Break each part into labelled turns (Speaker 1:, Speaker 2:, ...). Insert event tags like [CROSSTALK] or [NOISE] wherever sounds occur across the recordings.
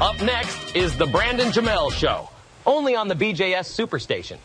Speaker 1: Up next is the Brandon Jamel Show, only on the BJS Superstation.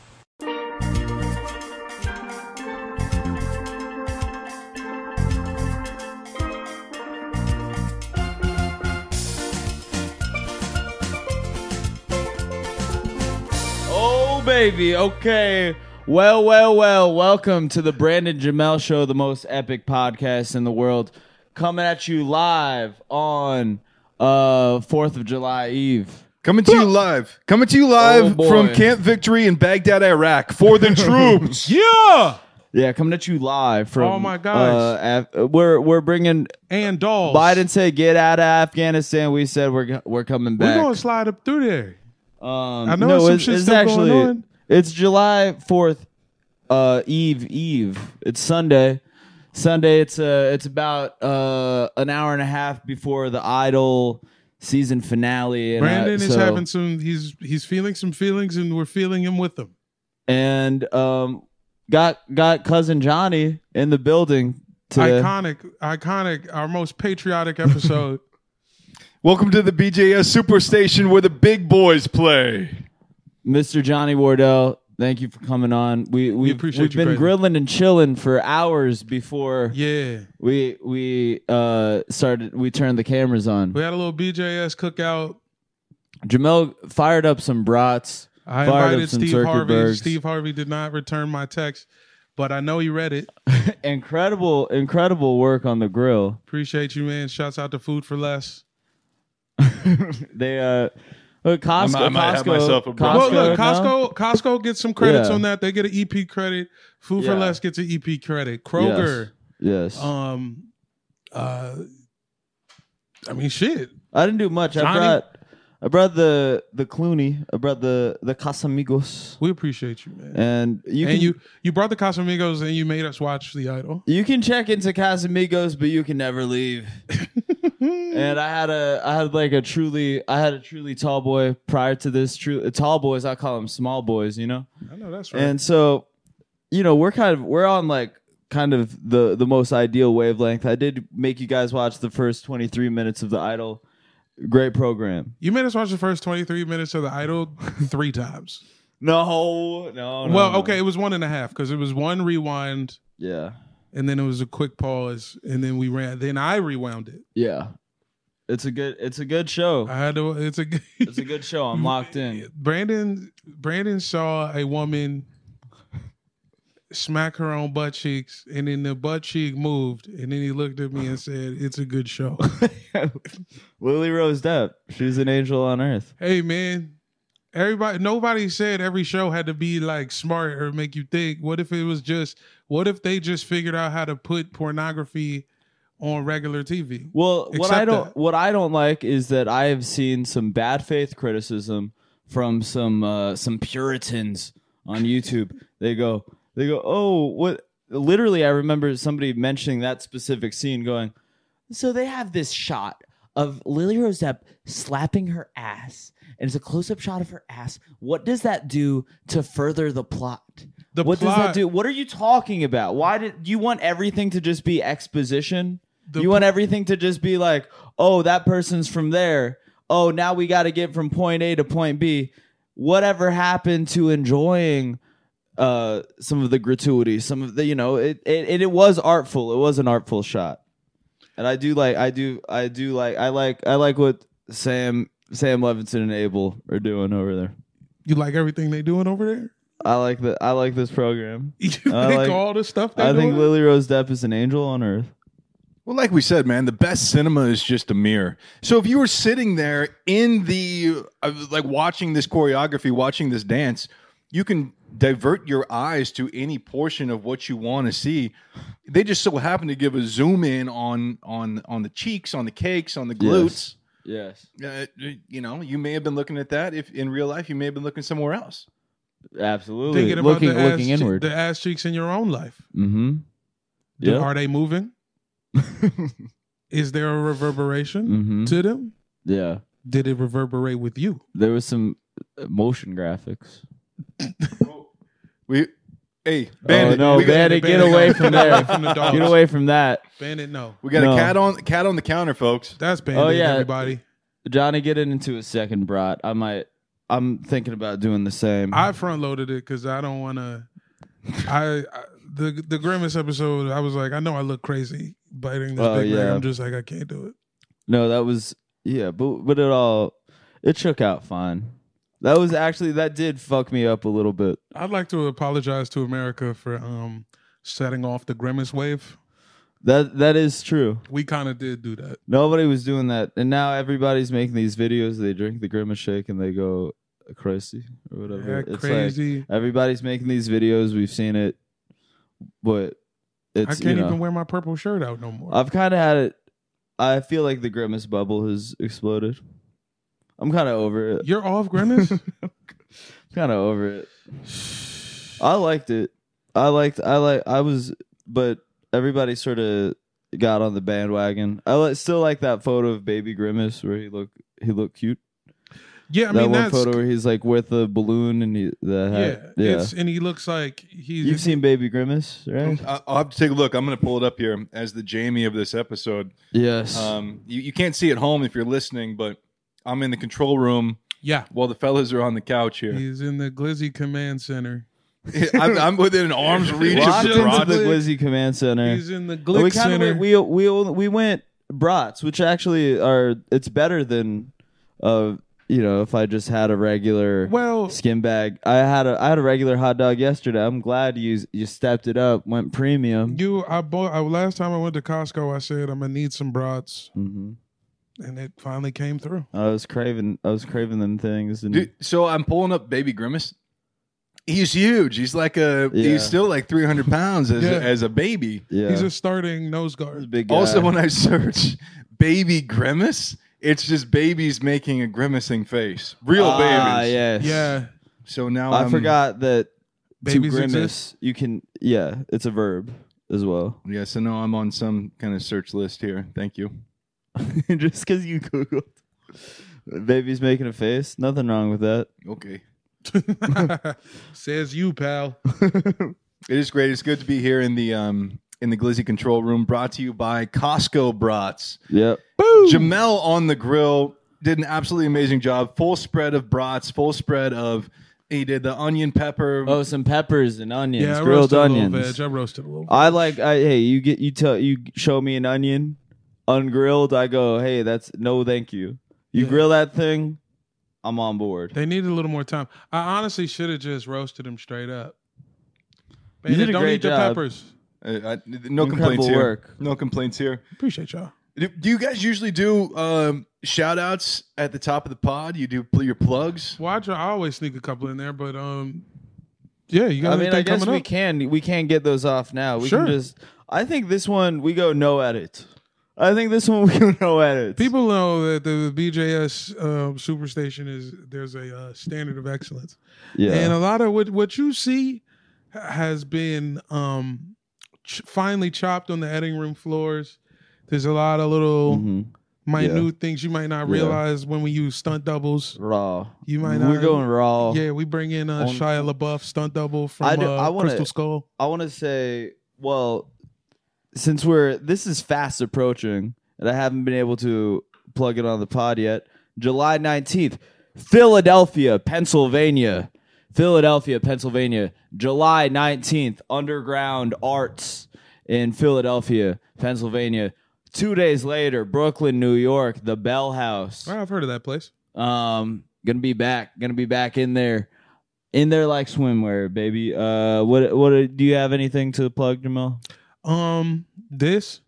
Speaker 2: Oh baby, okay. Well, well, well. Welcome to the Brandon Jamel Show, the most epic podcast in the world, coming at you live on uh Fourth of July Eve.
Speaker 3: Coming to you live. Coming to you live
Speaker 2: Oh, boy.
Speaker 3: from Camp Victory in Baghdad, Iraq, for the [LAUGHS] troops.
Speaker 4: Yeah,
Speaker 2: Yeah, coming at you live from.
Speaker 4: Oh, my gosh. Oh,
Speaker 2: Uh, Af- we're we're bringing.
Speaker 4: and dolls.
Speaker 2: Biden said, "Get out of Afghanistan." We said we're go- we're coming
Speaker 4: We're
Speaker 2: back.
Speaker 4: gonna slide up through there.
Speaker 2: um,
Speaker 4: I know some shit still going on.
Speaker 2: it's July Fourth, uh, Eve Eve. It's Sunday. Sunday. It's uh, it's about uh, an hour and a half before the Idol season finale. And I-
Speaker 4: Brandon is
Speaker 2: so-
Speaker 4: having some. He's he's feeling some feelings, and we're feeling him with them.
Speaker 2: and um, got got cousin Johnny in the building today.
Speaker 4: Iconic, iconic. Our most
Speaker 2: [LAUGHS]
Speaker 4: patriotic episode.
Speaker 3: Welcome to the BJS Superstation where the big boys play.
Speaker 2: Mr. Johnny Wardell, thank you for coming on. We we
Speaker 4: appreciate
Speaker 2: we've
Speaker 4: you
Speaker 2: been
Speaker 4: greatly.
Speaker 2: grilling and chilling for hours before
Speaker 4: yeah,
Speaker 2: we we uh started we turned the cameras on.
Speaker 4: we had a little BJS cookout.
Speaker 2: Jamel fired up some brats.
Speaker 4: I
Speaker 2: fired up
Speaker 4: invited
Speaker 2: some
Speaker 4: Steve
Speaker 2: turkey
Speaker 4: Harvey.
Speaker 2: burgers.
Speaker 4: Steve Harvey did not return my text, but I know he read it.
Speaker 2: Incredible, incredible work on the grill.
Speaker 4: Appreciate you, man. Shouts out to Food for Less.
Speaker 2: They uh look, Costco.
Speaker 3: I might have
Speaker 2: Costco,
Speaker 3: myself a brat.
Speaker 4: well,
Speaker 2: Costco, no?
Speaker 4: look, Costco. Costco gets some credits
Speaker 2: Yeah.
Speaker 4: on that. They get an EP credit. Food
Speaker 2: Yeah.
Speaker 4: for Less gets an EP credit.
Speaker 2: Yes.
Speaker 4: Kroger.
Speaker 2: Yes.
Speaker 4: Um, uh, I mean, shit.
Speaker 2: I didn't do much. I
Speaker 4: Johnny-
Speaker 2: brought I brought the the Clooney. I brought the the Casamigos.
Speaker 4: We appreciate you, man.
Speaker 2: And you
Speaker 4: and
Speaker 2: can
Speaker 4: you you brought the Casamigos and you made us watch The Idol.
Speaker 2: You can check into Casamigos, but you can never
Speaker 4: [LAUGHS]
Speaker 2: leave. and I had a, I had like a truly, I had a truly tall boy prior to this. True tall boys, I call them small boys, you know.
Speaker 4: I know that's right.
Speaker 2: And so, you know, we're kind of we're on like kind of the the most ideal wavelength. I did make you guys watch the first twenty three minutes of the Idol. Great program.
Speaker 4: you made us watch the first twenty three minutes of The Idol
Speaker 2: [LAUGHS]
Speaker 4: three times.
Speaker 2: No, no, no
Speaker 4: well,
Speaker 2: Oh, no.
Speaker 4: okay, it was one and a half because it was one rewind
Speaker 2: yeah,
Speaker 4: and then it was a quick pause and then we ran. Then I rewound it.
Speaker 2: yeah. It's a good, it's a good show.
Speaker 4: I had to. It's a. [LAUGHS]
Speaker 2: It's a good show. I'm locked in.
Speaker 4: Brandon Brandon saw a woman smack her own butt cheeks, and then the butt cheek moved, and then he looked at me and said, "It's a good show."
Speaker 2: [LAUGHS]
Speaker 4: [LAUGHS]
Speaker 2: Lily Rose Depp, she's an angel on earth.
Speaker 4: hey, man. Everybody, nobody said every show had to be like smart or make you think. What if it was just? What if they just figured out how to put pornography on regular TV?
Speaker 2: Well, what I
Speaker 4: Except
Speaker 2: don't
Speaker 4: that-
Speaker 2: what I don't like is that I have seen some bad faith criticism from some uh, some Puritans on YouTube. They go they go, "Oh, what literally I remember somebody mentioning that specific scene going, "So they have this shot of Lily Rose Depp slapping her ass, and it's a close-up shot of her ass. What does that do to further the plot?"
Speaker 4: The
Speaker 2: what does that
Speaker 4: plot-
Speaker 2: do? What are you talking about? Why did you want everything to just be exposition?
Speaker 4: The
Speaker 2: you want everything to just be like, oh, that person's from there. Oh, now we got to get from point A to point B. Whatever happened to enjoying uh, some of the gratuity, some of the, you know, it, it, it, it was artful. It was an artful shot. And I do like, I do, I do like, I like, I like what Sam, Sam Levinson and Abel are doing over there.
Speaker 4: You like everything they doing over there? [LAUGHS]
Speaker 2: I like the, I like this program.
Speaker 4: You think
Speaker 2: I like-
Speaker 4: all the stuff they
Speaker 2: I think
Speaker 4: doing?
Speaker 2: Lily Rose Depp is an angel on earth.
Speaker 3: Well, like we said, man, the best cinema is just a mirror. So if you were sitting there in the, uh, like watching this choreography, watching this dance, you can divert your eyes to any portion of what you want to see. They just so happen to give a zoom in on on on the cheeks, on the cakes, on the glutes.
Speaker 2: Yes,
Speaker 3: Uh, you know, you may have been looking at that. If in real life, you may have been looking somewhere else.
Speaker 2: absolutely.
Speaker 4: thinking about
Speaker 2: looking
Speaker 4: the ass
Speaker 2: looking
Speaker 4: che-
Speaker 2: inward.
Speaker 4: the ass cheeks in your own life.
Speaker 2: mm-hmm.
Speaker 4: Do-
Speaker 2: Yeah.
Speaker 4: Are
Speaker 2: [LAUGHS]
Speaker 4: they moving? Is there a reverberation
Speaker 2: Mhm.
Speaker 4: to them?
Speaker 2: Yeah.
Speaker 4: Did it reverberate with you?
Speaker 2: There was some uh, motion graphics.
Speaker 3: We, hey,
Speaker 2: Oh
Speaker 3: Bandit,
Speaker 2: no,
Speaker 3: we, got,
Speaker 2: Bandit, get
Speaker 4: Bandit,
Speaker 2: away
Speaker 4: no.
Speaker 2: from
Speaker 4: [LAUGHS] Get
Speaker 2: there.
Speaker 4: away from the dogs.
Speaker 2: Get away from that.
Speaker 4: Bandit, no.
Speaker 3: we got
Speaker 2: No.
Speaker 3: a cat on cat on the counter, folks.
Speaker 4: That's Bandit,
Speaker 2: Oh, yeah.
Speaker 4: everybody.
Speaker 2: Johnny, get it into a second, brat. I might. I'm thinking about doing the same.
Speaker 4: I front loaded it because I don't want to. I, I the the grimace episode. I was like, I know I look crazy biting this
Speaker 2: Oh,
Speaker 4: big
Speaker 2: yeah.
Speaker 4: leg. I'm just like, I can't do it.
Speaker 2: no, that was yeah, but but it all it shook out fine. That was actually that did fuck me up a little bit.
Speaker 4: I'd like to apologize to America for um setting off the grimace wave.
Speaker 2: That that is true.
Speaker 4: We kind of did do that.
Speaker 2: Nobody was doing that, and now everybody's making these videos. They drink the grimace shake and they go crazy or whatever.
Speaker 4: Yeah,
Speaker 2: It's like,
Speaker 4: crazy.
Speaker 2: everybody's making these videos. We've seen it, but it's
Speaker 4: I
Speaker 2: you
Speaker 4: can't
Speaker 2: know,
Speaker 4: even wear my purple shirt out no more.
Speaker 2: I've kind of had it. I feel like the grimace bubble has exploded. I'm kind of over it.
Speaker 4: You're
Speaker 2: [LAUGHS]
Speaker 4: off grimace.
Speaker 2: kind of over it. I liked it. I liked. I like. I was, but everybody sort of got on the bandwagon. I li- still like that photo of Baby Grimace where he looked he looked cute.
Speaker 4: yeah, I
Speaker 2: that one
Speaker 4: mean that's
Speaker 2: photo where he's like with a balloon and he, the
Speaker 4: yeah,
Speaker 2: hat. Yeah,
Speaker 4: It's, and he looks like he's
Speaker 2: you've seen Baby Grimace, right?
Speaker 3: I- I'll have to take a look. I'm going to pull it up here as the Jamie of this episode.
Speaker 2: Yes.
Speaker 3: Um, you, you can't see at home if you're listening, but I'm in the control room
Speaker 4: yeah.
Speaker 3: while the fellas are on the couch here.
Speaker 4: He's in the Glizzy Command Center.
Speaker 3: [LAUGHS] I'm, I'm within
Speaker 2: [LAUGHS]
Speaker 3: an arm's reach
Speaker 2: Locked
Speaker 3: of
Speaker 4: Locked
Speaker 3: the
Speaker 2: into
Speaker 3: broad.
Speaker 2: the Glizzy Command Center.
Speaker 4: He's in the
Speaker 2: But
Speaker 4: Glick
Speaker 2: we kind of
Speaker 4: Center.
Speaker 2: went, we we only- we went brats, which actually are it's better than, uh, you know, if I just had a regular
Speaker 4: well,
Speaker 2: skin bag. I had a I had a regular hot dog yesterday. I'm glad you you stepped it up, went premium.
Speaker 4: you, I bought. I, last time I went to Costco, I said I'm gonna need some brats,
Speaker 2: hmm
Speaker 4: and it finally came through.
Speaker 2: I was craving I was craving them things, and
Speaker 3: Dude, so I'm pulling up Baby Grimace. He's huge. He's like a.
Speaker 2: Yeah.
Speaker 3: He's still like 300 pounds as,
Speaker 4: Yeah.
Speaker 3: a, as a baby.
Speaker 2: yeah,
Speaker 4: He's a starting nose
Speaker 2: He's a
Speaker 4: guard.
Speaker 2: big
Speaker 3: Also,
Speaker 2: guy.
Speaker 3: when I search "baby grimace," it's just babies making a grimacing face. Real
Speaker 2: ah,
Speaker 3: babies.
Speaker 2: yes.
Speaker 4: [LAUGHS] Yeah, um,
Speaker 3: So now
Speaker 2: I
Speaker 3: I'm-
Speaker 2: forgot that
Speaker 4: Babies
Speaker 2: to grimace
Speaker 4: exist?
Speaker 2: you can yeah, it's a verb as
Speaker 4: [LAUGHS]
Speaker 2: well.
Speaker 3: Yeah. So now I'm on some kind of search list here. Thank you.
Speaker 2: just because you googled baby's making a face, nothing wrong with that.
Speaker 3: Okay.
Speaker 4: [LAUGHS]
Speaker 2: [LAUGHS]
Speaker 4: says you, pal.
Speaker 3: It is great. It's good to be here in the um in the Glizzy control room. Brought to you by Costco Brats.
Speaker 2: Yep.
Speaker 3: Jamel on the grill did an absolutely amazing job. Full spread of brats. Full spread of. He did the onion pepper.
Speaker 2: Oh, some peppers and onions,
Speaker 4: Yeah, I
Speaker 2: grilled
Speaker 4: roasted a little
Speaker 2: onions.
Speaker 4: veg. I roasted a little.
Speaker 2: I like. I hey, you get you tell you show me an onion, ungrilled. I go, hey, that's no, thank you. You
Speaker 4: Yeah.
Speaker 2: grill that thing, I'm on board.
Speaker 4: They needed a little more time. I honestly should have just roasted them straight up.
Speaker 2: You did a
Speaker 4: don't
Speaker 2: great
Speaker 4: eat the
Speaker 2: job.
Speaker 4: peppers.
Speaker 3: Uh, I- no
Speaker 2: Incredible
Speaker 3: complaints here.
Speaker 2: work.
Speaker 3: No complaints here.
Speaker 4: Appreciate y'all.
Speaker 3: Do, do you guys usually do um, shout outs at the top of the pod? You do pl- your
Speaker 2: [LAUGHS]
Speaker 3: plugs?
Speaker 4: Well, I, try, I always sneak a couple in there, but um, yeah, you got
Speaker 2: I mean,
Speaker 4: anything
Speaker 2: I guess
Speaker 4: coming
Speaker 2: we
Speaker 4: up?
Speaker 2: can we can get those off now. We
Speaker 4: Sure.
Speaker 2: can just. I think this one we go no edit. I think this one [LAUGHS] we go no edit.
Speaker 4: People know that the BJS uh, Superstation is there's a uh, standard of excellence,
Speaker 2: yeah.
Speaker 4: and a lot of what what you see ha- has been um ch- finely chopped on the editing room floors. There's a lot of little
Speaker 2: Mhm.
Speaker 4: minute things you might not
Speaker 2: Yeah.
Speaker 4: realize when we use stunt doubles.
Speaker 2: Raw.
Speaker 4: You might
Speaker 2: We're
Speaker 4: not-
Speaker 2: going raw.
Speaker 4: Yeah, we bring in uh,
Speaker 2: On-
Speaker 4: Shia LaBeouf stunt double from
Speaker 2: I do-
Speaker 4: uh,
Speaker 2: I wanna-
Speaker 4: Crystal Skull.
Speaker 2: I want to say, well, since we're this is fast approaching, and I haven't been able to plug it on the pod yet. July nineteenth, Philadelphia, Pennsylvania, Philadelphia, Pennsylvania, July nineteenth, Underground Arts in Philadelphia, Pennsylvania. Two days later, Brooklyn, New York, the Bell House.
Speaker 4: Well, I've heard of that place.
Speaker 2: Um, gonna be back. Gonna be back in there, in there like swimwear, baby. Uh, what what do you have anything to plug, Jamal?
Speaker 4: Um, this,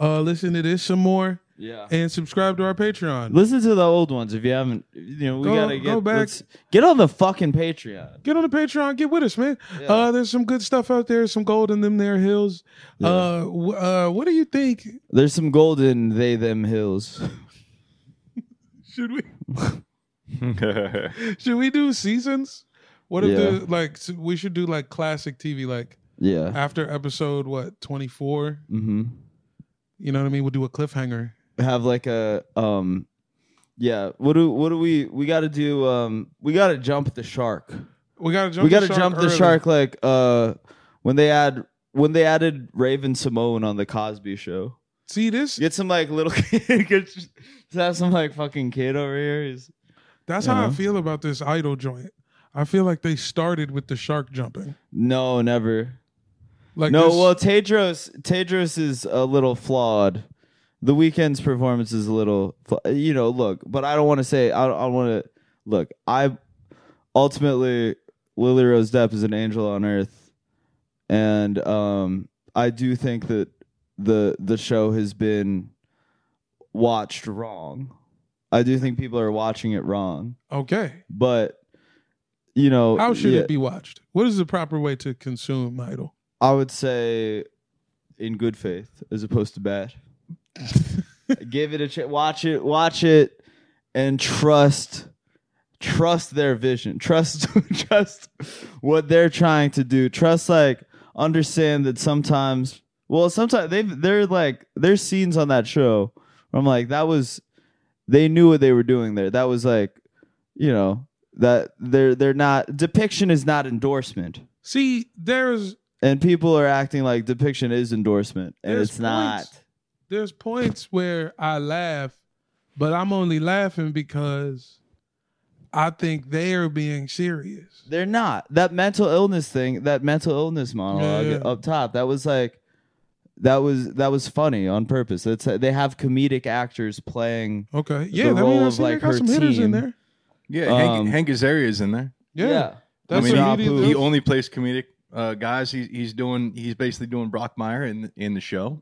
Speaker 4: uh, listen to this some more
Speaker 2: Yeah.
Speaker 4: and subscribe to our Patreon.
Speaker 2: Listen to the old ones if you haven't. You know, we
Speaker 4: Go-
Speaker 2: gotta get
Speaker 4: go back.
Speaker 2: let's- Get on the fucking Patreon.
Speaker 4: Get on the Patreon, get with us, man.
Speaker 2: Yeah.
Speaker 4: Uh, there's some good stuff out there, some gold in them there hills. Uh, w- uh, what do you think?
Speaker 2: There's some gold in they them hills.
Speaker 4: Should we [LAUGHS]
Speaker 3: That's
Speaker 4: should we do seasons? What if
Speaker 2: Yeah.
Speaker 4: the like s- we should do like classic TV, like
Speaker 2: Yeah.
Speaker 4: after episode what twenty four?
Speaker 2: Mm-hmm.
Speaker 4: You know what I mean? We'll do a cliffhanger.
Speaker 2: Have like a um. Yeah, what do what do we we got to do? Um, we got to jump the shark.
Speaker 4: We gotta jump.
Speaker 2: we got
Speaker 4: the
Speaker 2: to
Speaker 4: shark
Speaker 2: jump the
Speaker 4: early.
Speaker 2: shark like uh when they add when they added Raven Simone on the Cosby Show.
Speaker 4: See this?
Speaker 2: Get some like little [LAUGHS] kid. Get, just have some like fucking kid over here. He's,
Speaker 4: That's
Speaker 2: You
Speaker 4: how
Speaker 2: know?
Speaker 4: I feel about this idol joint. I feel like they started with the shark jumping.
Speaker 2: no, never.
Speaker 4: Like
Speaker 2: no,
Speaker 4: this-
Speaker 2: well, Tedros Tedros is a little flawed. The weekend's performance is a little, fla- you know. Look, but I don't want to say. I, I want to look. I ultimately Lily Rose Depp is an angel on earth, and um, I do think that the the show has been watched wrong. I do think people are watching it wrong,
Speaker 4: okay.
Speaker 2: but you know,
Speaker 4: How should
Speaker 2: yeah,
Speaker 4: it be watched? What is the proper way to consume idol?
Speaker 2: I would say in good faith as opposed to bad. Give it a ch- watch it, watch it, and trust trust their vision. Trust [LAUGHS] trust what they're trying to do. Trust like understand that sometimes well sometimes they they're like there's scenes on that show where I'm like that was they knew what they were doing there. That was like, you know, that they're they're not depiction is not endorsement
Speaker 4: See, there's
Speaker 2: and people are acting like depiction is endorsement and
Speaker 4: There's
Speaker 2: it's not
Speaker 4: points. there's points where I laugh, but I'm only laughing because I think they are being serious.
Speaker 2: they're not that mental illness thing that mental illness monologue
Speaker 4: Yeah, yeah.
Speaker 2: up top that was like that was that was funny on purpose that's they have comedic actors playing
Speaker 4: Okay. Yeah,
Speaker 2: The
Speaker 4: that
Speaker 2: role
Speaker 4: means I
Speaker 2: of,
Speaker 4: see they
Speaker 2: like,
Speaker 4: got
Speaker 2: her
Speaker 4: some hitters in
Speaker 2: team.
Speaker 4: there.
Speaker 3: Yeah,
Speaker 2: Um,
Speaker 3: Hank, Hank Azaria is in there.
Speaker 4: Yeah.
Speaker 3: I
Speaker 4: That's
Speaker 3: mean,
Speaker 4: what
Speaker 2: he-
Speaker 4: you need to
Speaker 2: he
Speaker 3: He
Speaker 4: do.
Speaker 3: only plays comedic uh, guys. He's he's doing he's basically doing Brock Meyer in in the show.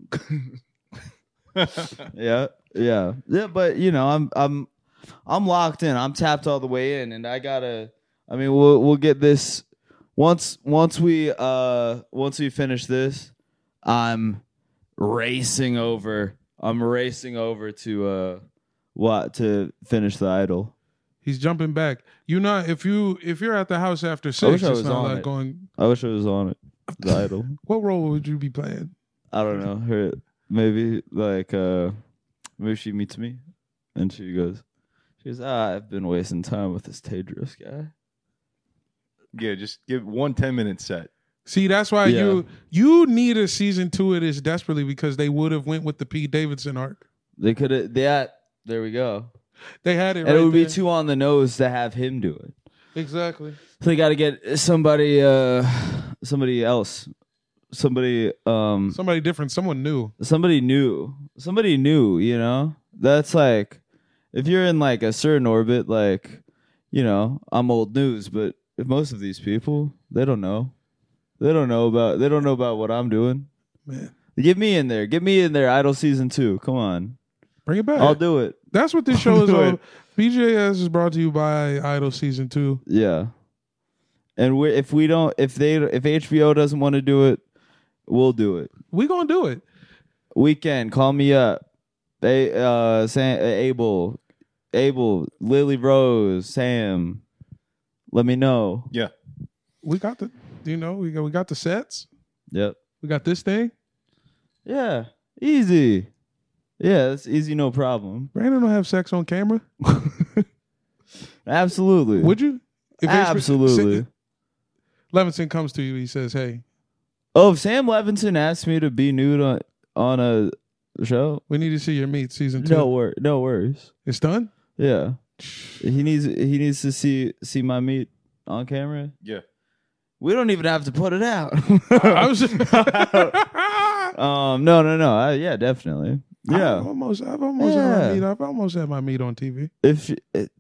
Speaker 2: yeah yeah yeah but you know i'm i'm i'm locked in i'm tapped all the way in and i gotta i mean we'll we'll get this once once we uh once we finish this i'm racing over i'm racing over to uh what to finish the idol
Speaker 4: He's jumping back. You know, if you if you're at the house
Speaker 2: I
Speaker 4: after
Speaker 2: wish
Speaker 4: six,
Speaker 2: I
Speaker 4: it's
Speaker 2: was
Speaker 4: not
Speaker 2: on
Speaker 4: like
Speaker 2: it.
Speaker 4: going.
Speaker 2: i wish i was on it the idol
Speaker 4: What role would you be playing?
Speaker 2: i don't know her maybe like uh maybe she meets me and she goes she goes ah, i've been wasting time with this tedros guy
Speaker 3: yeah, just give one 10 minute set.
Speaker 4: See, that's why
Speaker 2: Yeah.
Speaker 4: you you need a season two of this desperately because they would have went with the Pete Davidson arc.
Speaker 2: They could have that. There we go.
Speaker 4: They had it.
Speaker 2: and
Speaker 4: right
Speaker 2: it would be
Speaker 4: there.
Speaker 2: too on the nose to have him do it.
Speaker 4: exactly.
Speaker 2: So they got to get somebody, uh somebody else, somebody, um,
Speaker 4: Somebody different, someone new.
Speaker 2: somebody new, somebody new. You know, that's like if you're in like a certain orbit, like you know, I'm old news, but if most of these people, they don't know, they don't know about, they don't know about what I'm doing.
Speaker 4: Man,
Speaker 2: Get me in there. Get me in there. Idol season two. Come on.
Speaker 4: bring it back.
Speaker 2: I'll do it.
Speaker 4: that's what this show
Speaker 2: [LAUGHS]
Speaker 4: is
Speaker 2: do it.
Speaker 4: on. BJS is brought to you by Idol season two.
Speaker 2: Yeah. And we if we don't if they if HBO doesn't want to do it, we'll do it.
Speaker 4: We gonna do it.
Speaker 2: Weekend, call me up. They uh Sam Abel Abel Lily Rose Sam let me know.
Speaker 3: Yeah.
Speaker 4: We got the you know we got we got the sets.
Speaker 2: Yep.
Speaker 4: We got this thing.
Speaker 2: Yeah. Easy. Yeah, it's easy no problem.
Speaker 4: Brandon don't have sex on camera.
Speaker 2: Absolutely.
Speaker 4: Would you? If it's-
Speaker 2: Absolutely.
Speaker 4: Levinson comes to you. He says, "Hey,
Speaker 2: Oh, if Sam Levinson asked me to be nude on on a show,
Speaker 4: we need to see your meat season two.
Speaker 2: no wor- no worries.
Speaker 4: It's done. [LAUGHS]
Speaker 2: Yeah. He needs he needs to see see my meat on camera.
Speaker 4: [LAUGHS]
Speaker 3: Yeah.
Speaker 2: We don't even have to put it out.
Speaker 4: I was. yeah.
Speaker 2: [LAUGHS] um no no no. I, yeah, definitely.
Speaker 4: I've
Speaker 2: Yeah.
Speaker 4: almost. I've almost had my
Speaker 2: Yeah.
Speaker 4: meat. I've almost had my meat on TV.
Speaker 2: If it,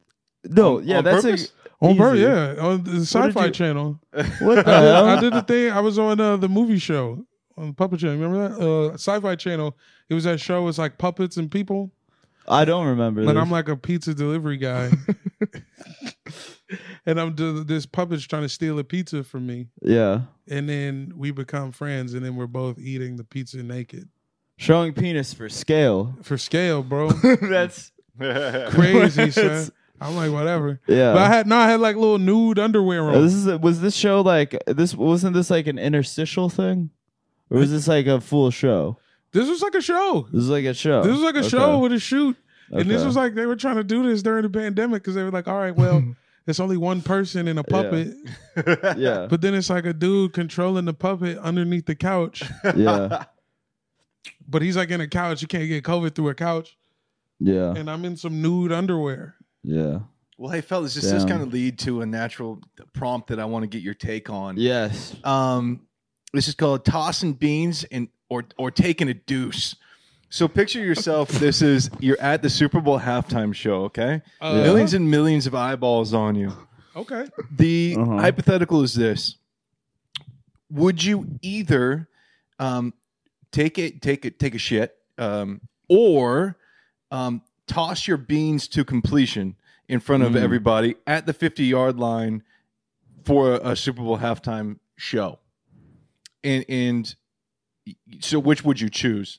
Speaker 2: No, yeah,
Speaker 3: on
Speaker 2: that's
Speaker 3: purpose?
Speaker 2: a
Speaker 4: On
Speaker 2: Easy.
Speaker 4: bird, yeah, on the Sci-Fi
Speaker 2: you-
Speaker 4: Channel. [LAUGHS]
Speaker 2: what the
Speaker 4: I did, I
Speaker 2: hell?
Speaker 4: did the thing. I was on uh, the movie show on Puppet Channel. Remember that uh, Sci-Fi Channel? It was that show. It was like puppets and people.
Speaker 2: I don't remember.
Speaker 4: But
Speaker 2: this.
Speaker 4: I'm like a pizza
Speaker 2: [LAUGHS]
Speaker 4: delivery guy. and I'm do- this puppet's trying to steal a pizza from me.
Speaker 2: yeah.
Speaker 4: And then we become friends and then we're both eating the pizza naked.
Speaker 2: Showing penis for scale.
Speaker 4: For
Speaker 2: [LAUGHS]
Speaker 4: scale, bro.
Speaker 3: [LAUGHS]
Speaker 2: that's
Speaker 4: Crazy,
Speaker 2: What?
Speaker 4: son. I'm like, whatever.
Speaker 2: Yeah.
Speaker 4: But I had no, I had like little nude underwear
Speaker 2: Uh,
Speaker 4: on.
Speaker 2: this is a, was this show like this wasn't this like an interstitial thing? Or was this like a full show?
Speaker 4: This was like a show.
Speaker 2: This is like a show.
Speaker 4: This was like a
Speaker 2: Okay.
Speaker 4: show with a shoot. And this
Speaker 2: Okay.
Speaker 4: was like they were trying to do this during the pandemic because they were like, all right, well, it's only one person and a puppet.
Speaker 2: [LAUGHS] Yeah.
Speaker 4: But then it's like a dude controlling the puppet underneath the couch.
Speaker 2: Yeah.
Speaker 4: [LAUGHS] but he's like in a couch. You can't get COVID through a couch,
Speaker 2: Yeah.
Speaker 4: and I'm in some nude underwear.
Speaker 2: Yeah.
Speaker 3: Well, hey, fellas, this does
Speaker 2: Damn.
Speaker 3: kind of lead to a natural prompt that I want to get your take on.
Speaker 2: Yes.
Speaker 3: Um, this is called tossing beans and or or taking a deuce. So picture yourself. this is you're at the Super Bowl halftime show. Okay,
Speaker 4: Uh,
Speaker 2: Yeah.
Speaker 3: millions and millions of eyeballs on you.
Speaker 4: Okay.
Speaker 3: The
Speaker 2: Uh-huh.
Speaker 3: hypothetical is this: Would you either um, take it, take it, take a shit, um, or um, toss your beans to completion in front of
Speaker 4: Hmm.
Speaker 2: Mm.
Speaker 3: everybody at the fifty-yard line for a, a Super Bowl halftime show? And and so, which would you choose?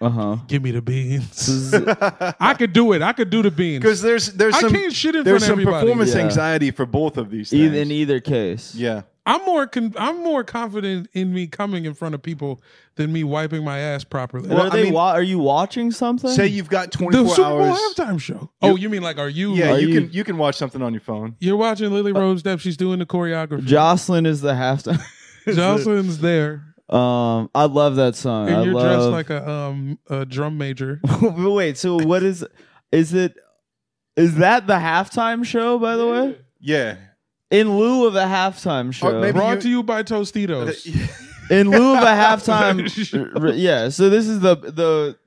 Speaker 2: Uh huh.
Speaker 4: Give me the beans.
Speaker 2: yeah.
Speaker 4: [LAUGHS] I could do it. I could do the beans.
Speaker 3: Because there's there's
Speaker 4: I
Speaker 3: some
Speaker 4: can't shit in front
Speaker 3: there's
Speaker 4: of
Speaker 3: some
Speaker 4: everybody.
Speaker 3: performance
Speaker 2: Yeah.
Speaker 3: anxiety for both of these things.
Speaker 2: Either, in either case.
Speaker 3: yeah.
Speaker 4: I'm more con- I'm more confident in me coming in front of people than me wiping my ass properly.
Speaker 2: And
Speaker 3: Well,
Speaker 2: are
Speaker 3: I
Speaker 2: they?
Speaker 3: mean-
Speaker 2: wa- are you watching something?
Speaker 3: Say you've got
Speaker 4: the
Speaker 3: 24
Speaker 4: Super Bowl
Speaker 3: hours.
Speaker 4: halftime show. Oh, you mean like are you?
Speaker 3: Yeah,
Speaker 2: Are
Speaker 3: you,
Speaker 2: you-
Speaker 3: can you can watch something on your phone.
Speaker 4: You're watching Lily
Speaker 2: Uh,
Speaker 4: Rose Depp. She's doing the choreography.
Speaker 2: Jocelyn is the halftime.
Speaker 4: [LAUGHS] Jocelyn's there,
Speaker 2: [LAUGHS] um, I love that song.
Speaker 4: and
Speaker 2: I
Speaker 4: you're dressed
Speaker 2: love... [LAUGHS]
Speaker 4: like a um a drum major.
Speaker 2: but wait, so what is is it is that the halftime show by the way?
Speaker 3: Yeah.
Speaker 2: In lieu of a halftime show.
Speaker 3: maybe-
Speaker 4: Brought
Speaker 3: you-
Speaker 4: to you
Speaker 2: [LAUGHS]
Speaker 4: by Tostitos.
Speaker 2: in lieu of a
Speaker 3: [LAUGHS]
Speaker 2: halftime r- yeah, so this is the the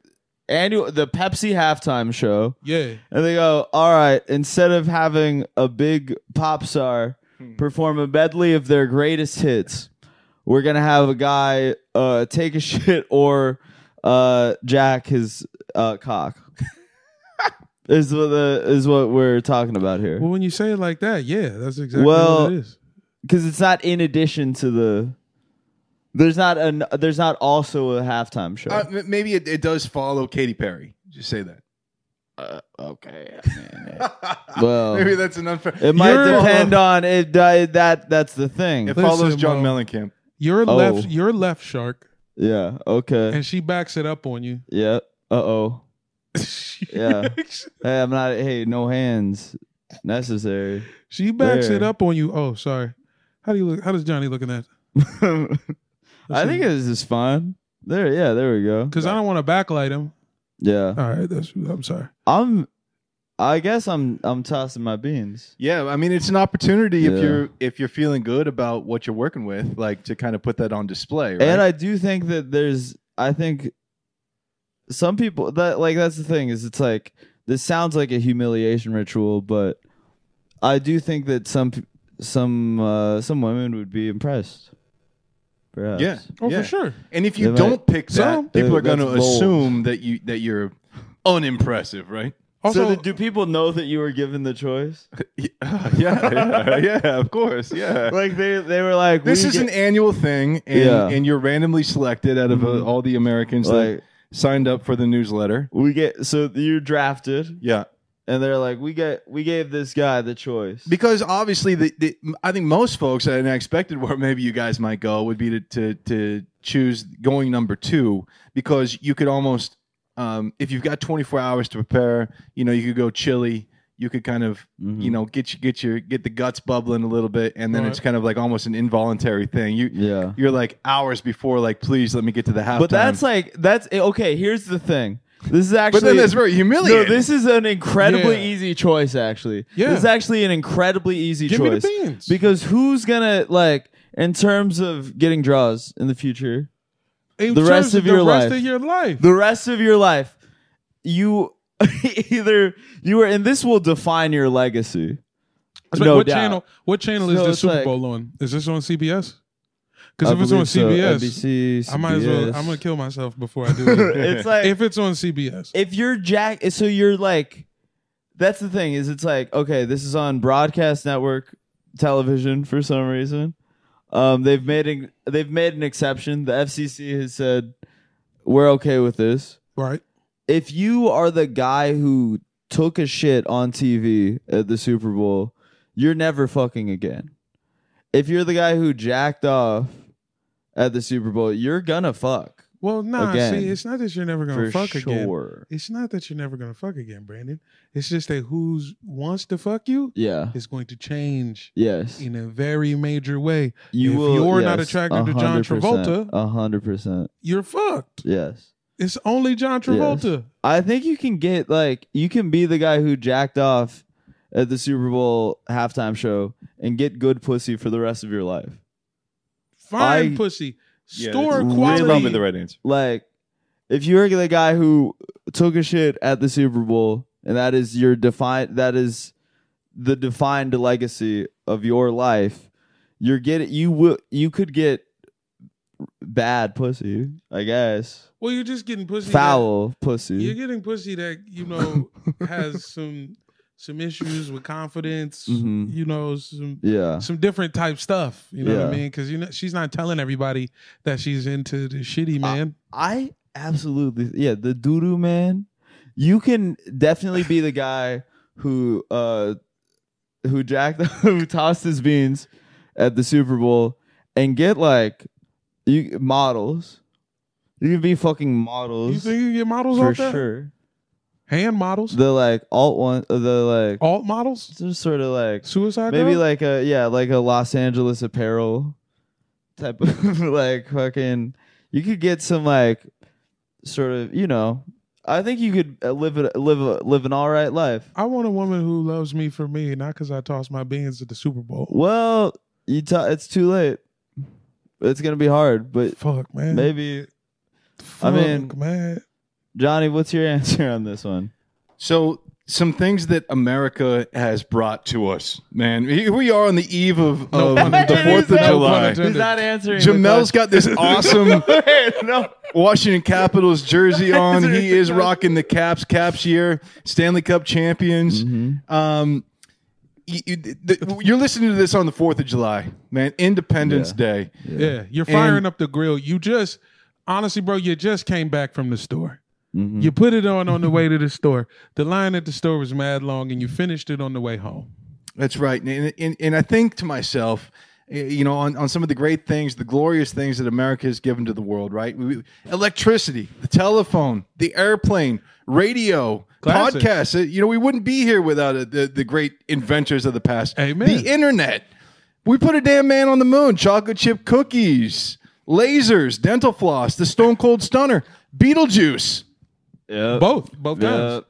Speaker 2: annual the Pepsi halftime show.
Speaker 4: Yeah,
Speaker 2: And they go, "All right, instead of having a big pop star
Speaker 3: Hmm.
Speaker 2: perform a medley of their greatest hits, we're going to have a guy uh take a [LAUGHS] shit or uh jack his uh cock." [LAUGHS] is what the is what we're talking about here.
Speaker 4: Well, when you say it like that, yeah, that's exactly
Speaker 2: Well-
Speaker 4: what it is.
Speaker 2: because it's not in addition to the. There's not an. There's not also a halftime show.
Speaker 3: Uh, m- maybe it, it does follow Katy Perry. Just say that.
Speaker 2: okay.
Speaker 3: [LAUGHS]
Speaker 2: well,
Speaker 3: maybe that's an unfair.
Speaker 2: Oh. it might
Speaker 4: You're-
Speaker 3: [LAUGHS]
Speaker 2: depend on it. Uh, that that's the thing.
Speaker 3: It follows
Speaker 4: Listen,
Speaker 3: John
Speaker 4: Mo.
Speaker 3: Mellencamp.
Speaker 4: You're
Speaker 2: Oh.
Speaker 4: left. You're left shark,
Speaker 2: yeah. Okay.
Speaker 3: [LAUGHS]
Speaker 4: and she backs it up on you. [LAUGHS]
Speaker 2: Yeah. Uh oh.
Speaker 3: [LAUGHS]
Speaker 2: Yeah. Hey, I'm not. Hey, no hands
Speaker 3: [LAUGHS]
Speaker 2: necessary.
Speaker 4: she backs
Speaker 2: There.
Speaker 4: it up on you. Oh, sorry. How do you look? How does Johnny look in that?
Speaker 2: I think this is fine. There. Yeah. There we go.
Speaker 4: Because I don't want to backlight him.
Speaker 2: Yeah.
Speaker 4: All right, that's. I'm sorry.
Speaker 2: I'm. I guess I'm. I'm tossing my beans.
Speaker 3: Yeah, I mean it's an opportunity
Speaker 2: Yeah.
Speaker 3: if you're if you're feeling good about what you're working with, like to kind of put that on display. Right?
Speaker 2: And I do think that there's I think some people that like that's the thing is it's like this sounds like a humiliation ritual, but I do think that some p- some uh some women would be impressed. Perhaps.
Speaker 3: yeah,
Speaker 4: Oh,
Speaker 3: yeah.
Speaker 4: for sure.
Speaker 3: And if
Speaker 2: They
Speaker 3: you
Speaker 2: might-
Speaker 3: don't pick that,
Speaker 4: Some-
Speaker 3: people are
Speaker 2: That-
Speaker 3: going to
Speaker 2: that's bold.
Speaker 3: assume that you that you're
Speaker 2: [LAUGHS]
Speaker 3: unimpressive, right?
Speaker 4: Also,
Speaker 2: so, th- do people know that you were given the choice?
Speaker 3: Yeah, [LAUGHS] yeah, yeah, of course, yeah.
Speaker 2: Like they, they were like,
Speaker 3: this
Speaker 2: we
Speaker 3: is
Speaker 2: get-
Speaker 3: an annual thing and,
Speaker 2: Yeah. Mm-hmm.
Speaker 3: and you're randomly selected out of uh, all the americans
Speaker 2: like
Speaker 3: that signed up for the newsletter
Speaker 2: we get so you're drafted,
Speaker 3: yeah
Speaker 2: and they're like, we get we gave this guy the choice.
Speaker 3: because obviously the, the i think most folks and i expected where maybe you guys might go would be to to, to choose going number two because you could almost um, if you've got 24 hours to prepare you know you could go chilly you could kind of
Speaker 2: Mhm.
Speaker 3: you know get you get your get the guts bubbling a little bit and then
Speaker 4: Right.
Speaker 3: it's kind of like almost an involuntary thing you
Speaker 2: yeah,
Speaker 3: you're like hours before like please let me get to the halftime
Speaker 2: But that's like that's eh, okay. Here's the thing. This is actually.
Speaker 3: But then that's very
Speaker 2: no,
Speaker 3: humiliating.
Speaker 2: this is an incredibly
Speaker 4: Yeah.
Speaker 2: easy choice. Actually,
Speaker 4: Yeah.
Speaker 2: this is actually an incredibly easy
Speaker 4: Give me the
Speaker 2: choice
Speaker 4: beans.
Speaker 2: because who's gonna like in terms of getting draws in the future,
Speaker 4: in
Speaker 2: the
Speaker 4: terms
Speaker 2: rest of your
Speaker 4: the rest
Speaker 2: life.
Speaker 4: of your life.
Speaker 2: the rest of your life, you [LAUGHS] either you are, and this will define your legacy.
Speaker 4: It's like,
Speaker 2: no
Speaker 4: what
Speaker 2: doubt.
Speaker 4: channel? What channel is
Speaker 2: So
Speaker 4: the
Speaker 2: it's
Speaker 4: Super
Speaker 2: like-
Speaker 4: Bowl on? Is this on CBS?
Speaker 2: I
Speaker 4: Because if it's on
Speaker 2: believe so.
Speaker 4: CBS,
Speaker 2: NBC,
Speaker 4: I might as well.
Speaker 2: CBS.
Speaker 4: I'm gonna kill myself before I do
Speaker 2: [LAUGHS]
Speaker 4: it.
Speaker 2: it's like
Speaker 4: if it's on CBS,
Speaker 2: if you're Jack, so you're like, that's the thing is it's like, okay, this is on broadcast network television for some reason. Um, they've made an, they've made an exception. The FCC has said we're okay with this.
Speaker 4: right?
Speaker 2: If you are the guy who took a shit on TV at the Super Bowl, you're never fucking again. If you're the guy who jacked off at the Super Bowl, you're gonna fuck.
Speaker 4: Well, nah,
Speaker 2: Again,
Speaker 4: see, it's not that you're never gonna
Speaker 2: for
Speaker 4: fuck again.
Speaker 2: sure.
Speaker 4: It's not that you're never gonna fuck again, Brandon. It's just that who's wants to fuck you
Speaker 2: Yeah.
Speaker 4: is going to change
Speaker 2: Yes.
Speaker 4: in a very major way.
Speaker 2: You
Speaker 4: if
Speaker 2: will.
Speaker 4: you're not
Speaker 2: yes,
Speaker 4: attracted to John
Speaker 2: 100%,
Speaker 4: Travolta-
Speaker 2: a hundred percent.
Speaker 4: You're fucked.
Speaker 2: Yes.
Speaker 4: It's only John Travolta.
Speaker 2: I think you can get like you can be the guy who jacked off at the Super Bowl halftime show and get good pussy for the rest of your life.
Speaker 4: Fine
Speaker 2: I-
Speaker 4: pussy.
Speaker 3: Yeah,
Speaker 4: Store
Speaker 3: that's
Speaker 4: quality.
Speaker 3: Probably the right answer.
Speaker 2: Like if you're the guy who took a shit at the Super Bowl and that is your defined that is the defined legacy of your life, you're getting you will you could get bad pussy, I guess.
Speaker 4: Well, you're just getting pussy.
Speaker 2: Foul
Speaker 4: That, you're
Speaker 2: pussy.
Speaker 4: getting pussy that
Speaker 2: [LAUGHS]
Speaker 4: you know has some some issues with confidence.
Speaker 2: Mhm.
Speaker 4: You know some.
Speaker 2: Yeah.
Speaker 4: Some different type stuff, you know what I
Speaker 2: Yeah.
Speaker 4: mean? Because you know she's not telling everybody that she's into the shitty man.
Speaker 2: I absolutely yeah, the doo-doo man. You can definitely be the guy who uh who jacked [LAUGHS] who tossed his beans at the Super Bowl and get like you models. You can be fucking models
Speaker 4: you think you can get models
Speaker 2: for
Speaker 4: off that?
Speaker 2: sure.
Speaker 4: Hand models,
Speaker 2: The like alt one the like
Speaker 4: alt models,
Speaker 2: just sort of like
Speaker 4: suicide.
Speaker 2: maybe
Speaker 4: girl?
Speaker 2: like a yeah like a los angeles apparel type of [LAUGHS] like fucking you could get some like sort of you know i think you could uh, live a live a live an all right life
Speaker 4: I want a woman who loves me for me, not because I tossed my beans at the Super Bowl.
Speaker 2: well you t- it's too late it's gonna be hard but
Speaker 4: Fuck, man.
Speaker 2: maybe
Speaker 4: Fuck,
Speaker 2: I mean-
Speaker 4: man.
Speaker 2: johnny what's your [LAUGHS] answer on this one
Speaker 3: So some things that America has brought to us, man. Here we are on the eve of,
Speaker 4: No
Speaker 3: of
Speaker 4: pun
Speaker 3: the
Speaker 4: intended.
Speaker 3: Fourth of
Speaker 4: No pun
Speaker 3: July.
Speaker 4: intended. He's not
Speaker 2: answering
Speaker 3: Jamel's got [LAUGHS] this awesome
Speaker 2: no
Speaker 3: Washington Capitals [LAUGHS] jersey on. He is rocking the Caps Caps year Stanley Cup champions. Um, you, you, the, you're listening to this on the Fourth of July, man. Independence Day.
Speaker 4: Yeah, you're firing
Speaker 3: And-
Speaker 4: up the grill. You just honestly, bro, you just came back from the store.
Speaker 2: Mm-hmm.
Speaker 4: You put it on on the way to the store. The line at the store was mad long, and you finished it on the way home.
Speaker 3: That's right. And, and, and I think to myself, eh, you know, on, on some of the great things, the glorious things that America has given to the world, right? We, electricity, the telephone, the airplane, radio,
Speaker 4: Classic.
Speaker 3: podcasts. Eh, You know, we wouldn't be here without uh the, the great inventors of the past.
Speaker 4: Amen.
Speaker 3: The internet. We put a damn man on the moon, chocolate chip cookies, lasers, dental floss, the stone cold stunner, Beetlejuice.
Speaker 2: yeah
Speaker 4: Both, both
Speaker 2: yeah.
Speaker 4: kinds.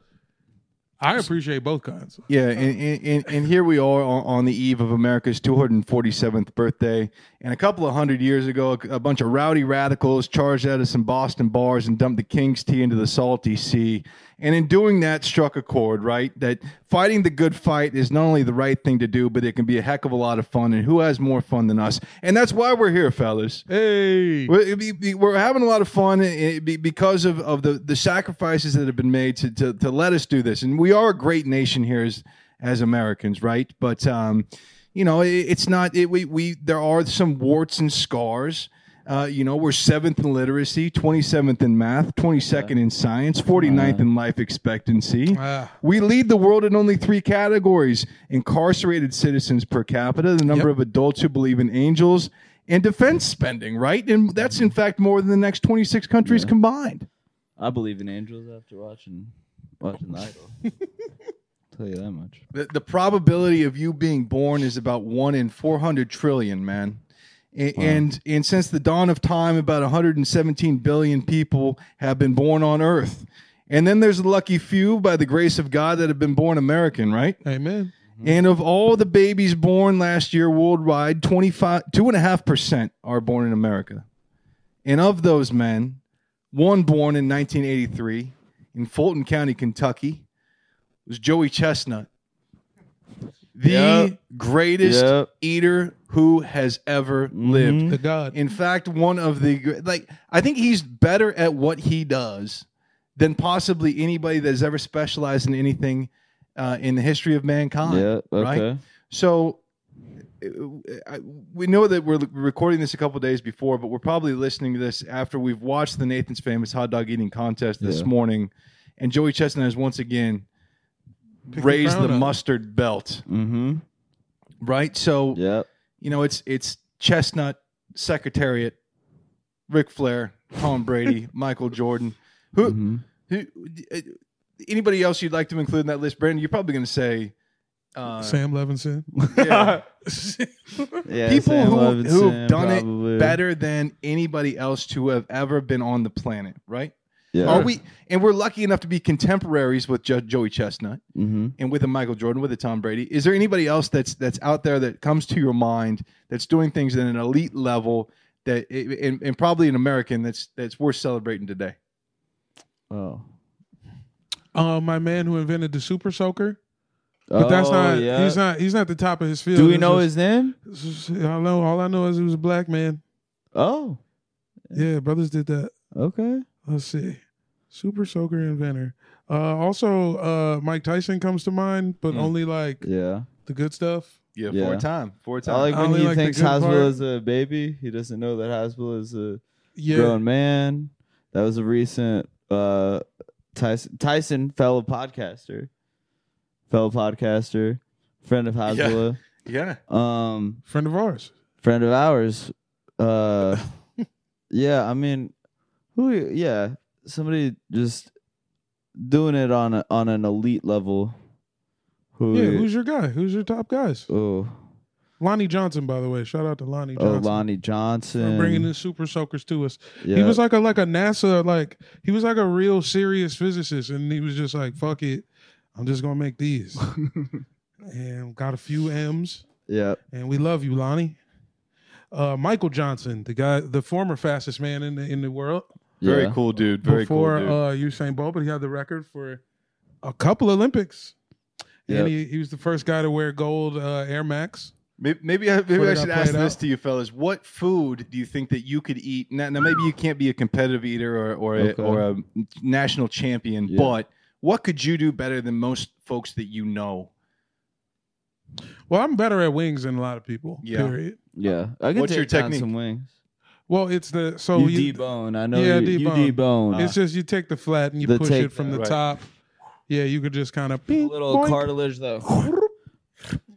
Speaker 4: I appreciate both kinds.
Speaker 3: Yeah, and, and, and, and here we are on, on the eve of America's 247th birthday. And a couple of hundred years ago, a, a bunch of rowdy radicals charged out of some Boston bars and dumped the King's Tea into the salty sea. And in doing that, struck a chord, right? That fighting the good fight is not only the right thing to do, but it can be a heck of a lot of fun. And who has more fun than us? And that's why we're here, fellas.
Speaker 4: Hey,
Speaker 3: We're, it'd be- be- we're having a lot of fun eh, be- because of, of the, the sacrifices that have been made to, to, to let us do this. And we are a great nation here as, as Americans, right? But, um, you know, it, it's not, it, we, we, there are some warts and scars. Uh, you know, we're seventh in literacy, 27th in math, 22nd in science, 49th in life expectancy.
Speaker 4: Ah.
Speaker 3: We lead the world in only three categories incarcerated citizens per capita, the number
Speaker 4: Yep.
Speaker 3: of adults who believe in angels, and defense spending, right? And that's in fact more than the next 26 countries combined.
Speaker 2: i believe in angels after watching watching idol tell you that much
Speaker 3: The, the probability of you being born is about one in 400 trillion, man. And, and and since the dawn of time, about 117 billion people have been born on Earth, and then there's the lucky few, by the grace of God, that have been born American, right?
Speaker 4: amen.
Speaker 2: Mm-hmm.
Speaker 3: And of all the babies born last year worldwide, 25, 2.5% are born in America. And of those men, one born in 1983 in Fulton County, Kentucky, was Joey Chestnut, the
Speaker 2: Yep.
Speaker 3: greatest
Speaker 2: Yep. Mm-hmm.
Speaker 3: eater who has ever lived.
Speaker 4: The God.
Speaker 3: In fact, one of the gr- like I think he's better at what he does than possibly anybody that has ever specialized in anything uh, in the history of mankind.
Speaker 2: yeah okay
Speaker 3: Right. So uh, I- we know that we're recording this a couple days before, but we're probably listening to this after we've watched the Nathan's Famous Hot Dog Eating Contest this
Speaker 2: Yeah.
Speaker 3: morning, and Joey Chestnut has once again
Speaker 4: Pick your
Speaker 3: raised
Speaker 4: crown
Speaker 3: the
Speaker 4: up.
Speaker 3: mustard belt.
Speaker 2: mm-hmm
Speaker 3: Right. So
Speaker 2: yep
Speaker 3: you know, it's it's Chestnut, Secretariat, Ric Flair, Tom Brady, Michael Jordan. Who,
Speaker 2: mm-hmm.
Speaker 3: who uh, anybody else you'd like to include in that list, Brandon? You're probably going to say uh,
Speaker 4: Sam Levinson. [LAUGHS]
Speaker 3: yeah.
Speaker 2: Yeah,
Speaker 3: people
Speaker 2: Sam
Speaker 3: who, who
Speaker 2: Levinson,
Speaker 3: have done
Speaker 2: probably.
Speaker 3: it better than anybody else to have ever been on the planet, right?
Speaker 2: Yeah.
Speaker 3: Are we? And we're lucky enough to be contemporaries with Judge Joey Chestnut
Speaker 2: Mhm.
Speaker 3: and with a Michael Jordan, with a Tom Brady. Is there anybody else that's that's out there that comes to your mind that's doing things at an elite level that and, and probably an American that's that's worth celebrating today?
Speaker 2: Oh.
Speaker 4: Um, my man who invented the super soaker. But that's
Speaker 2: Oh,
Speaker 4: not
Speaker 2: yeah.
Speaker 4: he's not he's not the top of his field.
Speaker 2: Do we
Speaker 4: It's
Speaker 2: know
Speaker 4: just-
Speaker 2: his name?
Speaker 4: it's just- I know all I know is he was a black man.
Speaker 2: Oh,
Speaker 4: Yeah, brothers did that.
Speaker 2: okay.
Speaker 4: Let's see. Super soaker inventor. Uh also uh Mike Tyson comes to mind, but
Speaker 3: Mm.
Speaker 4: only like
Speaker 2: Hmm. Yeah.
Speaker 4: the good stuff.
Speaker 3: Yeah,
Speaker 2: Yeah.
Speaker 3: for a time, for
Speaker 2: I
Speaker 3: a time.
Speaker 2: like
Speaker 4: I
Speaker 2: when
Speaker 4: only
Speaker 2: he
Speaker 4: like the
Speaker 2: thinks
Speaker 4: good
Speaker 2: Hasbro
Speaker 4: part.
Speaker 2: is a baby. He doesn't know that Hasbro is a
Speaker 4: Yeah.
Speaker 2: grown man. That was a recent uh, Tyson, Tyson fellow podcaster, fellow podcaster, friend of Hasbro,
Speaker 3: yeah,
Speaker 2: um,
Speaker 4: Friend of ours.
Speaker 2: friend of ours. Uh,
Speaker 4: [LAUGHS]
Speaker 2: yeah, I mean, who? Yeah, somebody just doing it on a, on an elite level. Who?
Speaker 4: Yeah, who's your guy? Who's your top guys?
Speaker 2: oh,
Speaker 4: Lonnie Johnson, by the way. Shout out to Lonnie
Speaker 2: oh,
Speaker 4: Johnson.
Speaker 2: Lonnie
Speaker 4: For
Speaker 2: Johnson.
Speaker 4: bringing the super soakers to us.
Speaker 2: yeah.
Speaker 4: He was like a like a NASA like he was like a real serious physicist, and he was just like, "Fuck it, I'm just gonna
Speaker 2: [LAUGHS]
Speaker 4: make these." and got a few M's,
Speaker 2: yeah.
Speaker 4: and we love you, Lonnie. Uh, Michael Johnson, the guy, the former fastest man in the in the world
Speaker 3: very
Speaker 2: yeah.
Speaker 3: cool dude. Very
Speaker 4: before
Speaker 3: cool dude.
Speaker 4: uh, Usain Bolt, but he had the record for a couple Olympics,
Speaker 2: Yep.
Speaker 4: and he, he was the first guy to wear gold uh, Air Max.
Speaker 3: Maybe maybe I, maybe
Speaker 4: Put
Speaker 3: I
Speaker 4: it
Speaker 3: should
Speaker 4: up,
Speaker 3: ask
Speaker 4: play it
Speaker 3: this
Speaker 4: out.
Speaker 3: to you fellas. What food do you think that you could eat? Now, now maybe you can't be a competitive eater or or a,
Speaker 2: Okay.
Speaker 3: or a national champion,
Speaker 2: Yeah.
Speaker 3: but what could you do better than most folks that you know?
Speaker 4: Well, I'm better at wings than a lot of people.
Speaker 3: Yeah.
Speaker 4: Period.
Speaker 2: Yeah. I can
Speaker 3: What's your
Speaker 2: take down
Speaker 3: technique?
Speaker 2: some wings.
Speaker 4: Well, it's the so
Speaker 2: you,
Speaker 4: you-
Speaker 2: debone. I know
Speaker 4: Oh, Yeah,
Speaker 2: you, you
Speaker 4: debone.
Speaker 2: debone.
Speaker 4: It's just you take the flat and you
Speaker 2: The
Speaker 4: push
Speaker 2: take-
Speaker 4: it from the
Speaker 3: Right.
Speaker 4: top. Yeah, you could just kind of
Speaker 2: a little cartilage
Speaker 4: [LAUGHS]
Speaker 2: though.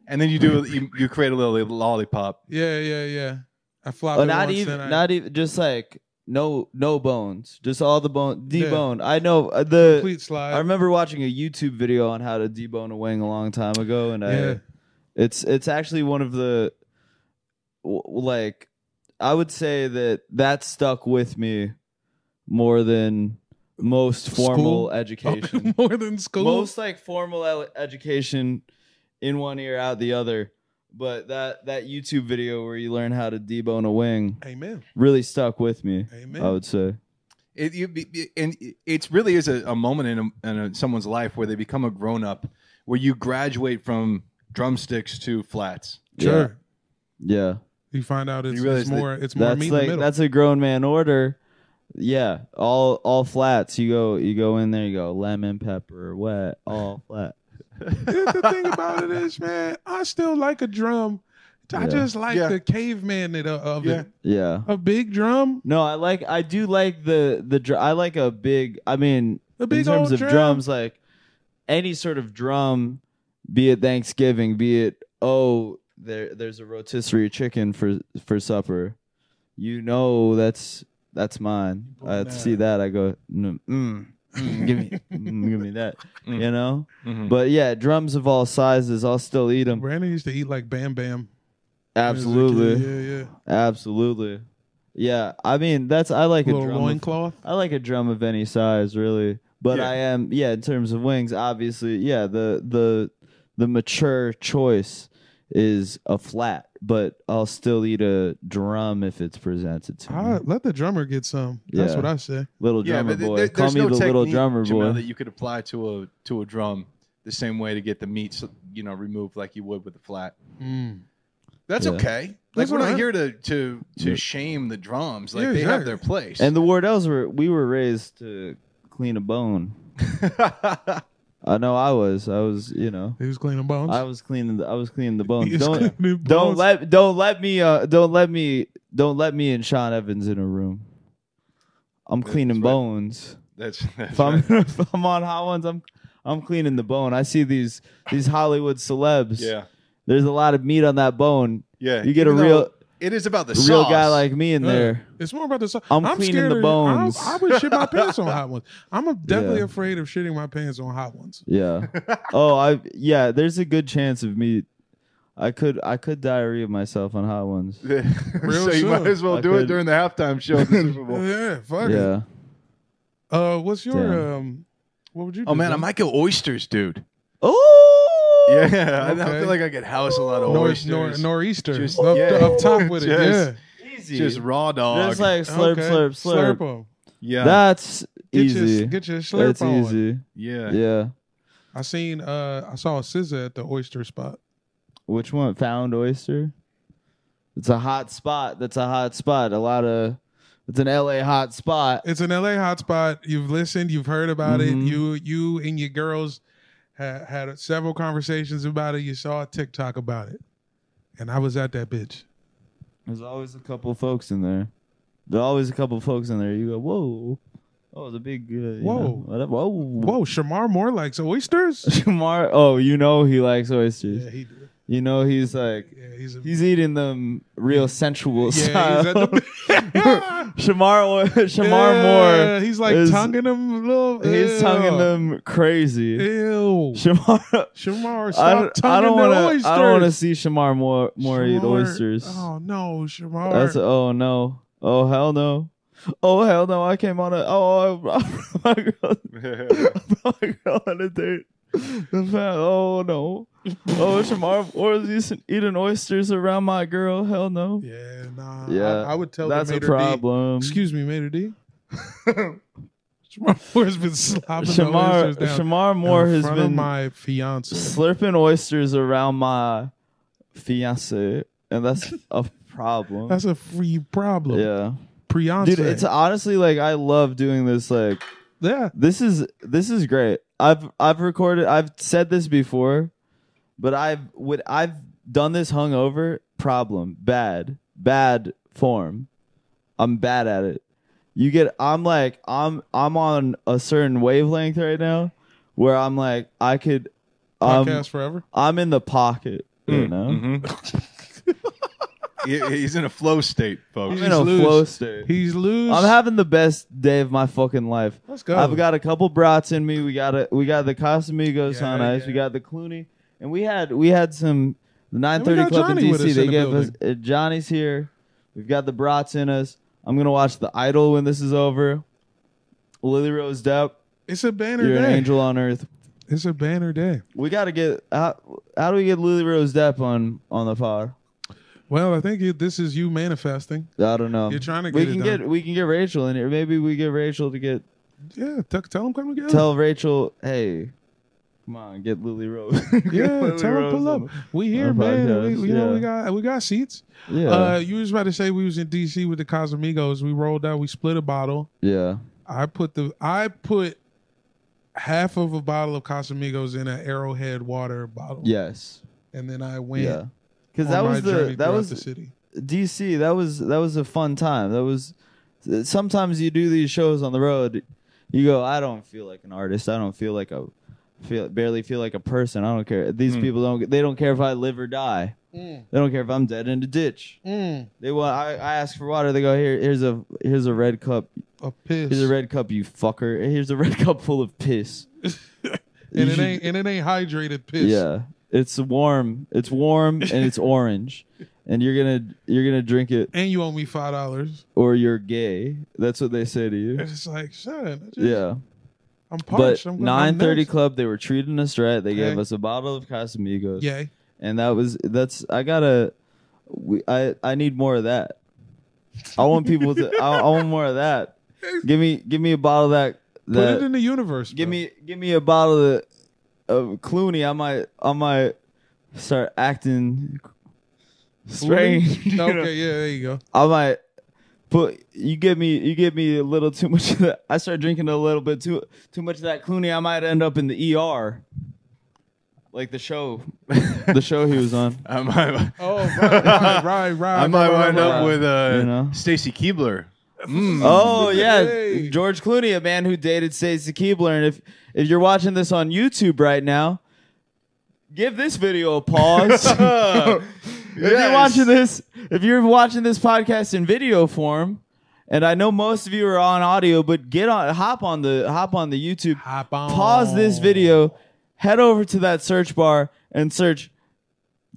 Speaker 3: And then you do you, you create a little lollipop.
Speaker 4: Yeah, yeah, yeah. I flopped
Speaker 2: Oh,
Speaker 4: it
Speaker 2: not
Speaker 4: once
Speaker 2: even,
Speaker 4: and I-
Speaker 2: not even, just like no, no bones, just all the bone,
Speaker 4: Yeah.
Speaker 2: debone. I know uh, the.
Speaker 4: complete slide.
Speaker 2: I remember watching a YouTube video on how to debone a wing a long time ago, and
Speaker 4: Yeah.
Speaker 2: I, it's it's actually one of the, w- like, I would say that that stuck with me more than most formal
Speaker 4: [LAUGHS] School?
Speaker 2: education.
Speaker 4: [LAUGHS] More than school.
Speaker 2: most like formal el- education in one ear out the other but that that youtube video where you learn how to debone a wing
Speaker 4: Amen.
Speaker 2: really stuck with me
Speaker 4: Amen.
Speaker 2: i would say
Speaker 3: It, you, be- be- and it's really is a, a moment in, a, in a, someone's life where they become a grown up, where you graduate from drumsticks to flats.
Speaker 4: Sure.
Speaker 2: Yeah. yeah
Speaker 4: You find out it's,
Speaker 3: You realize
Speaker 4: it's
Speaker 3: that-
Speaker 4: more it's more
Speaker 2: that's
Speaker 4: meat in the
Speaker 2: like
Speaker 4: middle.
Speaker 2: that's a grown man order yeah all all flats you go you go in there you go lemon pepper wet
Speaker 4: [LAUGHS]
Speaker 2: all flat
Speaker 4: the
Speaker 2: [LAUGHS]
Speaker 4: thing about it is, man, I still like a drum. I
Speaker 2: Yeah.
Speaker 4: just like
Speaker 3: Yeah.
Speaker 4: the caveman it- uh, of
Speaker 3: Yeah.
Speaker 4: it.
Speaker 2: yeah
Speaker 4: A big drum,
Speaker 2: no i like i do like the the dr- i like a big i mean
Speaker 4: a big
Speaker 2: in terms
Speaker 4: old
Speaker 2: of
Speaker 4: drum.
Speaker 2: drums, like any sort of drum, be it Thanksgiving, be it oh there there's a rotisserie chicken for for supper, you know that's that's mine.
Speaker 4: You
Speaker 2: I
Speaker 4: pulling
Speaker 2: see that I go mm, mm, mm, give me mm, give me
Speaker 4: [LAUGHS]
Speaker 2: that
Speaker 4: Mm-hmm.
Speaker 3: Mm.
Speaker 2: you know.
Speaker 3: Mhm.
Speaker 2: But yeah, drums of all sizes, I'll still eat them.
Speaker 4: Brandon used to eat like Bam Bam. when he was a kid.
Speaker 2: Absolutely,
Speaker 4: Yeah, yeah.
Speaker 2: absolutely. Yeah, I mean that's I like a
Speaker 4: little
Speaker 2: drum. of-
Speaker 4: loincloth.
Speaker 2: I like a drum of any size, really. But
Speaker 3: Yeah.
Speaker 2: I am, yeah, in terms of wings, obviously, yeah, the the the mature choice is a flat, but I'll still eat a drum if it's presented to me.
Speaker 4: I, let the drummer get some.
Speaker 2: Mm.
Speaker 4: That's
Speaker 2: Yeah.
Speaker 4: what I say.
Speaker 2: little drummer
Speaker 3: but th-
Speaker 2: boy,
Speaker 3: there-
Speaker 2: call
Speaker 3: there's
Speaker 2: me
Speaker 3: no
Speaker 2: the little
Speaker 3: technique,
Speaker 2: drummer
Speaker 3: Jamel,
Speaker 2: boy.
Speaker 3: that you could apply to a to a drum the same way to get the meat so- you know removed like you would with a flat. Mm. That's
Speaker 2: Yeah.
Speaker 3: okay. Like
Speaker 4: That's
Speaker 3: we're not
Speaker 4: alright.
Speaker 3: here to to to
Speaker 2: Yeah.
Speaker 3: shame the drums. Like
Speaker 4: Yeah,
Speaker 3: they have
Speaker 4: exactly.
Speaker 3: their place.
Speaker 2: and the Wardells were we were raised to clean a
Speaker 3: [LAUGHS]
Speaker 2: bone. I know I was, I was, you know,
Speaker 4: He was cleaning bones.
Speaker 2: I was cleaning, the, I was cleaning
Speaker 3: [LAUGHS]
Speaker 2: the bones.
Speaker 4: He was
Speaker 2: Don't
Speaker 4: cleaning
Speaker 2: don't
Speaker 4: bones.
Speaker 2: let don't let me uh don't let me don't let me and Sean Evans in a room. I'm cleaning
Speaker 3: right.
Speaker 2: bones.
Speaker 3: that's [LAUGHS] that's
Speaker 2: If I'm [LAUGHS]
Speaker 3: right.
Speaker 2: if I'm on hot ones, I'm I'm cleaning the bone. I see these these Hollywood celebs.
Speaker 3: yeah.
Speaker 2: There's a lot of meat on that bone.
Speaker 3: Yeah.
Speaker 2: You get
Speaker 3: Even
Speaker 2: a real
Speaker 3: though- It is about the
Speaker 2: a real
Speaker 3: sauce.
Speaker 2: guy like me in
Speaker 4: Uh,
Speaker 2: there.
Speaker 4: It's more about the sauce.
Speaker 2: I'm cleaning
Speaker 4: scared
Speaker 2: the
Speaker 4: of- I'm-
Speaker 2: bones.
Speaker 4: I, would shit my
Speaker 2: [LAUGHS]
Speaker 4: pants on hot ones. I'm a- definitely
Speaker 2: Yeah.
Speaker 4: afraid of shitting my pants on hot ones.
Speaker 3: [LAUGHS]
Speaker 2: Yeah. oh, I yeah. There's a good chance of me. I could I could diarrhea myself on hot ones.
Speaker 4: Real
Speaker 3: [LAUGHS] so you might
Speaker 4: soon.
Speaker 3: as well
Speaker 2: I
Speaker 3: do it
Speaker 2: could-
Speaker 3: during the halftime show of the
Speaker 2: [LAUGHS]
Speaker 3: Super Bowl.
Speaker 4: Yeah, fuck it.
Speaker 2: Yeah.
Speaker 4: Uh, what's your
Speaker 2: Damn.
Speaker 4: um? What would you?
Speaker 3: Oh
Speaker 4: do,
Speaker 3: man, I
Speaker 4: Dom?
Speaker 3: might go oysters, dude.
Speaker 2: Oh.
Speaker 3: Yeah, I- I
Speaker 4: Okay.
Speaker 3: feel like I could house a lot of
Speaker 4: North,
Speaker 3: oysters.
Speaker 4: nor, nor'easter
Speaker 3: Just-
Speaker 4: up,
Speaker 3: yeah.
Speaker 4: up top
Speaker 3: [LAUGHS]
Speaker 4: with it.
Speaker 3: Just-
Speaker 2: Easy.
Speaker 3: Just raw
Speaker 2: Just
Speaker 3: dog.
Speaker 2: like
Speaker 4: yeah,
Speaker 2: slurp,
Speaker 4: Okay.
Speaker 2: slurp, slurp,
Speaker 4: 'em.
Speaker 3: yeah,
Speaker 2: That's
Speaker 4: Get
Speaker 2: easy.
Speaker 4: your get your slurp
Speaker 2: That's
Speaker 4: on.
Speaker 2: easy.
Speaker 3: yeah,
Speaker 2: Yeah.
Speaker 4: I seen uh I saw a scissor at the oyster spot.
Speaker 2: Which one? Found oyster. It's a hot spot. That's a hot spot. A lot of. It's an LA hot spot.
Speaker 4: It's an LA hotspot. You've listened, you've heard about
Speaker 2: Mhm.
Speaker 4: it. You you and your girls had, had several conversations about it. You saw a TikTok about it, and I was at that bitch.
Speaker 2: There's always a couple folks in there. There's always a couple folks in there. You go, whoa. Oh, the big. Uh, you
Speaker 4: Whoa.
Speaker 2: know, whatever. Whoa. [LAUGHS]
Speaker 4: Whoa, Shamar Moore likes oysters.
Speaker 2: Shamar. Oh, you know he likes oysters.
Speaker 4: yeah, he did.
Speaker 2: You know he's like.
Speaker 4: Yeah, he's a,
Speaker 2: He's eating them real sensual
Speaker 4: yeah,
Speaker 2: style.
Speaker 4: he's at [LAUGHS] the.
Speaker 2: [LAUGHS] Shamar, [LAUGHS] Shamar
Speaker 4: Yeah,
Speaker 2: Moore.
Speaker 4: He's like
Speaker 2: is-
Speaker 4: tonguing them a little.
Speaker 2: He's
Speaker 4: ew.
Speaker 2: tonguing them crazy.
Speaker 4: Ew.
Speaker 2: Shamar, [LAUGHS]
Speaker 4: Shamar,
Speaker 2: I don't,
Speaker 4: stop
Speaker 2: I
Speaker 4: tonguing
Speaker 2: don't
Speaker 4: the
Speaker 2: want
Speaker 4: oysters.
Speaker 2: to. I don't want to see Shamar Moore, Moore eat
Speaker 4: Shamar-
Speaker 2: oysters.
Speaker 4: Oh no, Shamar.
Speaker 2: That's oh no, oh hell no, oh hell no. I came on a oh I, [LAUGHS] I brought my girl, I brought my girl on a date. The fa- [LAUGHS] Oh no, oh Shamar Moore is eating, eating oysters around my girl. Hell no.
Speaker 4: yeah, nah.
Speaker 2: Yeah,
Speaker 4: I, I would tell the
Speaker 2: That's a
Speaker 4: Mater D,
Speaker 2: problem.
Speaker 4: Excuse me, Mater D. [LAUGHS] Shamar Moore's been slopping the
Speaker 2: Shamar
Speaker 4: oysters down
Speaker 2: Shamar Moore
Speaker 4: in
Speaker 2: has
Speaker 4: front of
Speaker 2: been
Speaker 4: my fiance.
Speaker 2: [LAUGHS] slurping oysters around my fiance, and that's a problem.
Speaker 4: That's a free problem.
Speaker 2: yeah.
Speaker 4: Priance.
Speaker 2: dude it's honestly like i love doing this like
Speaker 4: yeah.
Speaker 2: this is this is great i've i've recorded i've said this before but i've would i've done this hungover problem bad bad form i'm bad at it you get i'm like i'm i'm on a certain wavelength right now where i'm like i could um,
Speaker 4: Podcast forever.
Speaker 2: i'm in the pocket you know
Speaker 3: He- he's in a flow state, folks.
Speaker 2: i'm in a
Speaker 4: loose.
Speaker 2: flow state
Speaker 4: He's loose.
Speaker 2: I'm having the best day of my fucking life.
Speaker 4: Let's go.
Speaker 2: I've got a couple brats in me. We got a we got the Casamigos
Speaker 4: Yeah,
Speaker 2: on ice. We
Speaker 4: yeah.
Speaker 2: got the Clooney, and we had we had some the 9:30
Speaker 4: got
Speaker 2: club
Speaker 4: Johnny
Speaker 2: in
Speaker 4: with
Speaker 2: DC.
Speaker 4: us
Speaker 2: they
Speaker 4: in the
Speaker 2: gave us uh, Johnny's here. We've got the brats in us. I'm gonna watch the Idol when this is over. Lily Rose Depp,
Speaker 4: it's a banner
Speaker 2: you're an
Speaker 4: day.
Speaker 2: angel on earth.
Speaker 4: It's a banner day.
Speaker 2: We gotta get how, how do we get Lily Rose Depp on on the pod?
Speaker 4: Well, I think it, this is you manifesting.
Speaker 2: I don't know.
Speaker 4: You're trying to
Speaker 2: we
Speaker 4: get it
Speaker 2: can
Speaker 4: done.
Speaker 2: get we can get Rachel in here. Maybe we get Rachel to get
Speaker 4: Yeah, t- tell him come together.
Speaker 2: tell Rachel, hey, come on, get Lily [LAUGHS] Rose.
Speaker 4: yeah,
Speaker 2: Lily
Speaker 4: tell him
Speaker 2: Rose
Speaker 4: pull up.
Speaker 2: on
Speaker 4: We here,
Speaker 2: on
Speaker 4: man. We,
Speaker 2: podcast,
Speaker 4: we, you know, we
Speaker 2: yeah.
Speaker 4: got we got seats.
Speaker 2: the- yeah,
Speaker 4: Uh, you was about to say we was in DC with the Cosmigos. We rolled out. We split a bottle.
Speaker 2: yeah.
Speaker 4: I put the I put half of a bottle of Casamigos in an Arrowhead water bottle.
Speaker 2: Yes.
Speaker 4: and then I went.
Speaker 2: Yeah. Because
Speaker 4: on
Speaker 2: that
Speaker 4: my
Speaker 2: was
Speaker 4: journey
Speaker 2: the that
Speaker 4: throughout
Speaker 2: was
Speaker 4: the city.
Speaker 2: DC. That was that was a fun time. That was sometimes you do these shows on the road. You go, I don't feel like an artist. I don't feel like a feel barely feel like a person. I don't care. These
Speaker 4: Hmm.
Speaker 2: people don't they don't care if I live or die. They don't care if I'm dead in a ditch. They want I, I ask for water. They go here. Here's a here's a red cup.
Speaker 4: A piss.
Speaker 2: Here's a red cup, you fucker. Here's a [LAUGHS] red cup full of piss.
Speaker 4: [LAUGHS] and
Speaker 2: you
Speaker 4: it
Speaker 2: should-
Speaker 4: ain't and it ain't hydrated piss.
Speaker 2: Yeah, it's warm. It's warm and
Speaker 4: [LAUGHS]
Speaker 2: it's orange, and you're gonna you're gonna drink it
Speaker 4: And you owe me five dollars. [LAUGHS]
Speaker 2: or you're gay. That's what they say to you.
Speaker 4: It's like shut.
Speaker 2: Yeah,
Speaker 4: I'm
Speaker 2: but
Speaker 4: parched. I'm
Speaker 2: nine thirty
Speaker 4: Club.
Speaker 2: club, they were treating us right. They gave
Speaker 4: Okay.
Speaker 2: us a bottle of Casamigos,
Speaker 4: Yeah.
Speaker 2: and that was that's I gotta. We, I I need more of that. I want people to. I, I want more of that. Give me give me a bottle of that.
Speaker 4: Put
Speaker 2: that
Speaker 4: it in the universe.
Speaker 2: Give
Speaker 4: bro.
Speaker 2: me give me a bottle of, of Clooney. I might I might start acting strange. [LAUGHS] you know?
Speaker 4: Okay, yeah, there you go.
Speaker 2: I might put you give me you give me a little too much of that. I start drinking a little bit too too much of that Clooney. I might end up in the ER. Like the show, the show he was
Speaker 4: [LAUGHS]
Speaker 2: on.
Speaker 3: I might,
Speaker 4: Oh, right, right, right. right
Speaker 3: I might
Speaker 4: right,
Speaker 3: wind
Speaker 4: right,
Speaker 3: up
Speaker 4: right.
Speaker 3: with uh,
Speaker 2: You know?
Speaker 3: Stacy Keebler.
Speaker 2: Oh yeah,
Speaker 4: Mm. Hey.
Speaker 2: George Clooney, a man who dated Stacey Keebler. And if if you're watching this
Speaker 4: [LAUGHS]
Speaker 2: on YouTube right now, give this video a pause. If you're watching this, if you're watching this podcast in video form, and I know most of you are on audio, but get on, hop on the, hop on the YouTube,
Speaker 4: Hop on.
Speaker 2: pause this video, head over to that search bar and search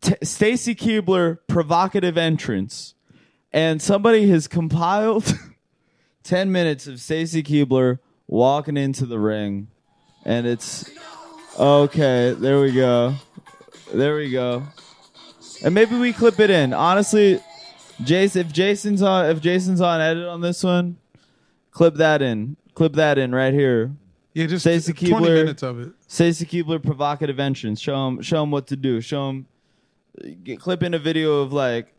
Speaker 2: T- Stacy Keebler provocative entrance, and somebody has compiled [LAUGHS] ten minutes of Stacy Keebler walking into the ring, and it's okay. There we go. There we go. And maybe we clip it in. Honestly, Jason, if Jason's on, if Jason's on edit on this one, clip that in. Clip that in right here.
Speaker 4: Yeah, just
Speaker 2: Stacey
Speaker 4: twenty
Speaker 2: Keebler.
Speaker 4: minutes of it.
Speaker 2: Stacey Keebler provocative entrance. Show him, show him what to do. Show him, get, clip in a video of like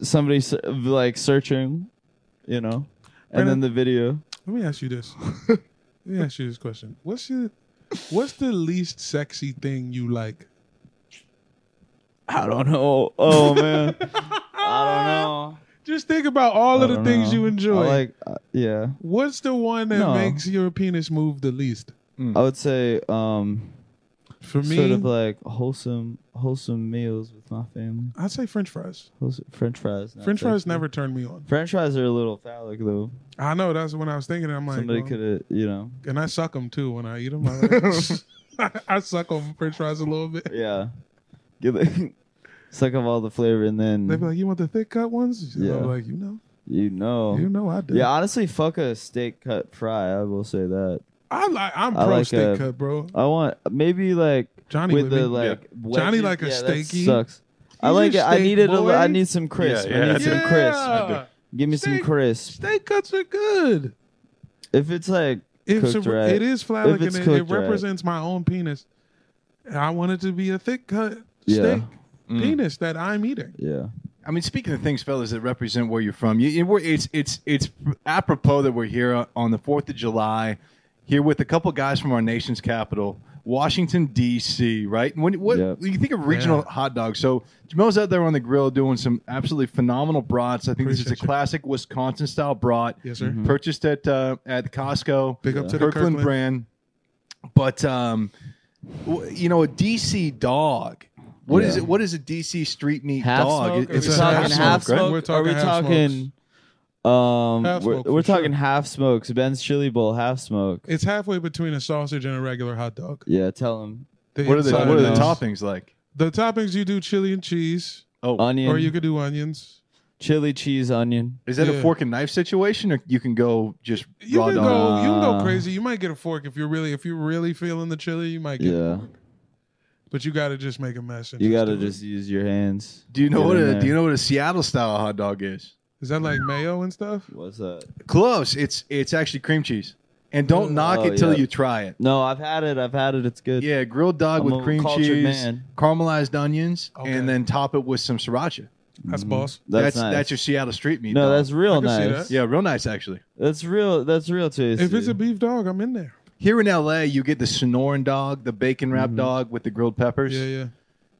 Speaker 2: somebody se- of, like searching, you know, and then the video.
Speaker 4: Let me ask
Speaker 2: [LAUGHS]
Speaker 4: you this. Let me ask you this question. What's your what's the least sexy thing you like?
Speaker 2: I don't know. Oh man, [LAUGHS] I don't
Speaker 4: [LAUGHS]
Speaker 2: know.
Speaker 4: Just think about all of
Speaker 2: I
Speaker 4: the
Speaker 2: don't
Speaker 4: things
Speaker 2: know.
Speaker 4: you
Speaker 2: I
Speaker 4: enjoy.
Speaker 2: like, uh, yeah,
Speaker 4: What's the one that
Speaker 2: No.
Speaker 4: makes your penis move the least?
Speaker 2: I would say um,
Speaker 4: For Hmm. me,
Speaker 2: sort of like wholesome, wholesome meals with my family.
Speaker 4: I'd say French fries.
Speaker 2: Wholesome, French fries. not
Speaker 4: French fries
Speaker 2: sexy.
Speaker 4: never turned me on.
Speaker 2: French fries are a little phallic though.
Speaker 4: I know that's when I was thinking. I'm like,
Speaker 2: Somebody
Speaker 4: well,
Speaker 2: could have, you know,
Speaker 4: and I suck them too when I eat them.
Speaker 2: [LAUGHS]
Speaker 4: I, [LAUGHS] I suck on French fries a little bit.
Speaker 2: yeah, Give it- [LAUGHS] suck up all the flavor and then
Speaker 4: They be like, "You want the thick cut ones?"
Speaker 2: Yeah.
Speaker 4: I'm like, "You know,
Speaker 2: You know.
Speaker 4: you know, I do."
Speaker 2: Yeah, honestly, fuck a steak cut fry. I will say that.
Speaker 4: I like. I'm
Speaker 2: I
Speaker 4: pro
Speaker 2: like uh,
Speaker 4: steak
Speaker 2: a-
Speaker 4: cut, bro.
Speaker 2: I want maybe like
Speaker 4: Johnny
Speaker 2: with
Speaker 4: with
Speaker 2: the
Speaker 4: me.
Speaker 2: like
Speaker 4: Johnny
Speaker 2: wedges-
Speaker 4: like a
Speaker 2: yeah, that
Speaker 4: steaky.
Speaker 2: Sucks. I
Speaker 4: He's
Speaker 2: like
Speaker 4: a
Speaker 2: it. I
Speaker 4: steak
Speaker 2: needed a. li- I
Speaker 4: boy.
Speaker 2: need some crisp.
Speaker 3: yeah,
Speaker 2: I need some crisp.
Speaker 4: Yeah.
Speaker 2: Give me some
Speaker 4: Steak-
Speaker 2: crisp.
Speaker 4: Steak cuts are good.
Speaker 2: If it's like
Speaker 4: It's
Speaker 2: cooked
Speaker 4: a-
Speaker 2: right,
Speaker 4: It is phallic
Speaker 2: If it's
Speaker 4: and it, it
Speaker 2: cooked right.
Speaker 4: represents my own penis. And I want it to be a thick cut
Speaker 2: Yeah.
Speaker 4: steak
Speaker 3: Mm.
Speaker 4: penis that I'm eating.
Speaker 2: Yeah,
Speaker 3: I mean, speaking of things, fellas, that represent where you're from, you, you- we're- it's it's it's apropos that we're here on the Fourth of July, here with a couple guys from our nation's capital, Washington D.C. Right? When what
Speaker 2: Yep.
Speaker 3: when you think of regional
Speaker 4: Yeah.
Speaker 3: hot dogs, so Jamel's out there on the grill doing some absolutely phenomenal brats. I think this is
Speaker 4: Appreciate
Speaker 3: a
Speaker 4: you.
Speaker 3: classic Wisconsin style brat.
Speaker 4: Yes,
Speaker 2: Mm-hmm.
Speaker 4: sir.
Speaker 3: Purchased at uh, at Costco.
Speaker 4: Big up to the
Speaker 3: Kirkland,
Speaker 4: Kirkland.
Speaker 3: brand, but um, w- you know, a D.C. dog. What is
Speaker 2: Yeah.
Speaker 3: it? What is a DC street meat
Speaker 2: half
Speaker 3: dog?
Speaker 2: smoke.
Speaker 3: It-
Speaker 2: Are we
Speaker 4: a
Speaker 2: talking half
Speaker 3: right?
Speaker 2: smoke?
Speaker 4: We're
Speaker 2: Are we
Speaker 4: talking half
Speaker 2: talking? Um,
Speaker 4: Half
Speaker 2: we're,
Speaker 4: smoke
Speaker 2: we're
Speaker 4: for sure.
Speaker 2: talking half smokes. Ben's chili bowl half smoke.
Speaker 4: It's halfway between a sausage and a regular hot dog.
Speaker 2: Yeah, tell him
Speaker 4: The
Speaker 3: What are the
Speaker 4: inside
Speaker 3: what are the
Speaker 4: is-
Speaker 3: toppings like?
Speaker 4: The toppings you do chili and cheese,
Speaker 3: Oh,
Speaker 2: onion,
Speaker 4: or you could do onions.
Speaker 2: chili cheese onion.
Speaker 3: is that a
Speaker 4: yeah.
Speaker 3: fork and knife situation, or you can go just
Speaker 4: You
Speaker 3: raw
Speaker 4: can
Speaker 3: dog?
Speaker 4: go. You can
Speaker 2: Uh,
Speaker 4: go crazy. You might get a fork if you're really if you're really feeling the chili. You might get,
Speaker 2: Yeah,
Speaker 4: but you got to just make a mess. And
Speaker 2: you
Speaker 4: just
Speaker 2: gotta
Speaker 4: do it.
Speaker 2: just use your hands.
Speaker 3: Do you know
Speaker 2: Get
Speaker 3: what
Speaker 2: in
Speaker 3: a
Speaker 2: there.
Speaker 3: Do you know what a Seattle style hot dog is?
Speaker 4: Is that like mayo and stuff?
Speaker 2: What's that?
Speaker 3: Close. It's it's actually cream cheese, and don't knock
Speaker 2: Oh,
Speaker 3: it till
Speaker 2: yeah.
Speaker 3: you try it.
Speaker 2: No, I've had it. I've had it. It's good.
Speaker 3: Yeah, grilled dog
Speaker 2: I'm
Speaker 3: with
Speaker 2: a
Speaker 3: cream
Speaker 2: cultured
Speaker 3: cheese,
Speaker 2: man.
Speaker 3: caramelized onions,
Speaker 4: Okay.
Speaker 3: and then top it with some sriracha.
Speaker 4: That's boss.
Speaker 2: that's
Speaker 3: That's
Speaker 2: nice.
Speaker 3: that's your Seattle street meat.
Speaker 2: no,
Speaker 3: dog.
Speaker 2: that's real
Speaker 4: I can see
Speaker 2: nice.
Speaker 4: that.
Speaker 3: yeah, real nice actually.
Speaker 2: that's real. That's real tasty.
Speaker 4: If it's a beef dog, I'm in there.
Speaker 3: Here in LA, you get the Sonoran dog, the bacon
Speaker 2: Mm-hmm.
Speaker 3: wrap dog with the grilled peppers.
Speaker 4: Yeah, yeah.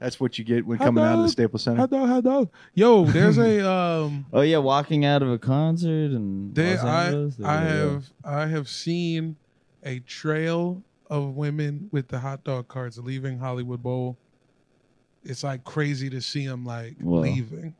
Speaker 3: That's what you get when
Speaker 4: Hot
Speaker 3: coming out of the
Speaker 4: dog.
Speaker 3: Staples Center.
Speaker 4: Hot dog, hot dog. Yo, there's a um.
Speaker 2: oh yeah, walking out of a concert and
Speaker 4: They,
Speaker 2: Los
Speaker 4: I,
Speaker 2: Angeles,
Speaker 4: I
Speaker 2: yeah.
Speaker 4: have I have seen a trail of women with the hot dog carts leaving Hollywood Bowl. It's like crazy to see them like
Speaker 2: Wow.
Speaker 4: leaving.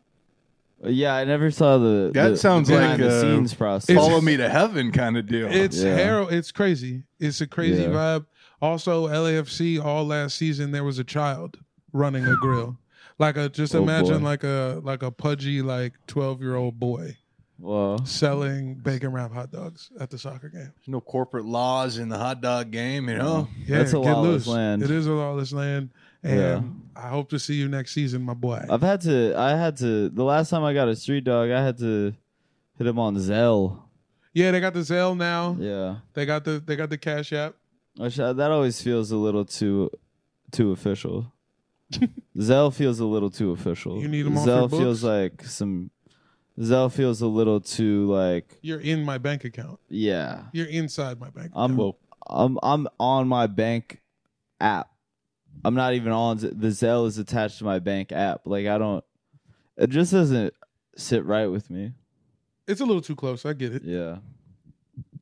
Speaker 2: Oh, Yeah, I never saw the.
Speaker 3: That
Speaker 2: the,
Speaker 3: sounds
Speaker 2: the
Speaker 3: like,
Speaker 2: behind the
Speaker 3: uh,
Speaker 2: scenes process.
Speaker 4: It's-
Speaker 3: Follow me to heaven kind of deal.
Speaker 4: It's
Speaker 2: Yeah.
Speaker 4: harrow. It's crazy. It's a crazy
Speaker 2: Yeah.
Speaker 4: vibe. Also, LAFC all last season there was a child running a grill. Like a just
Speaker 2: Oh,
Speaker 4: imagine
Speaker 2: boy.
Speaker 4: like a like a pudgy like twelve year old boy
Speaker 2: Whoa.
Speaker 4: selling bacon wrap hot dogs at the soccer game.
Speaker 3: There's no corporate laws in the hot dog game, you
Speaker 4: Oh,
Speaker 3: know.
Speaker 4: Yeah,
Speaker 2: That's a
Speaker 4: get
Speaker 2: lawless
Speaker 4: loose.
Speaker 2: land.
Speaker 4: It is a lawless land, and
Speaker 2: Yeah. Uh,
Speaker 4: I hope to see you next season, my boy.
Speaker 2: I've had to. I had to. The last time I got a street dog, I had to hit him on Zelle.
Speaker 4: yeah, they got the Zelle now.
Speaker 2: Yeah,
Speaker 4: They got the they got the Cash App.
Speaker 2: Which, uh, that always feels a little too too
Speaker 4: [LAUGHS]
Speaker 2: official. Zell feels a little too official.
Speaker 4: You need 'em off
Speaker 2: Zell
Speaker 4: your
Speaker 2: feels
Speaker 4: books?
Speaker 2: like some. Zell feels a little too like
Speaker 4: You're in my bank account.
Speaker 2: yeah.
Speaker 4: You're inside my bank.
Speaker 2: I'm I'm I'm on my bank app. I'm not even on Z- the Zell is attached to my bank app. Like I don't. It just doesn't sit right with me.
Speaker 4: It's a little too close. I get it.
Speaker 2: Yeah. [LAUGHS]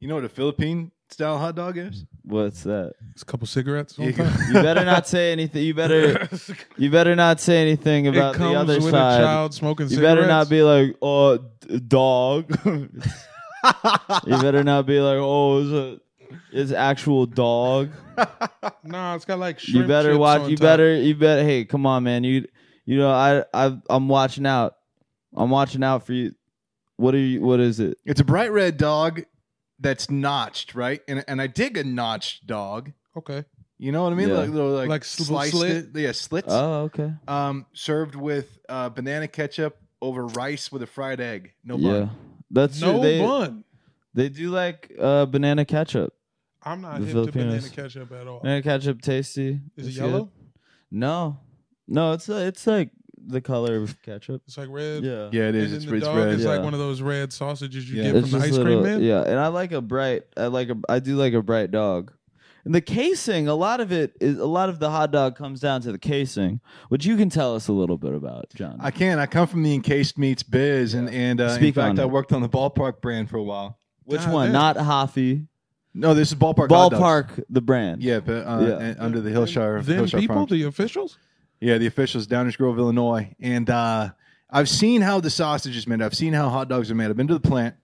Speaker 3: You know what a Philippine style hot dog is?
Speaker 2: What's that?
Speaker 4: It's a couple cigarettes.
Speaker 3: You-
Speaker 4: sometimes.
Speaker 2: You better
Speaker 4: [LAUGHS]
Speaker 2: not say anything. You better you better not say anything
Speaker 4: It
Speaker 2: about
Speaker 4: comes
Speaker 2: the other
Speaker 4: with a
Speaker 2: side.
Speaker 4: child smoking
Speaker 2: You
Speaker 4: cigarettes.
Speaker 2: better not be like, oh, d- dog. [LAUGHS] you better not be like, oh, it's a it's actual dog.
Speaker 4: Nah, it's got like.
Speaker 2: you
Speaker 4: shrimp
Speaker 2: better
Speaker 4: chips
Speaker 2: watch.
Speaker 4: on
Speaker 2: You
Speaker 4: top.
Speaker 2: better. You better. Hey, come on, man. You you know I I I'm watching out. I'm watching out for you. What are you? What is it?
Speaker 3: [LAUGHS] It's a bright red dog that's notched, right? And and I dig a notched dog.
Speaker 4: Okay.
Speaker 3: You know what I mean?
Speaker 2: Yeah.
Speaker 3: Like little like,
Speaker 4: Like sl-
Speaker 3: sliced
Speaker 4: slit?
Speaker 3: it- yeah, slits.
Speaker 2: Oh, okay.
Speaker 3: Um, served with uh, banana ketchup over rice with a fried egg. No bun.
Speaker 2: Yeah, that's
Speaker 4: No
Speaker 2: true. They,
Speaker 4: bun.
Speaker 2: they do like uh, banana ketchup.
Speaker 4: I'm not
Speaker 2: The
Speaker 4: hip
Speaker 2: Filipinos.
Speaker 4: to banana ketchup at all.
Speaker 2: Banana ketchup tasty.
Speaker 4: Is it
Speaker 2: It's
Speaker 4: yellow?
Speaker 2: good. No, no. It's uh, it's like the color of ketchup.
Speaker 4: It's like red.
Speaker 2: Yeah,
Speaker 3: Yeah, it
Speaker 4: And
Speaker 3: is.
Speaker 4: then
Speaker 3: It's,
Speaker 4: the
Speaker 3: it's
Speaker 4: dog
Speaker 3: red.
Speaker 4: is like
Speaker 2: yeah.
Speaker 4: one of those red sausages you
Speaker 3: Yeah.
Speaker 4: get
Speaker 2: It's
Speaker 4: from the
Speaker 2: just
Speaker 4: ice
Speaker 2: little-
Speaker 4: cream man.
Speaker 2: Yeah, and I like a bright. I like a. I do like a bright dog. And the casing, a lot of it is a lot of the hot dog comes down to the casing, which you can tell us a little bit about, John.
Speaker 3: I can. I come from the encased meats biz, and and uh, in
Speaker 2: Speak on
Speaker 3: fact,
Speaker 2: it.
Speaker 3: I worked on the ballpark brand for a while.
Speaker 2: which
Speaker 4: God
Speaker 2: one?
Speaker 4: damn.
Speaker 2: Not Hoffy.
Speaker 3: No, this is ballpark. hot dogs.
Speaker 2: Ballpark, the brand.
Speaker 3: Yeah, but uh,
Speaker 2: Yeah.
Speaker 3: and under the Hillshire.
Speaker 4: Then
Speaker 3: Hillshire
Speaker 4: people,
Speaker 3: Farms.
Speaker 4: the officials.
Speaker 3: Yeah, the officials, Downers Grove, Illinois. And uh, I've seen how the sausage is made. I've seen how hot dogs are made. I've been to the plant,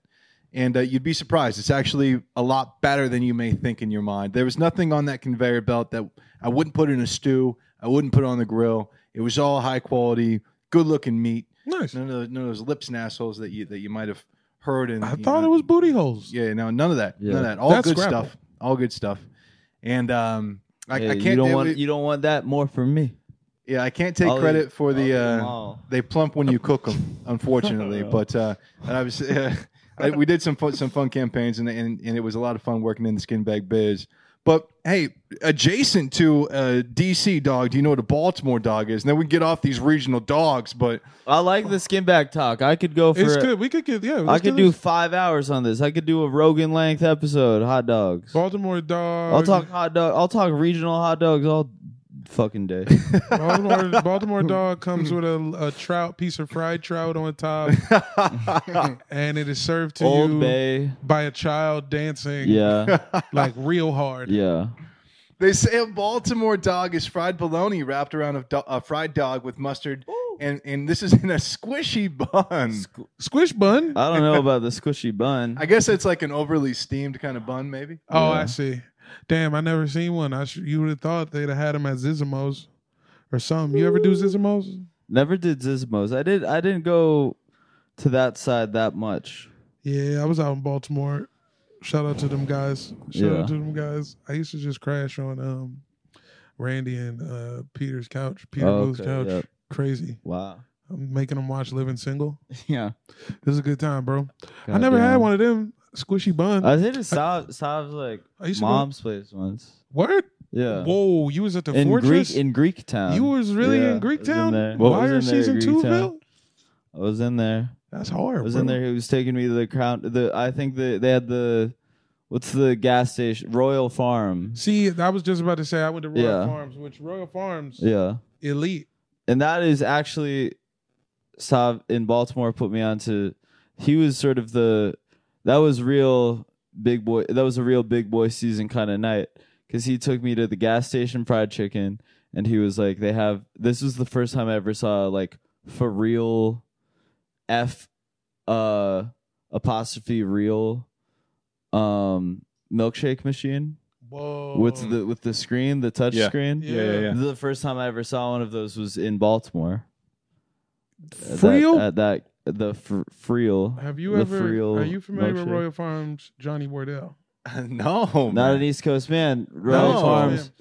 Speaker 3: and uh, you'd be surprised. It's actually a lot better than you may think in your mind. There was nothing on that conveyor belt that I wouldn't put in a stew, I wouldn't put on the grill. It was all high quality, good looking meat.
Speaker 4: Nice.
Speaker 3: None of, those, none of those lips and assholes that you, that you might have heard. And,
Speaker 4: I
Speaker 3: you
Speaker 4: thought
Speaker 3: know,
Speaker 4: it was booty holes.
Speaker 3: Yeah, no, none of that.
Speaker 2: Yeah.
Speaker 3: None of that. All
Speaker 4: That's
Speaker 3: good
Speaker 4: Scrabble.
Speaker 3: stuff. All good stuff. And um, I,
Speaker 2: Hey,
Speaker 3: I can't.
Speaker 2: you don't
Speaker 3: they-
Speaker 2: want you don't want that more from me.
Speaker 3: yeah, I can't take
Speaker 2: I'll eat-
Speaker 3: credit for
Speaker 2: I'll eat
Speaker 3: the.
Speaker 2: 'em
Speaker 3: Uh,
Speaker 2: all.
Speaker 3: they plump when you
Speaker 2: [LAUGHS]
Speaker 3: cook them, unfortunately. but uh, and I was, [LAUGHS] uh, I, we did some fun, some fun campaigns, and, and and it was a lot of fun working in the skin bag biz. But hey, adjacent to uh, DC dog, do you know what a Baltimore dog is? And then we get off these regional dogs, but
Speaker 2: I like the skin back talk. I could go for
Speaker 4: It's
Speaker 2: a-
Speaker 4: good. We could get yeah.
Speaker 2: I
Speaker 4: let's
Speaker 2: could do
Speaker 4: this.
Speaker 2: five hours on this. I could do a Rogan length episode. Hot dogs.
Speaker 4: Baltimore dog.
Speaker 2: I'll talk hot dog. I'll talk regional hot dogs all fucking
Speaker 4: [LAUGHS]
Speaker 2: day. [LAUGHS]
Speaker 4: Baltimore, Baltimore dog comes with a, a trout piece of fried trout
Speaker 2: [LAUGHS]
Speaker 4: on top, and it is served to you
Speaker 2: Old Bay.
Speaker 4: by a child dancing
Speaker 2: Yeah,
Speaker 4: [LAUGHS] like real hard.
Speaker 2: yeah.
Speaker 3: they say a Baltimore dog is fried bologna wrapped around a, do- a fried dog with mustard, and and this is in a squishy bun.
Speaker 4: Squish bun.
Speaker 2: I
Speaker 4: [LAUGHS]
Speaker 2: don't know about the squishy bun.
Speaker 3: I guess it's like an overly steamed kind of bun, maybe.
Speaker 4: oh,
Speaker 2: Yeah.
Speaker 4: I see. Damn, I never seen one. I sh- you would have thought they'd have had them at Zizimos or something. You ever do Zizimos?
Speaker 2: Never did Zizmos. I did. I didn't go to that side that much.
Speaker 4: Yeah, I was out in Baltimore. Shout out to them guys. Shout
Speaker 2: Yeah.
Speaker 4: out to them guys. I used to just crash on um Randy and uh Peter's couch, Peter
Speaker 2: Oh,
Speaker 4: Blue's
Speaker 2: okay,
Speaker 4: couch.
Speaker 2: yep.
Speaker 4: Crazy.
Speaker 2: Wow.
Speaker 4: I'm making them watch Living Single.
Speaker 2: Yeah.
Speaker 4: This is a good time, bro. I never had one of them squishy bun.
Speaker 2: I did a Sav, Sav's like
Speaker 4: I used to go-
Speaker 2: mom's place once.
Speaker 4: Word?
Speaker 2: Yeah.
Speaker 4: Whoa, you was at the
Speaker 2: in
Speaker 4: fortress.
Speaker 2: Greek in Greek town.
Speaker 4: you was really
Speaker 2: Um, Yeah,
Speaker 4: in
Speaker 2: I
Speaker 4: Greek
Speaker 2: was in
Speaker 4: town.
Speaker 2: there. I was
Speaker 4: Wire
Speaker 2: in there,
Speaker 4: season
Speaker 2: Greek
Speaker 4: two,
Speaker 2: town.
Speaker 4: Bill.
Speaker 2: I was in there.
Speaker 4: That's hard.
Speaker 2: I was
Speaker 4: bro.
Speaker 2: in there. He was taking me to the crown. The I think the they had the what's the gas station? Royal Farm.
Speaker 4: See, I was just about to say I went to Royal
Speaker 2: Yeah.
Speaker 4: Farms, which Royal Farms
Speaker 2: Yeah,
Speaker 4: elite.
Speaker 2: and that is actually Sav in Baltimore put me onto. He was sort of the that was real big boy. That was a real big boy season kind of night because he took me to the gas station fried chicken, and he was like, "They have." This was the first time I ever saw like for real, f uh apostrophe real, um milkshake machine
Speaker 4: Whoa.
Speaker 2: with the with the screen, the touch
Speaker 3: Yeah.
Speaker 2: screen.
Speaker 4: Oh. Yeah, yeah, yeah.
Speaker 2: The first time I ever saw one of those was in Baltimore. At that-
Speaker 4: Friel?
Speaker 2: at that the fr- Friel.
Speaker 4: Have you
Speaker 2: the
Speaker 4: ever?
Speaker 2: Friel
Speaker 4: are you familiar with
Speaker 2: milkshake.
Speaker 4: Royal Farms? Johnny Wardell.
Speaker 3: [LAUGHS] no,
Speaker 2: Not
Speaker 3: man.
Speaker 2: an East Coast man. Royal
Speaker 3: No.
Speaker 2: Farms,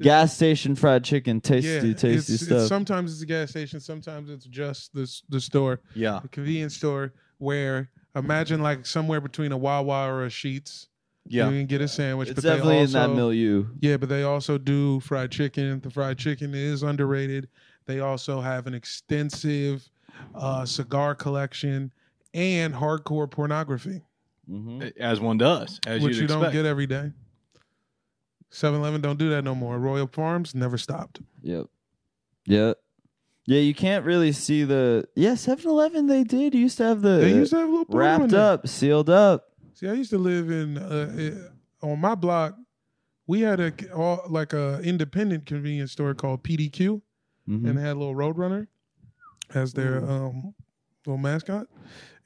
Speaker 2: gas station fried chicken,
Speaker 4: Yeah,
Speaker 2: tasty, tasty
Speaker 4: it's,
Speaker 2: stuff.
Speaker 4: It's, sometimes it's a gas station. Sometimes it's just the s- the store,
Speaker 3: Yeah.
Speaker 4: the convenience store. Where imagine like somewhere between a Wawa or a Sheets. you
Speaker 3: Yeah.
Speaker 4: can get a sandwich.
Speaker 2: It's
Speaker 4: but
Speaker 2: definitely
Speaker 4: they also,
Speaker 2: in that milieu.
Speaker 4: Yeah, but they also do fried chicken. The fried chicken is underrated. They also have an extensive uh, cigar collection and hardcore pornography,
Speaker 2: Mhm.
Speaker 3: As one does, as
Speaker 4: which
Speaker 3: you'd
Speaker 4: you don't
Speaker 3: expect.
Speaker 4: get every day. 7-Eleven don't do that no more. Royal Farms never stopped.
Speaker 2: Yep. Yep. Yeah, you can't really see the. Yeah, 7 Eleven, they did. used to have the.
Speaker 4: They used to have a little porno in
Speaker 2: wrapped
Speaker 4: there.
Speaker 2: up, sealed up.
Speaker 4: See, I used to live in uh, uh, on my block we had a all, like a independent convenience store called PDQ,
Speaker 2: Mm-hmm.
Speaker 4: and they had a little Roadrunner as their um, little mascot.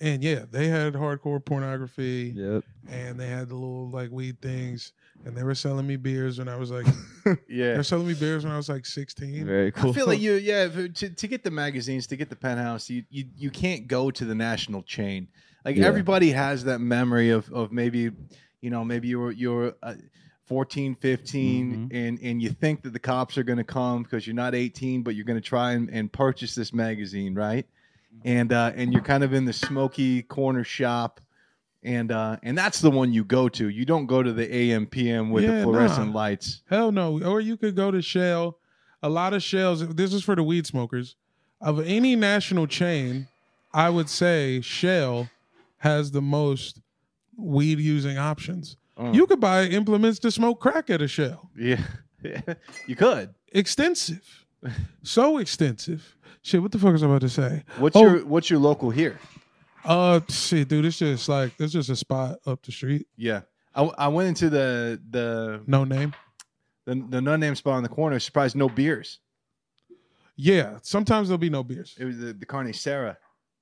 Speaker 4: And yeah, they had hardcore pornography,
Speaker 2: Yep.
Speaker 4: and they had the little like weed things, and they were selling me beers when I was like,
Speaker 3: yeah.
Speaker 4: they're selling me beers when I was like sixteen.
Speaker 2: Very cool.
Speaker 3: I
Speaker 4: [LAUGHS]
Speaker 3: feel like you, yeah, if- to, to get the magazines, to get the penthouse, you, you, you can't go to the national chain. Like
Speaker 2: Yeah.
Speaker 3: everybody has that memory of, of maybe, you know, maybe you were, you were uh, 14, 15,
Speaker 4: Mm-hmm.
Speaker 3: and, and you think that the cops are going to come because you're not 18, but you're going to try and, and purchase this magazine, right?
Speaker 4: Mm-hmm.
Speaker 3: And, uh, and you're kind of in the smoky corner shop. And uh, and that's the one you go to. You don't go to the AM PM with
Speaker 4: Yeah,
Speaker 3: the fluorescent
Speaker 4: nah.
Speaker 3: lights. [LAUGHS]
Speaker 4: Hell no. Or you could go to Shell. A lot of Shells, this is for the weed smokers. Of any national chain, I would say Shell has the most weed using options. You could buy implements to smoke crack at a Shell.
Speaker 3: Yeah, you could.
Speaker 4: Extensive. So extensive. Shit, what the fuck is I about to say?
Speaker 3: What's
Speaker 4: Oh.
Speaker 3: your what's your local here?
Speaker 4: Uh shit, dude, it's just like it's just a spot up the street.
Speaker 3: Yeah. I, I went into the the
Speaker 4: No name.
Speaker 3: the, the no name spot on the corner. Surprised no beers.
Speaker 4: Yeah. Sometimes there'll be no beers.
Speaker 3: It was the, the Carne Sarah.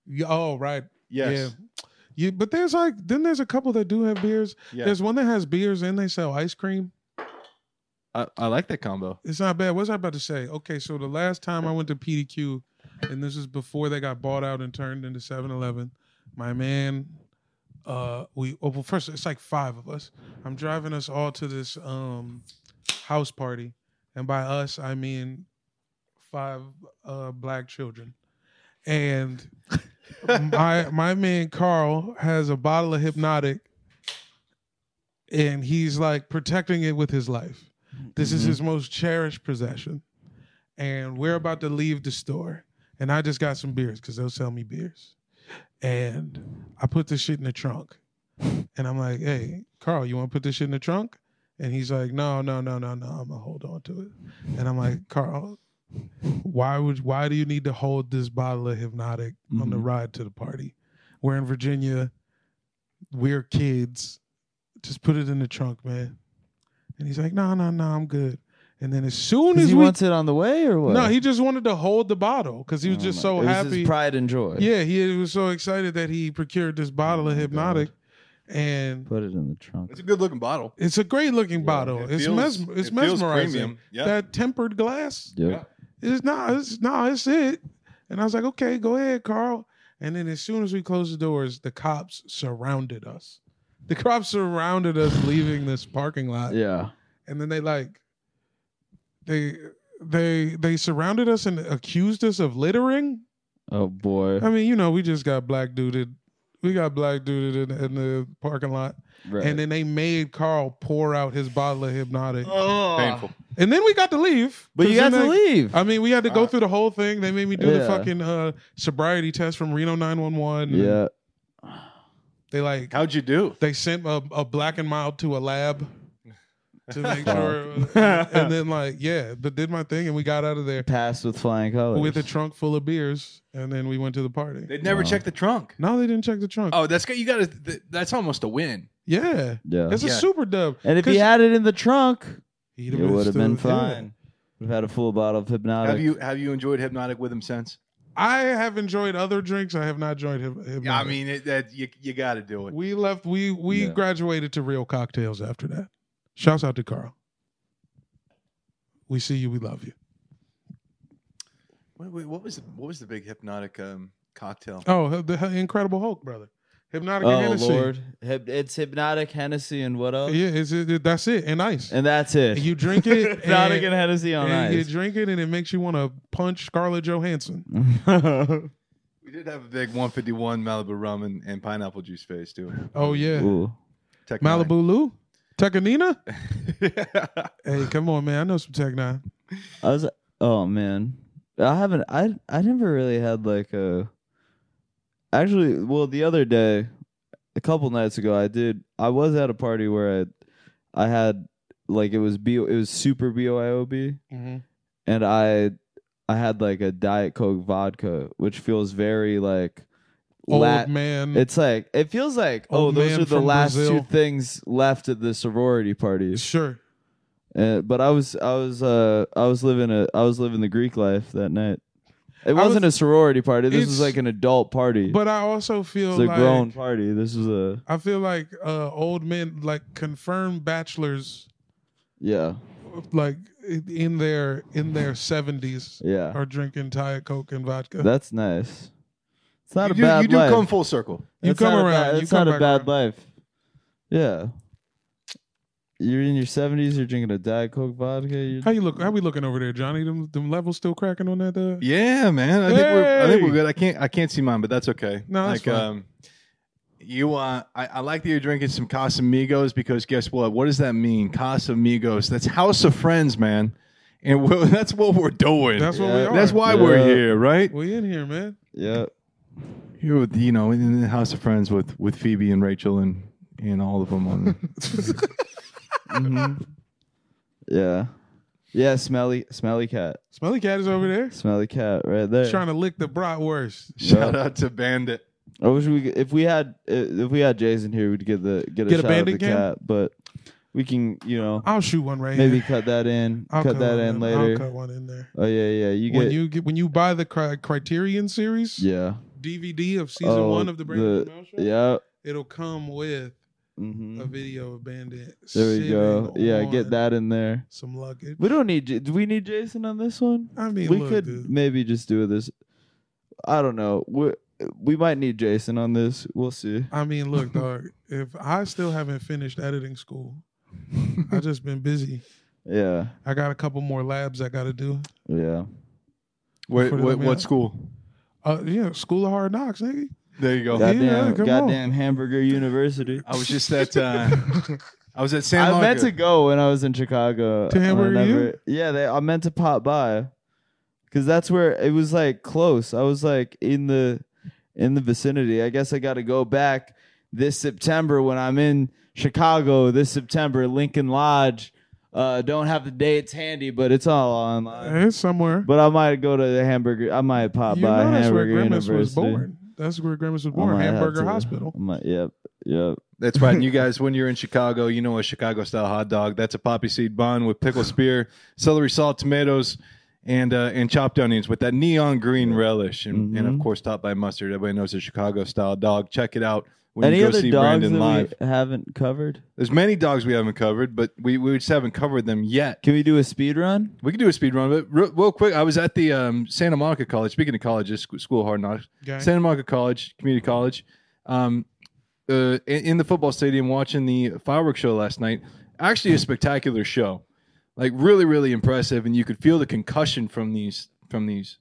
Speaker 4: Yeah, Oh, right.
Speaker 3: Yes.
Speaker 4: Yeah. You, but there's like then there's a couple that do have beers.
Speaker 3: Yeah.
Speaker 4: There's one that has beers and they sell ice cream.
Speaker 3: I, I like that combo.
Speaker 4: It's not bad. What was I about to say? Okay, so the last time I went to PDQ, and this is before they got bought out and turned into 7-Eleven, my man, uh, we oh, well first it's like five of us. I'm driving us all to this um house party, and by us I mean five uh black children, and my my man Carl has a bottle of hypnotic, and he's like protecting it with his life. This is his most cherished possession. And we're about to leave the store. And I just got some beers because they'll sell me beers. And I put this shit in the trunk. And I'm like, hey, Carl, you want to put this shit in the trunk? And he's like, no, no, no, no, no. I'm going to hold on to it. And I'm like, Carl, why would why do you need to hold this bottle of hypnotic on the ride to the party? We're in Virginia. We're kids. Just put it in the trunk, man. And he's like, no, no, no, I'm good. And then as soon as
Speaker 2: he
Speaker 4: we
Speaker 2: wants it on the way or what?
Speaker 4: no, he just wanted to hold the bottle because he was just so
Speaker 2: Oh it was
Speaker 4: happy.
Speaker 2: His pride and joy.
Speaker 4: yeah, he was so excited that he procured this
Speaker 2: Oh
Speaker 4: bottle of hypnotic, and
Speaker 2: Put it in the trunk.
Speaker 3: It's a good looking bottle.
Speaker 4: it's a great looking bottle.
Speaker 3: it
Speaker 4: it's
Speaker 3: feels-
Speaker 4: mesmer- it's
Speaker 3: it feels
Speaker 4: mesmerizing.
Speaker 3: premium. Yeah.
Speaker 4: That tempered glass.
Speaker 2: Yep.
Speaker 3: Yeah.
Speaker 4: It's not. it's not. it's it. And I was like, okay, go ahead, Carl. And then as soon as we closed the doors, the cops surrounded us. The cops surrounded us leaving this parking lot.
Speaker 2: Yeah.
Speaker 4: and then they like they they they surrounded us and accused us of littering.
Speaker 2: Oh boy.
Speaker 4: I mean, you know, we just got black duded. We got black duded in, in the parking lot,
Speaker 2: Right.
Speaker 4: and then they made Carl pour out his bottle of hypnotic,
Speaker 3: Painful.
Speaker 4: and then we got to leave.
Speaker 2: but you got
Speaker 4: 'Cause then
Speaker 2: to
Speaker 4: they-
Speaker 2: leave.
Speaker 4: I mean, we had to go through the whole thing. They made me do the
Speaker 2: Yeah.
Speaker 4: fucking uh, sobriety test from Reno 911.
Speaker 2: yeah.
Speaker 4: They like
Speaker 3: How'd you do?
Speaker 4: they sent a, a black and mild to a
Speaker 3: [LAUGHS]
Speaker 4: lab to make sure. uh, and then like yeah, but did my thing and we got out of there
Speaker 2: Passed with flying colors.
Speaker 4: with a trunk full of beers, and then we went to the party.
Speaker 3: They'd never checked the trunk.
Speaker 4: No, they didn't check the trunk.
Speaker 3: Oh, that's good. You got to. Th- that's almost a win.
Speaker 4: yeah,
Speaker 2: Yeah.
Speaker 4: it's a
Speaker 3: Yeah.
Speaker 4: super dub.
Speaker 2: and if he
Speaker 4: 'Cause
Speaker 2: had it in the trunk,
Speaker 4: he'd
Speaker 2: it would have been
Speaker 4: still- yeah.
Speaker 2: fine. Would have had a full bottle of hypnotic.
Speaker 3: Have you have you enjoyed hypnotic with him since?
Speaker 4: I have enjoyed other drinks. I have not enjoyed him. him
Speaker 3: Yeah, I mean it, that you you got to do it.
Speaker 4: we left. We we
Speaker 2: Yeah.
Speaker 4: graduated to real cocktails after that. Shouts out to Carl. We see you. We love you.
Speaker 3: What, what- what was the, what was the big hypnotic um, cocktail?
Speaker 4: Oh, the Incredible Hulk, brother. Hypnotic and
Speaker 2: Oh
Speaker 4: Hennessy.
Speaker 2: Lord, Hyp- it's hypnotic Hennessy and what else?
Speaker 4: Yeah, it's, it, that's it. And ice.
Speaker 2: And that's it.
Speaker 4: you drink it.
Speaker 2: [LAUGHS] hypnotic
Speaker 4: and-
Speaker 2: and Hennessy on
Speaker 4: and you
Speaker 2: ice. Mm-hmm.
Speaker 4: drink it and it makes you want to punch Scarlett Johansson.
Speaker 3: We did have a big 151 Malibu rum and, and pineapple juice phase too.
Speaker 4: Oh yeah,
Speaker 2: [LAUGHS] Ooh.
Speaker 3: Tech Nine. [LAUGHS]
Speaker 4: Malibu Lou,
Speaker 2: [LAUGHS]
Speaker 4: Tekanina. hey, come on, man! I know some Tech Nine.
Speaker 2: I was oh man. I haven't I I never really had like a actually well the other day, a couple nights ago I did I was at a party where I I had like it was B it was super BYOB and I I had like a Diet Coke vodka, which feels very like
Speaker 4: Old
Speaker 2: Lat-
Speaker 4: man.
Speaker 2: It's like it feels like
Speaker 4: Old
Speaker 2: oh those
Speaker 4: man
Speaker 2: are the
Speaker 4: from
Speaker 2: last
Speaker 4: Brazil.
Speaker 2: two things left at the sorority party.
Speaker 4: sure.
Speaker 2: Uh, but I was I was uh I was living a I was living the Greek life that night. It wasn't a sorority party. This was
Speaker 4: It's-
Speaker 2: like an adult party.
Speaker 4: But I also feel
Speaker 2: it's a
Speaker 4: like
Speaker 2: grown party. This was a
Speaker 4: I feel like uh, old men, like confirmed bachelors,
Speaker 2: yeah
Speaker 4: like in their in their seventies,
Speaker 2: yeah.
Speaker 4: are drinking Thai Coke and vodka.
Speaker 2: That's nice. It's not
Speaker 3: you
Speaker 2: a
Speaker 3: do,
Speaker 2: bad
Speaker 3: you do
Speaker 2: life.
Speaker 3: come full circle.
Speaker 4: You
Speaker 2: That's
Speaker 4: come
Speaker 2: not a
Speaker 4: around,
Speaker 2: bad-
Speaker 4: you
Speaker 2: It's
Speaker 4: come
Speaker 2: not a
Speaker 4: back
Speaker 2: bad
Speaker 4: around.
Speaker 2: life. Yeah. You're in your seventies. You're drinking a diet coke vodka. You're,
Speaker 4: how you look? How we looking over there, Johnny? Them them levels still cracking on that? Uh,
Speaker 3: Yeah, man. I think we're I think
Speaker 4: Hey!
Speaker 3: we're good. I can't I can't see mine, but that's okay.
Speaker 4: No, that's fine.
Speaker 3: um you uh I, I like that you're drinking some Casamigos because guess what? What does that mean? Casamigos. That's House of Friends, man. And we [LAUGHS] that's what we're doing.
Speaker 4: That's
Speaker 3: That's,
Speaker 4: what
Speaker 2: Yeah.
Speaker 4: we are.
Speaker 3: why
Speaker 2: Yeah.
Speaker 3: we're here, right?
Speaker 4: we in here, man.
Speaker 2: yeah.
Speaker 3: Here with you know, in the House of Friends with with Phoebe and Rachel and and all of them on
Speaker 2: Yeah. Yeah. Smelly. Smelly cat.
Speaker 4: Smelly cat is over there
Speaker 2: Smelly cat. Right there.
Speaker 4: trying to lick the bratwurst.
Speaker 3: Shout out to Bandit. [LAUGHS]
Speaker 2: I wish we could- if we had uh, if we had Jason here, we'd get the get a
Speaker 4: Get a
Speaker 2: shot at the
Speaker 4: bandit cam?
Speaker 2: cat. But we can you know
Speaker 4: I'll shoot one right
Speaker 2: maybe
Speaker 4: here.
Speaker 2: cut that in.
Speaker 4: I'll
Speaker 2: cut that
Speaker 4: one
Speaker 2: in
Speaker 4: I'll
Speaker 2: later.
Speaker 4: cut one in there.
Speaker 2: Oh yeah yeah. You
Speaker 4: When
Speaker 2: get
Speaker 4: you get when you buy the cri- Criterion series
Speaker 2: yeah.
Speaker 4: DVD of season
Speaker 2: Oh,
Speaker 4: one of the Brandon Mouth Show,
Speaker 2: Yeah.
Speaker 4: it'll come with
Speaker 2: hmm
Speaker 4: a video of Bandit.
Speaker 2: There we go.
Speaker 4: sitting
Speaker 2: Yeah.
Speaker 4: on
Speaker 2: Get that in there.
Speaker 4: Some luggage.
Speaker 2: We don't need. J- Do we need Jason on this one?
Speaker 4: I mean,
Speaker 2: we
Speaker 4: look,
Speaker 2: could
Speaker 4: dude.
Speaker 2: maybe just do this. I don't know. We we might need Jason on this. We'll see.
Speaker 4: I
Speaker 2: [LAUGHS]
Speaker 4: mean, look, dog. If I still haven't finished editing school, I just been busy.
Speaker 2: Yeah.
Speaker 4: I got a couple more labs I got to do.
Speaker 2: Yeah.
Speaker 3: Wait,
Speaker 4: Put it
Speaker 3: what,
Speaker 4: on me.
Speaker 3: what school?
Speaker 4: Uh, yeah, School of Hard Knocks, nigga.
Speaker 3: There you go.
Speaker 4: Oh, Yeah,
Speaker 2: Goddamn.
Speaker 4: come on.
Speaker 2: goddamn hamburger university.
Speaker 3: I was just at uh I was at San
Speaker 2: I meant
Speaker 3: Marco.
Speaker 2: to go when I was in Chicago.
Speaker 4: To
Speaker 2: I
Speaker 4: Hamburger U?
Speaker 2: never- Yeah, they, I meant to pop by because that's where it was like close. I was like in the in the vicinity. I guess I got to go back this September when I'm in Chicago this September. Lincoln Lodge. Uh, don't have the dates handy, but it's all online.
Speaker 4: It's somewhere.
Speaker 2: But I might go to the hamburger. I might pop
Speaker 4: you
Speaker 2: by
Speaker 4: know that's where
Speaker 2: Hamburger
Speaker 4: Grimace
Speaker 2: University.
Speaker 4: was born. That's where Grimace was
Speaker 2: I
Speaker 4: born.
Speaker 2: might have
Speaker 4: Hamburger
Speaker 2: to.
Speaker 4: Hospital.
Speaker 2: I might, yep, yep.
Speaker 3: That's right. And you guys, when you're in Chicago, you know a Chicago style hot dog. That's a poppy seed bun
Speaker 2: [LAUGHS]
Speaker 3: with pickle spear, celery salt, tomatoes, and uh, and chopped onions with that neon green relish, and, and
Speaker 2: Mm-hmm.
Speaker 3: of course topped by mustard. Everybody knows a Chicago style dog. Check it out when
Speaker 2: Any
Speaker 3: you go
Speaker 2: other
Speaker 3: see
Speaker 2: dogs
Speaker 3: Brandon
Speaker 2: that
Speaker 3: live.
Speaker 2: we haven't covered?
Speaker 3: There's many dogs we haven't covered, but we, we just haven't covered them yet.
Speaker 2: Can we do a speed run?
Speaker 3: We can do a speed run, but real, real quick, I was at the um, Santa Monica College. Speaking of colleges, sc- school of hard knocks.
Speaker 4: Okay.
Speaker 3: Santa Monica College, community college, um, uh, in, in the football stadium watching the fireworks show last night. Actually, a spectacular show, like really, really impressive, and you could feel the concussion from these from these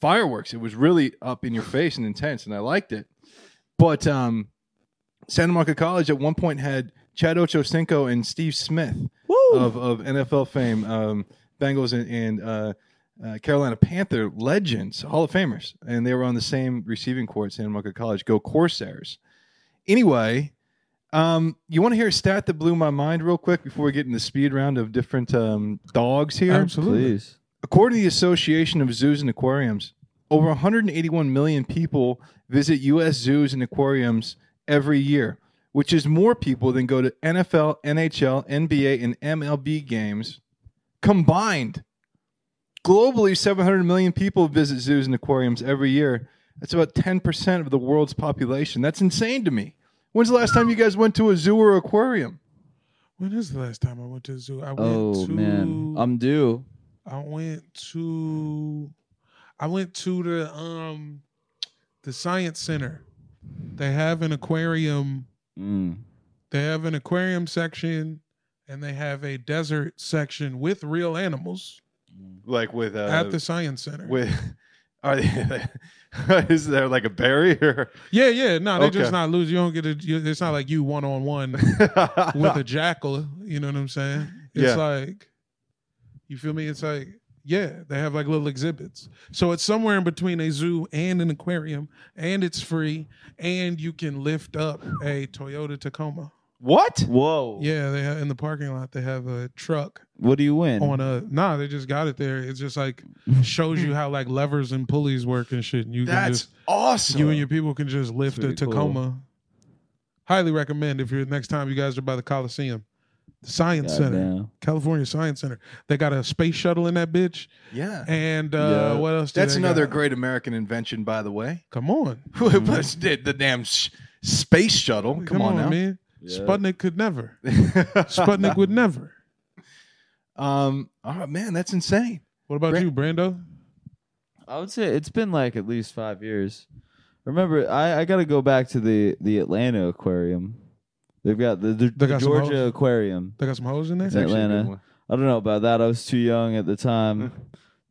Speaker 3: fireworks. It was really up in your face and intense, and I liked it. But um, Santa Monica College at one point had Chad Ochocinco and Steve Smith of, of NFL fame, um, Bengals and, and uh, uh, Carolina Panther legends, Hall of Famers, and they were on the same receiving court at Santa Monica College. Go Corsairs! Anyway, um, you want to hear a stat that blew my mind real quick before we get in the speed round of different um, dogs here?
Speaker 4: Absolutely.
Speaker 2: Please.
Speaker 3: According to the Association of Zoos and Aquariums, over 181 million people visit U.S. zoos and aquariums every year, which is more people than go to NFL, NHL, NBA, and MLB games combined. Globally, 700 million people visit zoos and aquariums every year. That's about 10% of the world's population. That's insane to me. When's the last time you guys went to a zoo or aquarium?
Speaker 4: When is the last time I went to the zoo? I went
Speaker 2: Oh
Speaker 4: to
Speaker 2: man, I'm due.
Speaker 4: I went to I went to the um the science center. They have an aquarium.
Speaker 2: Mm.
Speaker 4: They have an aquarium section and they have a desert section with real animals
Speaker 3: Like with uh,
Speaker 4: at the science center.
Speaker 3: with [LAUGHS] are they, [LAUGHS] is there like a barrier [LAUGHS]
Speaker 4: yeah, yeah. No, they
Speaker 3: Okay.
Speaker 4: just not lose. You don't get a you, it's not like you one on one with a jackal, you know what I'm saying? It's
Speaker 3: Yeah.
Speaker 4: like you feel me? It's like yeah, they have like little exhibits. So it's somewhere in between a zoo and an aquarium, and it's free, and you can lift up a Toyota Tacoma.
Speaker 3: what
Speaker 2: Whoa.
Speaker 4: Yeah, they have, in the parking lot they have a truck
Speaker 2: What do you win?
Speaker 4: on a nah. They just got it there. It's just like shows you how like levers and pulleys work and shit. And you can
Speaker 3: that's
Speaker 4: just
Speaker 3: awesome
Speaker 4: you and your people can just lift a
Speaker 2: pretty cool.
Speaker 4: Tacoma. Highly recommend if you're next time you guys are by the Coliseum. the Science Center,
Speaker 2: Goddamn.
Speaker 4: California Science Center. They got a space shuttle in that bitch.
Speaker 3: Yeah.
Speaker 4: And uh,
Speaker 2: Yeah.
Speaker 4: what else? do
Speaker 3: That's
Speaker 4: they
Speaker 3: another
Speaker 4: got?
Speaker 3: great American invention, by the way. [LAUGHS]
Speaker 4: Come on,
Speaker 3: But did the damn sh- space shuttle? Come, on, [LAUGHS] now.
Speaker 4: man.
Speaker 2: Yeah.
Speaker 4: Sputnik
Speaker 2: [LAUGHS]
Speaker 4: could never. Sputnik would never.
Speaker 3: Um, oh man, that's insane.
Speaker 4: What about
Speaker 3: Bran-
Speaker 4: you, Brando?
Speaker 2: I would say it's been like at least five years. Remember, I, I got to go back to the the Atlanta aquarium. They've got the, the,
Speaker 4: They
Speaker 2: the
Speaker 4: got some
Speaker 2: Georgia
Speaker 4: hoes?
Speaker 2: aquarium.
Speaker 4: They got some hoes in there.
Speaker 2: It's actually a good Atlanta. one. I don't know about that. I was too young at the [LAUGHS] time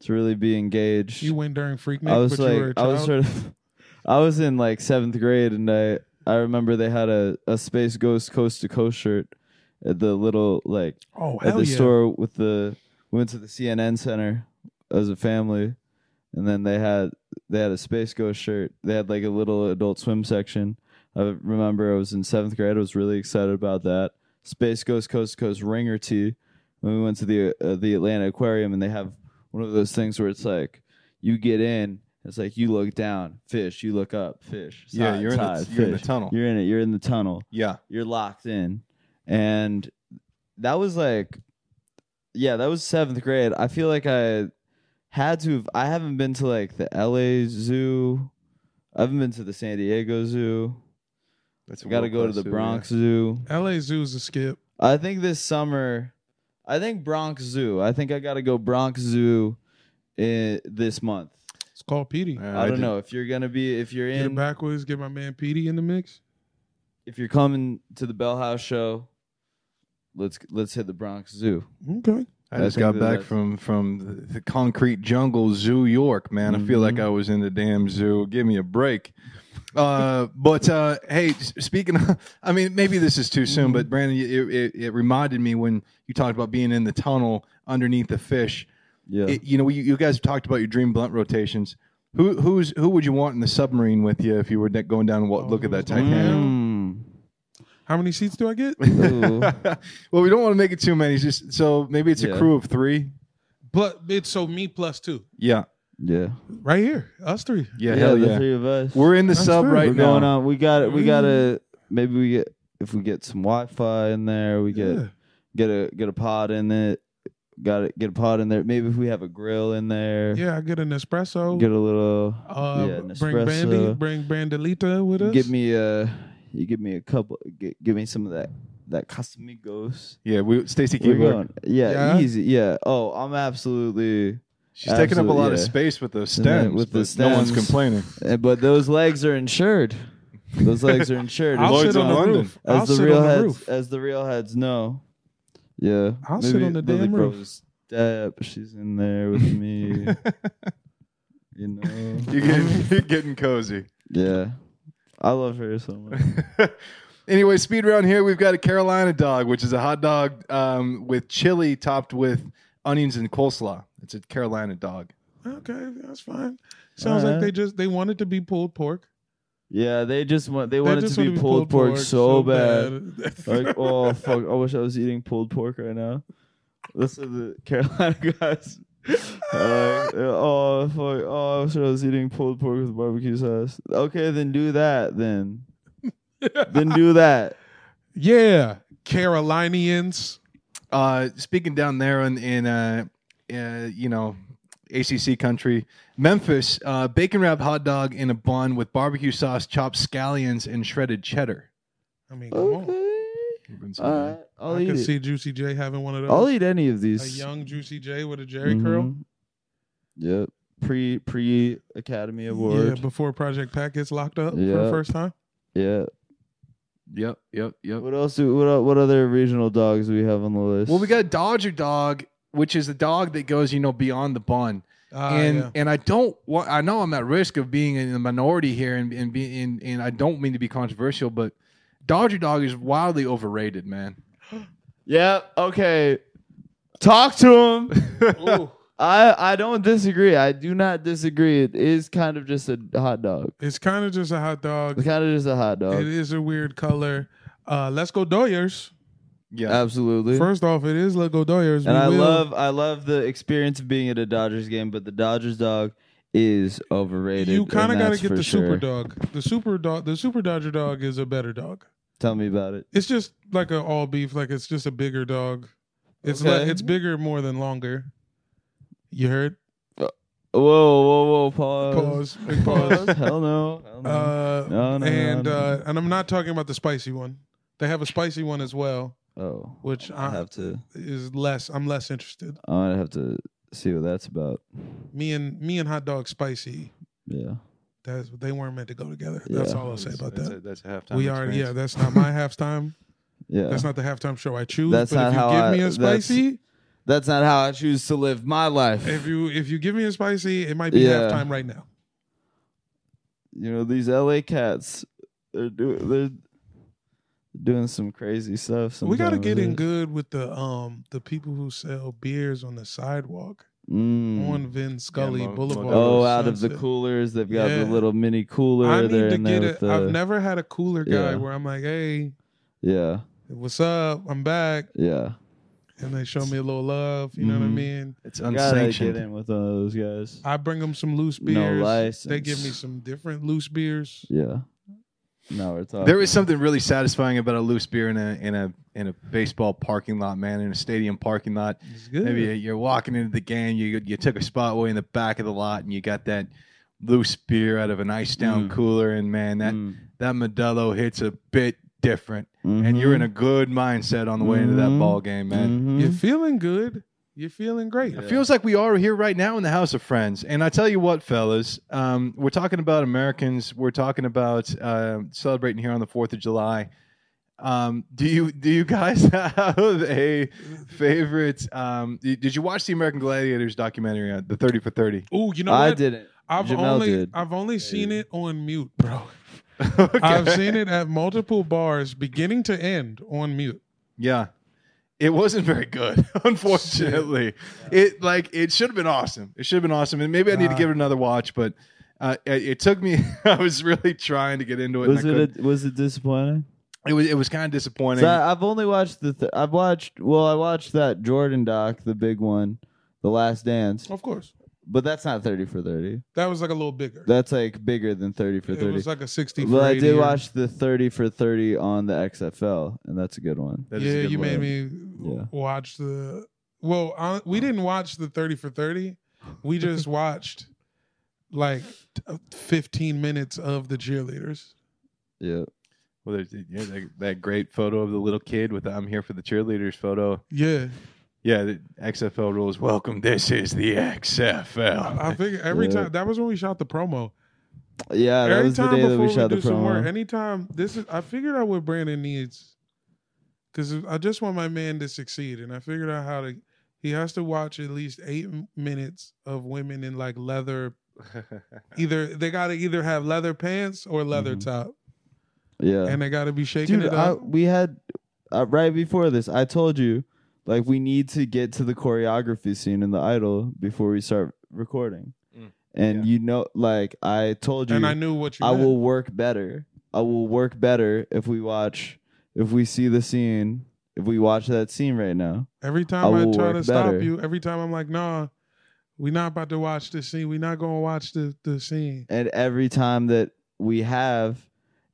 Speaker 2: to really be engaged.
Speaker 4: You went during Freaknik,
Speaker 2: I was
Speaker 4: but you were a
Speaker 2: like, I
Speaker 4: child.
Speaker 2: was sort of, [LAUGHS] I was in like seventh grade, and I I remember they had a a Space Ghost Coast to Coast shirt at the little like
Speaker 4: oh
Speaker 2: at
Speaker 4: hell
Speaker 2: the
Speaker 4: yeah!
Speaker 2: store with the we went to the CNN Center as a family, and then they had they had a Space Ghost shirt. They had like a little Adult Swim section. I remember I was in seventh grade. I was really excited about that Space Ghost Coast to Coast ringer tee. When we went to the uh, the Atlanta Aquarium, and they have one of those things where it's like you get in. It's like you look down, fish. You look up, fish.
Speaker 3: Yeah,
Speaker 2: tide,
Speaker 3: you're in the-
Speaker 2: tide,
Speaker 3: you're in the
Speaker 2: fish.
Speaker 3: tunnel.
Speaker 2: You're in it. You're in the tunnel
Speaker 3: Yeah.
Speaker 2: you're locked in. And that was like, yeah, that was seventh grade. I feel like I had to. Have, I haven't been to like the LA Zoo. I haven't been to the San Diego Zoo.
Speaker 3: That's
Speaker 2: I got to go to the Bronx Zoo.
Speaker 4: LA Zoo is a skip.
Speaker 2: I think this summer, I think Bronx Zoo. I think I got to go Bronx Zoo eh, this month.
Speaker 4: It's called Petey.
Speaker 2: I don't know if you're gonna be if you're
Speaker 4: Get it
Speaker 2: in
Speaker 4: backwards. Get my man Petey in the mix.
Speaker 2: if you're coming to the Bell House show. Let's let's hit the Bronx Zoo.
Speaker 4: Okay.
Speaker 3: I just
Speaker 2: I think
Speaker 3: got
Speaker 2: that
Speaker 3: back
Speaker 2: that's-
Speaker 3: from from the- the concrete jungle, Zoo York, man. I feel like
Speaker 2: Mm-hmm.
Speaker 3: I was in the damn zoo. Give me a break. Uh, but uh, hey, s- speaking, of, [LAUGHS] I mean, maybe this is too soon,
Speaker 2: Mm-hmm.
Speaker 3: but Brandon, it, it, it reminded me when you talked about being in the tunnel underneath the fish.
Speaker 2: Yeah.
Speaker 3: It- you know, you, you guys talked about your dream blunt rotations. Who who's who would you want in the submarine with you if you were ne- going down? and wa-
Speaker 4: Oh,
Speaker 3: look
Speaker 4: who
Speaker 3: at that
Speaker 4: was going
Speaker 3: Titanic.
Speaker 4: How many seats do I get?
Speaker 2: Ooh.
Speaker 3: [LAUGHS] well, we don't want to make it too many. Just so maybe it's a
Speaker 2: Mm-hmm. Yeah.
Speaker 3: crew of three.
Speaker 4: But it's so me plus two.
Speaker 3: Yeah,
Speaker 2: [LAUGHS] Yeah.
Speaker 4: Right here. Us three.
Speaker 3: yeah, hell
Speaker 2: the
Speaker 3: yeah.
Speaker 2: three of us.
Speaker 3: We're in the
Speaker 4: That's
Speaker 3: sub
Speaker 4: true.
Speaker 3: right
Speaker 2: We're going um,
Speaker 3: now.
Speaker 2: on. We got it. We got to maybe we get if we get some Wi-Fi in there. We get
Speaker 4: Yeah.
Speaker 2: get a get a pod in it. Got to get a pod in there. Maybe if we have a grill in there.
Speaker 4: Yeah, I get an espresso.
Speaker 2: Get a little.
Speaker 4: uh,
Speaker 2: yeah, an
Speaker 4: bring Bandy,
Speaker 2: espresso.
Speaker 4: bring Brandelita with us.
Speaker 2: Give me a. You give me a couple. gi- give me some of that that Casamigos.
Speaker 3: Yeah, we Stacy
Speaker 2: We're
Speaker 3: Keebler.
Speaker 2: going. Yeah,
Speaker 4: Yeah?
Speaker 2: easy. Yeah. Oh, I'm absolutely.
Speaker 3: She's taking up a
Speaker 2: Absolutely,
Speaker 3: lot of
Speaker 2: yeah.
Speaker 3: space with those
Speaker 2: And then
Speaker 3: stems.
Speaker 2: with the
Speaker 3: but no one's
Speaker 2: stems.
Speaker 3: complaining.
Speaker 2: eh, But those legs are insured. Those legs are insured.
Speaker 4: I'll
Speaker 3: Lloyd's
Speaker 4: sit on
Speaker 3: in
Speaker 4: the
Speaker 3: London.
Speaker 4: roof.
Speaker 2: as
Speaker 4: I'll
Speaker 2: the
Speaker 4: sit
Speaker 2: real
Speaker 4: on the
Speaker 2: heads, Uh,
Speaker 4: roof.
Speaker 2: as the real heads know. Yeah,
Speaker 4: I'll sit on the
Speaker 2: Lily
Speaker 4: damn roof.
Speaker 2: Rose Depp, she's in there with
Speaker 4: [LAUGHS]
Speaker 2: me. you know.
Speaker 3: You're getting, you're getting cozy.
Speaker 2: Yeah, I love her so
Speaker 4: [LAUGHS]
Speaker 2: much.
Speaker 3: Anyway, speed round here. We've got a Carolina dog, which is a hot dog um, with chili topped with onions and coleslaw. It's a Carolina dog.
Speaker 4: Okay, that's fine. Sounds like
Speaker 2: Alright.
Speaker 4: they just they wanted to be pulled pork.
Speaker 2: Yeah, they just want they
Speaker 4: They
Speaker 2: wanted
Speaker 4: just
Speaker 2: to be
Speaker 4: wanted
Speaker 2: pulled, pork, so bad. [LAUGHS] like,
Speaker 4: oh.
Speaker 2: oh fuck! I wish I was eating pulled pork right now. This is the Carolina [LAUGHS] guys. Like, oh fuck! Oh, I wish I was eating pulled pork with barbecue sauce. Okay, then do that. Then, then do that.
Speaker 4: [LAUGHS] Yeah, Carolinians.
Speaker 3: Uh, speaking down there in, in uh, uh, you know, ACC country, Memphis, uh, bacon wrap hot dog in a bun with barbecue sauce, chopped scallions, and shredded cheddar.
Speaker 4: I mean, come on.
Speaker 2: Okay. All right, I'll
Speaker 4: I
Speaker 2: eat
Speaker 4: can
Speaker 2: it.
Speaker 4: see Juicy J having one of those.
Speaker 2: I'll eat any of
Speaker 4: a
Speaker 2: these.
Speaker 4: young Juicy J with a Jerry curl.
Speaker 2: Mhm. Yep. Pre pre Academy
Speaker 4: Yeah,
Speaker 2: Award. Yeah,
Speaker 4: before Project Pat gets locked up for the
Speaker 2: Yeah.
Speaker 4: first time.
Speaker 3: Yep, yep, yep.
Speaker 2: What else? Do, what el- what other regional dogs do we have on the list?
Speaker 3: Well, we got a Dodger dog, which is a dog that goes, you know, beyond the bun.
Speaker 4: Uh,
Speaker 3: and
Speaker 4: yeah.
Speaker 3: and I don't want. I know I'm at risk of being in the minority here, and and being and, and I don't mean to be controversial, but Dodger dog is wildly overrated, man.
Speaker 2: Yep. Okay. Talk to
Speaker 4: [LAUGHS]
Speaker 2: him.
Speaker 4: Ooh,
Speaker 2: I I don't disagree. I do not disagree. It is kind of just a hot dog.
Speaker 4: it's kind of just a hot
Speaker 2: It's
Speaker 4: dog.
Speaker 2: kind of just a hot
Speaker 4: It
Speaker 2: dog.
Speaker 4: is a weird color. Uh, let's go Doyers.
Speaker 3: Yeah,
Speaker 2: Absolutely.
Speaker 4: First off, it is let's go Doyers.
Speaker 2: and
Speaker 4: We
Speaker 2: I
Speaker 4: will-
Speaker 2: love I love the experience of being at a Dodgers game, but the Dodgers dog is overrated.
Speaker 4: you kind of
Speaker 2: got to
Speaker 4: get the
Speaker 2: sure.
Speaker 4: super dog. The super dog, the super Dodger dog is a better dog.
Speaker 2: Tell me about it.
Speaker 4: It's just like a all beef. Like it's just a bigger dog. It's
Speaker 2: Okay.
Speaker 4: le- it's bigger more than longer. You heard?
Speaker 2: Whoa, whoa, whoa! Pause. [LAUGHS]
Speaker 4: Pause. Big pause.
Speaker 2: Hell
Speaker 4: [LAUGHS]
Speaker 2: no. Hell no.
Speaker 4: Uh,
Speaker 2: Uh, No, no, no,
Speaker 4: and
Speaker 2: no.
Speaker 4: Uh, and I'm not talking about the spicy one. They have a spicy one as well,
Speaker 2: oh,
Speaker 4: which
Speaker 2: I
Speaker 4: I,
Speaker 2: have to.
Speaker 4: is less. I'm less interested.
Speaker 2: I'm gonna have to see what that's about.
Speaker 4: Me and me and hot dog spicy.
Speaker 2: Yeah.
Speaker 4: That's they weren't meant to go together. That's
Speaker 2: Yeah.
Speaker 4: all I'll say about
Speaker 3: that's
Speaker 4: that.
Speaker 3: A, that's a halftime.
Speaker 4: We are yeah.
Speaker 3: experience.
Speaker 4: That's not my halftime.
Speaker 2: [LAUGHS] Yeah.
Speaker 4: That's not the halftime show I choose.
Speaker 2: That's
Speaker 4: but
Speaker 2: not
Speaker 4: if you
Speaker 2: how
Speaker 4: give
Speaker 2: I-
Speaker 4: me a
Speaker 2: that's-
Speaker 4: spicy,
Speaker 2: That's not how I choose to live my life.
Speaker 4: if you if you give me a spicy, it might be
Speaker 2: Yeah.
Speaker 4: halftime right now.
Speaker 2: you know these LA cats, they're doing they're doing some crazy stuff.
Speaker 4: we got to
Speaker 2: sometimes.
Speaker 4: get in good with the um the people who sell beers on the sidewalk
Speaker 2: Mm.
Speaker 4: on Vin Scully
Speaker 3: Yeah, Mo-
Speaker 4: Boulevard.
Speaker 3: Mo-
Speaker 2: Oh, out of the
Speaker 4: Sunset.
Speaker 2: coolers, they've got
Speaker 4: Yeah.
Speaker 2: the little mini cooler.
Speaker 4: I need
Speaker 2: there
Speaker 4: to
Speaker 2: and there
Speaker 4: get
Speaker 2: with
Speaker 4: it.
Speaker 2: the-
Speaker 4: I've never had a cooler guy
Speaker 2: Yeah.
Speaker 4: where I'm like, hey,
Speaker 2: Yeah,
Speaker 4: what's up? I'm back,
Speaker 2: yeah.
Speaker 4: and they show me a little love. You know what I
Speaker 2: Mhm.
Speaker 4: mean?
Speaker 3: It's
Speaker 2: Gotta get
Speaker 3: unsanctioned.
Speaker 2: in with one of those guys.
Speaker 4: I bring them some loose
Speaker 2: No
Speaker 4: beers. They
Speaker 2: license.
Speaker 4: give me some different loose beers.
Speaker 2: Yeah. Now we're talking.
Speaker 3: There is something really satisfying about a loose beer in a in a in a baseball parking lot, man, in a stadium parking lot.
Speaker 4: It's good.
Speaker 3: Maybe you're walking into the game, you you took a spot way in the back of the lot, and you got that loose beer out of an ice down
Speaker 2: Mm.
Speaker 3: cooler, and man, that
Speaker 2: Mm.
Speaker 3: that Modelo hits a bit different, and
Speaker 2: Mm-hmm.
Speaker 3: you're in a good mindset on the way into that
Speaker 2: Mhm.
Speaker 3: ball game, man.
Speaker 2: Mhm.
Speaker 4: You're feeling good. You're feeling great.
Speaker 3: It feels like we are here right now in the House of Friends. And I tell you what, fellas, um, we're talking about Americans. We're talking about uh, celebrating here on the Fourth of July. Um, do you do you guys [LAUGHS] have a favorite? Um, y- did you watch the American Gladiators documentary, uh, the Thirty for Thirty? [LAUGHS]
Speaker 4: Oh, you know
Speaker 2: I
Speaker 4: what?
Speaker 2: didn't.
Speaker 4: I've
Speaker 2: Jamel
Speaker 4: only
Speaker 2: did.
Speaker 4: I've only seen it on mute,
Speaker 2: [LAUGHS]
Speaker 4: bro.
Speaker 3: Okay.
Speaker 4: I've seen it at multiple bars, beginning to end on mute.
Speaker 3: Yeah. It wasn't very good, [LAUGHS] unfortunately. It like it should have been awesome. It should have been awesome, and maybe I need to
Speaker 4: Ah.
Speaker 3: give it another watch. But uh, it, it took me. [LAUGHS] I was really trying to get into it.
Speaker 2: Was
Speaker 3: and I
Speaker 2: it a, was it disappointing?
Speaker 3: couldn't. it was it was kind of disappointing.
Speaker 2: So I, I've only watched the. Th- I've watched. Well, I watched that Jordan doc, the big one, The Last Dance,
Speaker 4: Of course,
Speaker 2: but that's not thirty for thirty.
Speaker 4: that was like a little bigger.
Speaker 2: That's like bigger than thirty for
Speaker 4: it
Speaker 2: thirty.
Speaker 4: was like a sixty.
Speaker 2: well,
Speaker 4: for
Speaker 2: I
Speaker 4: 80
Speaker 2: did
Speaker 4: or-
Speaker 2: watch the thirty for thirty on the XFL, and that's a good one.
Speaker 3: That is a
Speaker 4: yeah,
Speaker 3: good
Speaker 4: you made
Speaker 3: word.
Speaker 4: me
Speaker 2: Yeah.
Speaker 4: watch the. Well, I, we didn't watch the thirty for thirty.
Speaker 2: [LAUGHS]
Speaker 4: We just watched like t- fifteen minutes of the cheerleaders.
Speaker 2: Yeah,
Speaker 3: Well, there's, yeah, that, that great photo of the little kid with the "I'm here for the cheerleaders" photo.
Speaker 4: Yeah,
Speaker 3: Yeah, the XFL rules. Welcome. This is the XFL.
Speaker 4: I think every
Speaker 2: Yeah.
Speaker 4: time that was when we shot the promo.
Speaker 2: yeah. That
Speaker 4: Every
Speaker 2: was the
Speaker 4: time
Speaker 2: day that
Speaker 4: before
Speaker 2: we shot the
Speaker 4: do some work,
Speaker 2: promo.
Speaker 4: anytime this is, I figured out what Brandon needs because I just want my man to succeed, and I figured out how to. He has to watch at least eight m- minutes of women in like leather. Either they got to either have leather pants or leather
Speaker 2: Mhm.
Speaker 4: top,
Speaker 2: Yeah,
Speaker 4: and they got to be shaking
Speaker 2: dude.
Speaker 4: it
Speaker 2: I,
Speaker 4: up.
Speaker 2: we had uh, right before this. I told you, like, we need to get to the choreography scene in the Idol before we start recording.
Speaker 3: Mm.
Speaker 2: And
Speaker 3: Yeah.
Speaker 2: you know, like I told you,
Speaker 4: and I knew what you.
Speaker 2: I
Speaker 4: meant.
Speaker 2: will work better. I will work better if we watch, if we see the scene, if we watch that scene right now.
Speaker 4: Every
Speaker 2: I
Speaker 4: time I,
Speaker 2: will
Speaker 4: try
Speaker 2: work
Speaker 4: to stop
Speaker 2: better.
Speaker 4: you, every time I'm like, "Nah, we're not about to watch this scene. We're not going to watch the the scene."
Speaker 2: And every time that we have,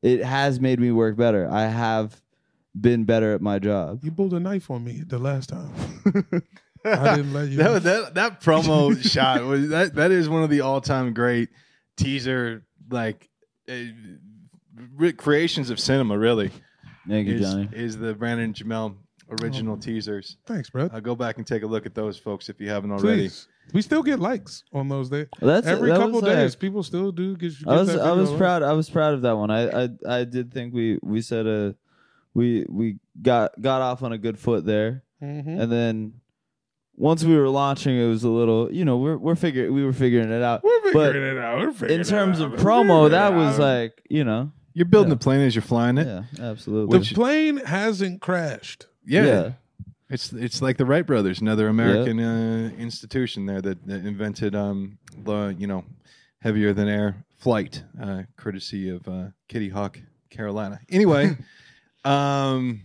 Speaker 2: it has made me work better. I have been better at my job.
Speaker 4: You pulled a knife on me the last
Speaker 2: [LAUGHS]
Speaker 4: time.
Speaker 3: [LAUGHS]
Speaker 4: I didn't let you.
Speaker 3: that, was- that that promo shot was that that is one of the all time great teaser like uh, re- creations of cinema. Really,
Speaker 2: Thank you,
Speaker 3: is,
Speaker 2: Johnny.
Speaker 3: is the Brandon and Jamel original
Speaker 4: Oh.
Speaker 3: teasers.
Speaker 4: Thanks, bro.
Speaker 3: Uh, go back and take a look at those folks if you haven't already.
Speaker 4: Please. We still get likes on those days.
Speaker 2: Well, That's
Speaker 4: Every
Speaker 2: that
Speaker 4: couple
Speaker 2: was,
Speaker 4: days,
Speaker 2: like-
Speaker 4: people still do get. get
Speaker 2: I was
Speaker 4: that
Speaker 2: I was
Speaker 4: video.
Speaker 2: proud. I was proud of that one. I I, I did think we we said a we we got got off on a good foot there.
Speaker 4: Mhm.
Speaker 2: and then once we were launching, it was a little, you know, we're we're figuring we were figuring it out.
Speaker 4: We're
Speaker 2: but
Speaker 4: figuring it out. We're figuring
Speaker 2: In
Speaker 4: it
Speaker 2: terms
Speaker 4: out.
Speaker 2: of promo,
Speaker 4: We're
Speaker 2: that
Speaker 4: figuring it
Speaker 2: was
Speaker 4: out.
Speaker 2: like, you know,
Speaker 3: You're building
Speaker 2: Yeah.
Speaker 3: the plane as you're flying it.
Speaker 2: yeah, absolutely.
Speaker 4: the plane hasn't crashed.
Speaker 3: Yeah. It's it's like the Wright brothers, another American uh, institution there that, that invented um the you know heavier than air flight, uh, courtesy of uh, Kitty Hawk, Carolina. Anyway, um,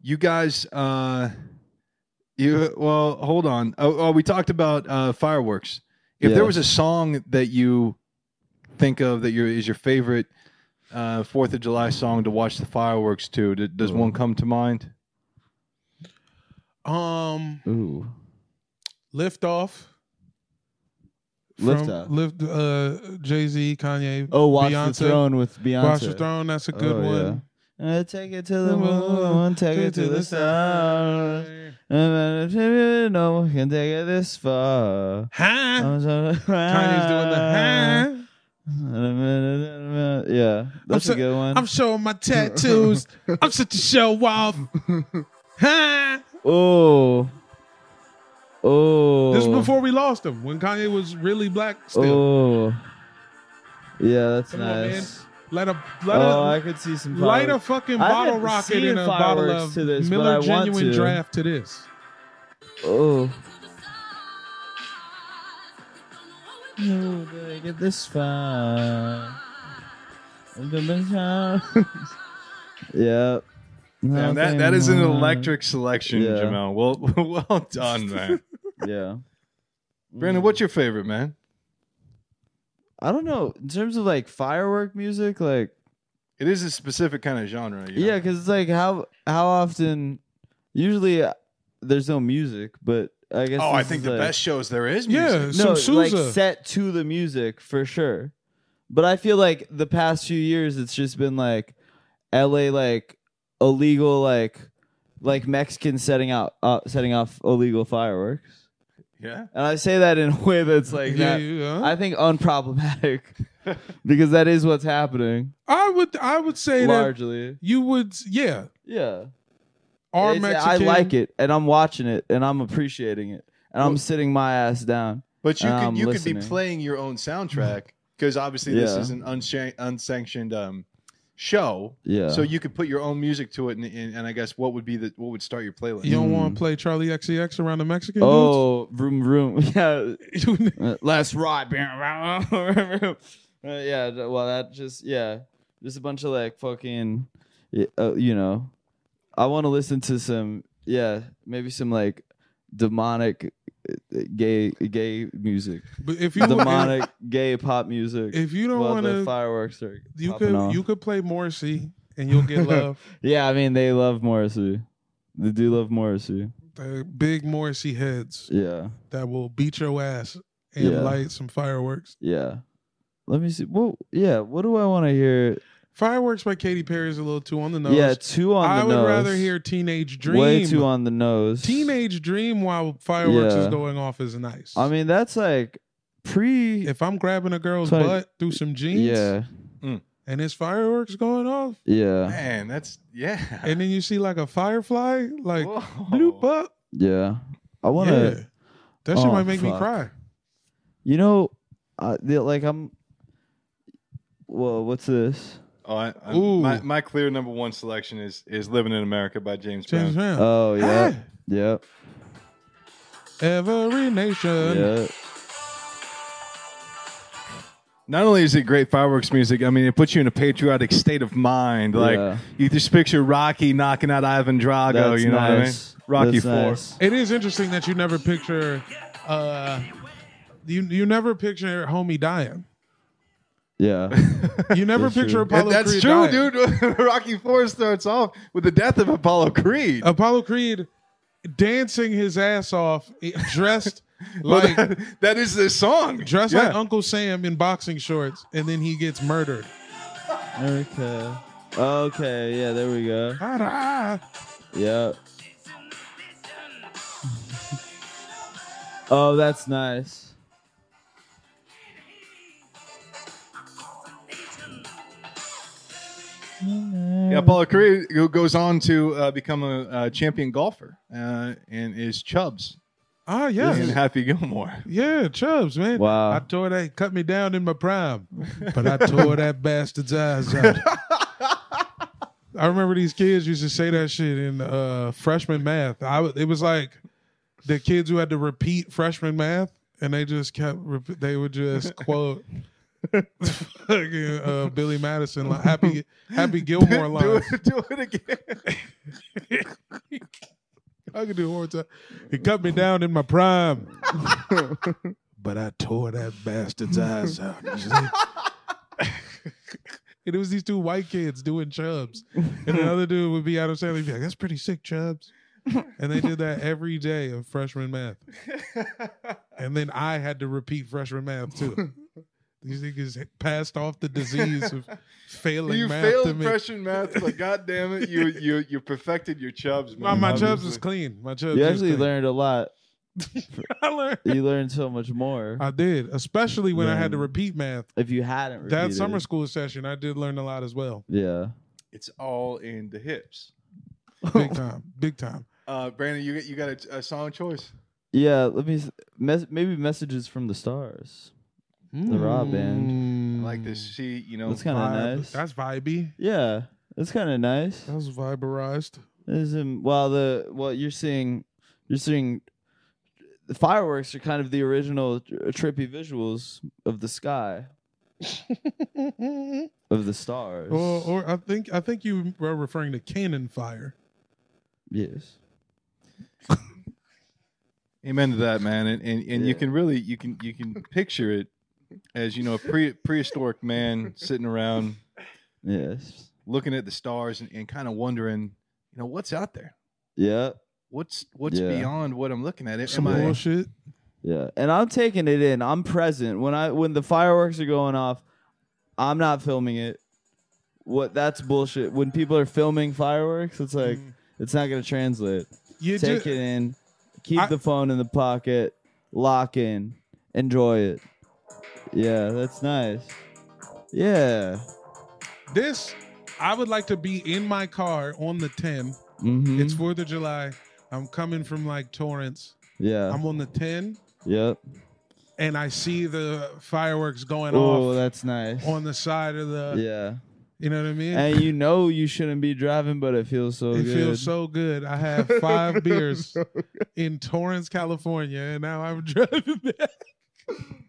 Speaker 3: you guys, uh, you well, hold on. Oh, oh we talked about uh, fireworks. If
Speaker 2: Yeah.
Speaker 3: there was a song that you think of that your is your favorite uh, Fourth of July song to watch the fireworks to? D- does one come to mind?
Speaker 4: Um,
Speaker 2: Ooh.
Speaker 4: lift off.
Speaker 2: Lift Off.
Speaker 4: Lift. Uh, Jay Z, Kanye.
Speaker 2: Oh, Watch
Speaker 4: Beyonce.
Speaker 2: the Throne with Beyonce.
Speaker 4: Watch the throne. That's a good
Speaker 2: Oh,
Speaker 4: one.
Speaker 2: Uh, take it to the moon, take it to the stars. Uh, No one can take it this far.
Speaker 4: Huh?
Speaker 2: I'm so- [LAUGHS]
Speaker 4: Kanye's doing the huh.
Speaker 2: Yeah, that's
Speaker 4: so-
Speaker 2: a good one.
Speaker 4: I'm showing
Speaker 2: [LAUGHS]
Speaker 4: my tattoos. I'm such a show off. Huh?
Speaker 2: oh, oh.
Speaker 4: This was before we lost him, when Kanye was really black still.
Speaker 2: Oh, yeah, that's
Speaker 4: Come on,
Speaker 2: nice.
Speaker 4: Let a let
Speaker 2: Oh, I
Speaker 4: a
Speaker 2: could see some.
Speaker 4: light a
Speaker 2: fireworks.
Speaker 4: fucking
Speaker 2: I
Speaker 4: bottle
Speaker 2: haven't
Speaker 4: rocket
Speaker 2: seen
Speaker 4: and a bottle
Speaker 2: fireworks
Speaker 4: of
Speaker 2: to this, but I
Speaker 4: Miller
Speaker 2: want
Speaker 4: genuine
Speaker 2: to.
Speaker 4: draft to this.
Speaker 2: Oh. Oh, did I get this far? [LAUGHS] yeah.
Speaker 3: Damn, that that is an electric selection,
Speaker 2: Yeah.
Speaker 3: Jamel. Well, [LAUGHS] well done, man.
Speaker 2: Yeah.
Speaker 3: Brandon, what's your favorite, man?
Speaker 2: I don't know. In terms of like firework music, like
Speaker 3: It is a specific kind of genre. you know?
Speaker 2: yeah, because it's like how how often? Usually, uh, there's no music, but I guess.
Speaker 3: Oh, I
Speaker 2: this
Speaker 3: think
Speaker 2: is
Speaker 3: the
Speaker 2: like-
Speaker 3: best shows there is.
Speaker 4: Yeah.
Speaker 3: Music.
Speaker 2: No,
Speaker 4: Some
Speaker 2: like
Speaker 4: Sousa.
Speaker 2: set to the music for sure. But I feel like the past few years, it's just been like L.A. like illegal like like Mexicans setting out uh, setting off illegal fireworks,
Speaker 3: Yeah.
Speaker 2: and I say that in a way that's like
Speaker 4: Yeah,
Speaker 2: not-
Speaker 4: yeah.
Speaker 2: I think unproblematic [LAUGHS] because that is what's happening
Speaker 4: I would I would say that
Speaker 2: largely.
Speaker 4: you would yeah.
Speaker 2: Yeah.
Speaker 4: Our
Speaker 2: It's-
Speaker 4: Mexican
Speaker 2: I like it, and I'm watching it, and I'm appreciating it, and I'm sitting my ass down.
Speaker 3: But you
Speaker 2: And
Speaker 3: could
Speaker 2: I'm
Speaker 3: you could be
Speaker 2: listening.
Speaker 3: playing your own soundtrack
Speaker 2: [LAUGHS]
Speaker 3: because obviously this
Speaker 2: Yeah.
Speaker 3: is an unshan- unsanctioned um, show.
Speaker 2: Yeah.
Speaker 3: So you could put your own music to it, and, and, and I guess what would be the what would start your playlist?
Speaker 4: You don't want to play Charlie XCX around the Mexican
Speaker 2: Mm. oh, vroom vroom. [LAUGHS] Yeah.
Speaker 4: dudes? [LAUGHS]
Speaker 2: Uh, last ride. Uh, yeah. th- Well, that just yeah, just a bunch of like fucking, y- uh, you know, I want to listen to some yeah, maybe some like demonic uh, gay gay music,
Speaker 4: but if you want,
Speaker 2: demonic gay pop music.
Speaker 4: if you don't
Speaker 2: while
Speaker 4: want
Speaker 2: the
Speaker 4: to,
Speaker 2: fireworks are
Speaker 4: you
Speaker 2: popping
Speaker 4: could
Speaker 2: off.
Speaker 4: you could play Morrissey and
Speaker 2: [LAUGHS]
Speaker 4: you'll get love.
Speaker 2: Yeah, I mean they love Morrissey. They do love Morrissey.
Speaker 4: the big Morrissey heads
Speaker 2: Yeah,
Speaker 4: that will beat your ass and
Speaker 2: Yeah.
Speaker 4: light some fireworks.
Speaker 2: yeah. Let me see. Well, yeah. What do I want to hear?
Speaker 4: Fireworks by Katy Perry is a little too on the nose.
Speaker 2: yeah, two on
Speaker 4: I
Speaker 2: the
Speaker 4: would
Speaker 2: nose.
Speaker 4: rather hear Teenage Dream.
Speaker 2: way too on the nose.
Speaker 4: Teenage Dream while fireworks is
Speaker 2: Yeah.
Speaker 4: going off is nice.
Speaker 2: I mean, that's like pre.
Speaker 4: if I'm grabbing a girl's
Speaker 2: Twenty-
Speaker 4: butt through some jeans
Speaker 2: yeah,
Speaker 4: and it's fireworks going off,
Speaker 2: yeah,
Speaker 3: Man, that's yeah.
Speaker 4: and then you see like a firefly like
Speaker 3: Whoa.
Speaker 4: bloop up.
Speaker 2: yeah. I want
Speaker 4: yeah.
Speaker 2: to.
Speaker 4: That shit
Speaker 2: Oh,
Speaker 4: might make me
Speaker 2: fuck.
Speaker 4: cry.
Speaker 2: You know, I, the- like I'm. Whoa, what's this?
Speaker 3: Oh, I, I,
Speaker 4: Ooh.
Speaker 3: my my clear number one selection is is "Living in America" by James,
Speaker 4: James
Speaker 3: Brown.
Speaker 4: Brown.
Speaker 2: Oh yeah,
Speaker 3: Ah!
Speaker 4: Hey.
Speaker 2: yeah,
Speaker 4: Every nation.
Speaker 2: yeah.
Speaker 3: Not only is it great fireworks music, I mean it puts you in a patriotic state of mind. Like
Speaker 2: Yeah.
Speaker 3: you just picture Rocky knocking out Ivan Drago.
Speaker 2: That's
Speaker 3: you know
Speaker 2: nice.
Speaker 3: what I mean? Rocky
Speaker 2: That's
Speaker 3: Four.
Speaker 2: nice.
Speaker 4: It is interesting that you never picture, uh, you you never picture homie dying.
Speaker 2: Yeah.
Speaker 3: [LAUGHS]
Speaker 4: You never
Speaker 2: That's
Speaker 4: picture
Speaker 2: true.
Speaker 4: Apollo.
Speaker 3: That's
Speaker 4: Creed
Speaker 3: true,
Speaker 4: dying.
Speaker 3: dude. [LAUGHS] Rocky Four starts off with the death of Apollo Creed.
Speaker 4: Apollo Creed dancing his ass off, dressed
Speaker 3: [LAUGHS] Well,
Speaker 4: like
Speaker 3: that- [LAUGHS] that is this song.
Speaker 4: dressed
Speaker 3: Yeah.
Speaker 4: like Uncle Sam in boxing shorts, and then he gets murdered.
Speaker 2: America. Okay, yeah, there we go.
Speaker 4: Ta-da!
Speaker 2: Yeah. Oh, that's nice.
Speaker 3: Yeah, Apollo Creed who goes on to uh, become a, uh champion golfer uh, and is Chubbs
Speaker 4: Ah,
Speaker 3: in
Speaker 4: yeah,
Speaker 3: Happy Gilmore.
Speaker 4: yeah, Chubbs, man.
Speaker 2: Wow.
Speaker 4: I tore that, cut me down in my prime, but I tore
Speaker 3: [LAUGHS]
Speaker 4: that bastard's eyes out. I remember these kids used to say that shit in uh, freshman math. I w- it was like the kids who had to repeat freshman math, and they just kept rep- they would
Speaker 3: [LAUGHS]
Speaker 4: just quote [LAUGHS] fucking, uh, Billy Madison like Happy Happy
Speaker 3: [LAUGHS]
Speaker 4: Gilmore
Speaker 3: do,
Speaker 4: lines.
Speaker 3: it, do it again.
Speaker 4: I could do it one more time. He cut me down in my
Speaker 3: [LAUGHS]
Speaker 4: prime, but I tore that bastard's eyes out. You see? [LAUGHS] And it was these two white kids doing chubs. And another dude would be out of Sandler, he'd be like, that's pretty sick, chubs. And they did that every day of freshman
Speaker 3: [LAUGHS]
Speaker 4: math. And then I had to repeat freshman math too. These niggas passed off the disease
Speaker 3: [LAUGHS]
Speaker 4: of failing
Speaker 3: you
Speaker 4: math
Speaker 3: failed
Speaker 4: to me.
Speaker 3: impression math, but god damn it, you you you perfected your chubs.
Speaker 4: My,
Speaker 3: Man.
Speaker 4: my chubs
Speaker 3: obviously.
Speaker 4: is clean. My chubs
Speaker 2: You
Speaker 4: is
Speaker 2: actually
Speaker 4: clean.
Speaker 2: learned a lot.
Speaker 4: [LAUGHS] I learned.
Speaker 2: You learned so much more.
Speaker 4: I did, especially when I had to
Speaker 2: Man.
Speaker 4: repeat math.
Speaker 2: If you hadn't
Speaker 4: That
Speaker 2: repeated.
Speaker 4: summer school session, I did learn a lot as [LAUGHS] well.
Speaker 2: Yeah.
Speaker 3: It's all in the hips.
Speaker 4: Big time, big time.
Speaker 3: Uh, Brandon, you got you got a, a song choice.
Speaker 2: Yeah, let me s- mes- maybe messages from the stars. The Raw
Speaker 3: I
Speaker 4: band.
Speaker 3: like this. See, you know,
Speaker 2: That's kind of nice.
Speaker 4: That's Oh. vibey.
Speaker 2: yeah, that's kind of nice.
Speaker 4: That's viberized.
Speaker 2: Is um, well the well you're seeing you're seeing the fireworks are kind of the original tr- trippy visuals of the sky of the stars.
Speaker 4: Or, or I think I think you were referring to cannon fire.
Speaker 2: yes.
Speaker 3: amen to that, man. And and, and you
Speaker 2: Yeah.
Speaker 3: can really you can you can picture it as you know a pre prehistoric man sitting around
Speaker 2: Yes.
Speaker 3: looking at the stars and, and kind of wondering, you know, what's out there?
Speaker 2: Yeah.
Speaker 3: What's what's
Speaker 2: Yeah.
Speaker 3: beyond what I'm looking at? Am
Speaker 4: Some
Speaker 3: I,
Speaker 4: bullshit.
Speaker 2: Yeah. And I'm taking it in. I'm present when I when the fireworks are going off. I'm not filming it. What that's bullshit. When people are filming fireworks, it's like it's not going to translate.
Speaker 4: Mm. You
Speaker 2: Take
Speaker 4: ju-
Speaker 2: it in. Keep
Speaker 4: I-
Speaker 2: the phone in the pocket. Lock in. Enjoy it. Yeah, that's nice. Yeah.
Speaker 4: This I would like to be in my car on the 10.
Speaker 2: Mm-hmm.
Speaker 4: It's 4th of July. I'm coming from like Torrance.
Speaker 2: yeah.
Speaker 4: I'm on the 10
Speaker 2: yep.
Speaker 4: and I see the fireworks going
Speaker 2: Oh,
Speaker 4: off
Speaker 2: that's nice.
Speaker 4: on the side of the
Speaker 2: yeah.
Speaker 4: You know what I mean?
Speaker 2: And you know you shouldn't be driving, but it feels so
Speaker 4: it
Speaker 2: good.
Speaker 4: feels so good. I have
Speaker 2: [LAUGHS]
Speaker 4: five beers in Torrance, California, and now I'm [LAUGHS] driving back.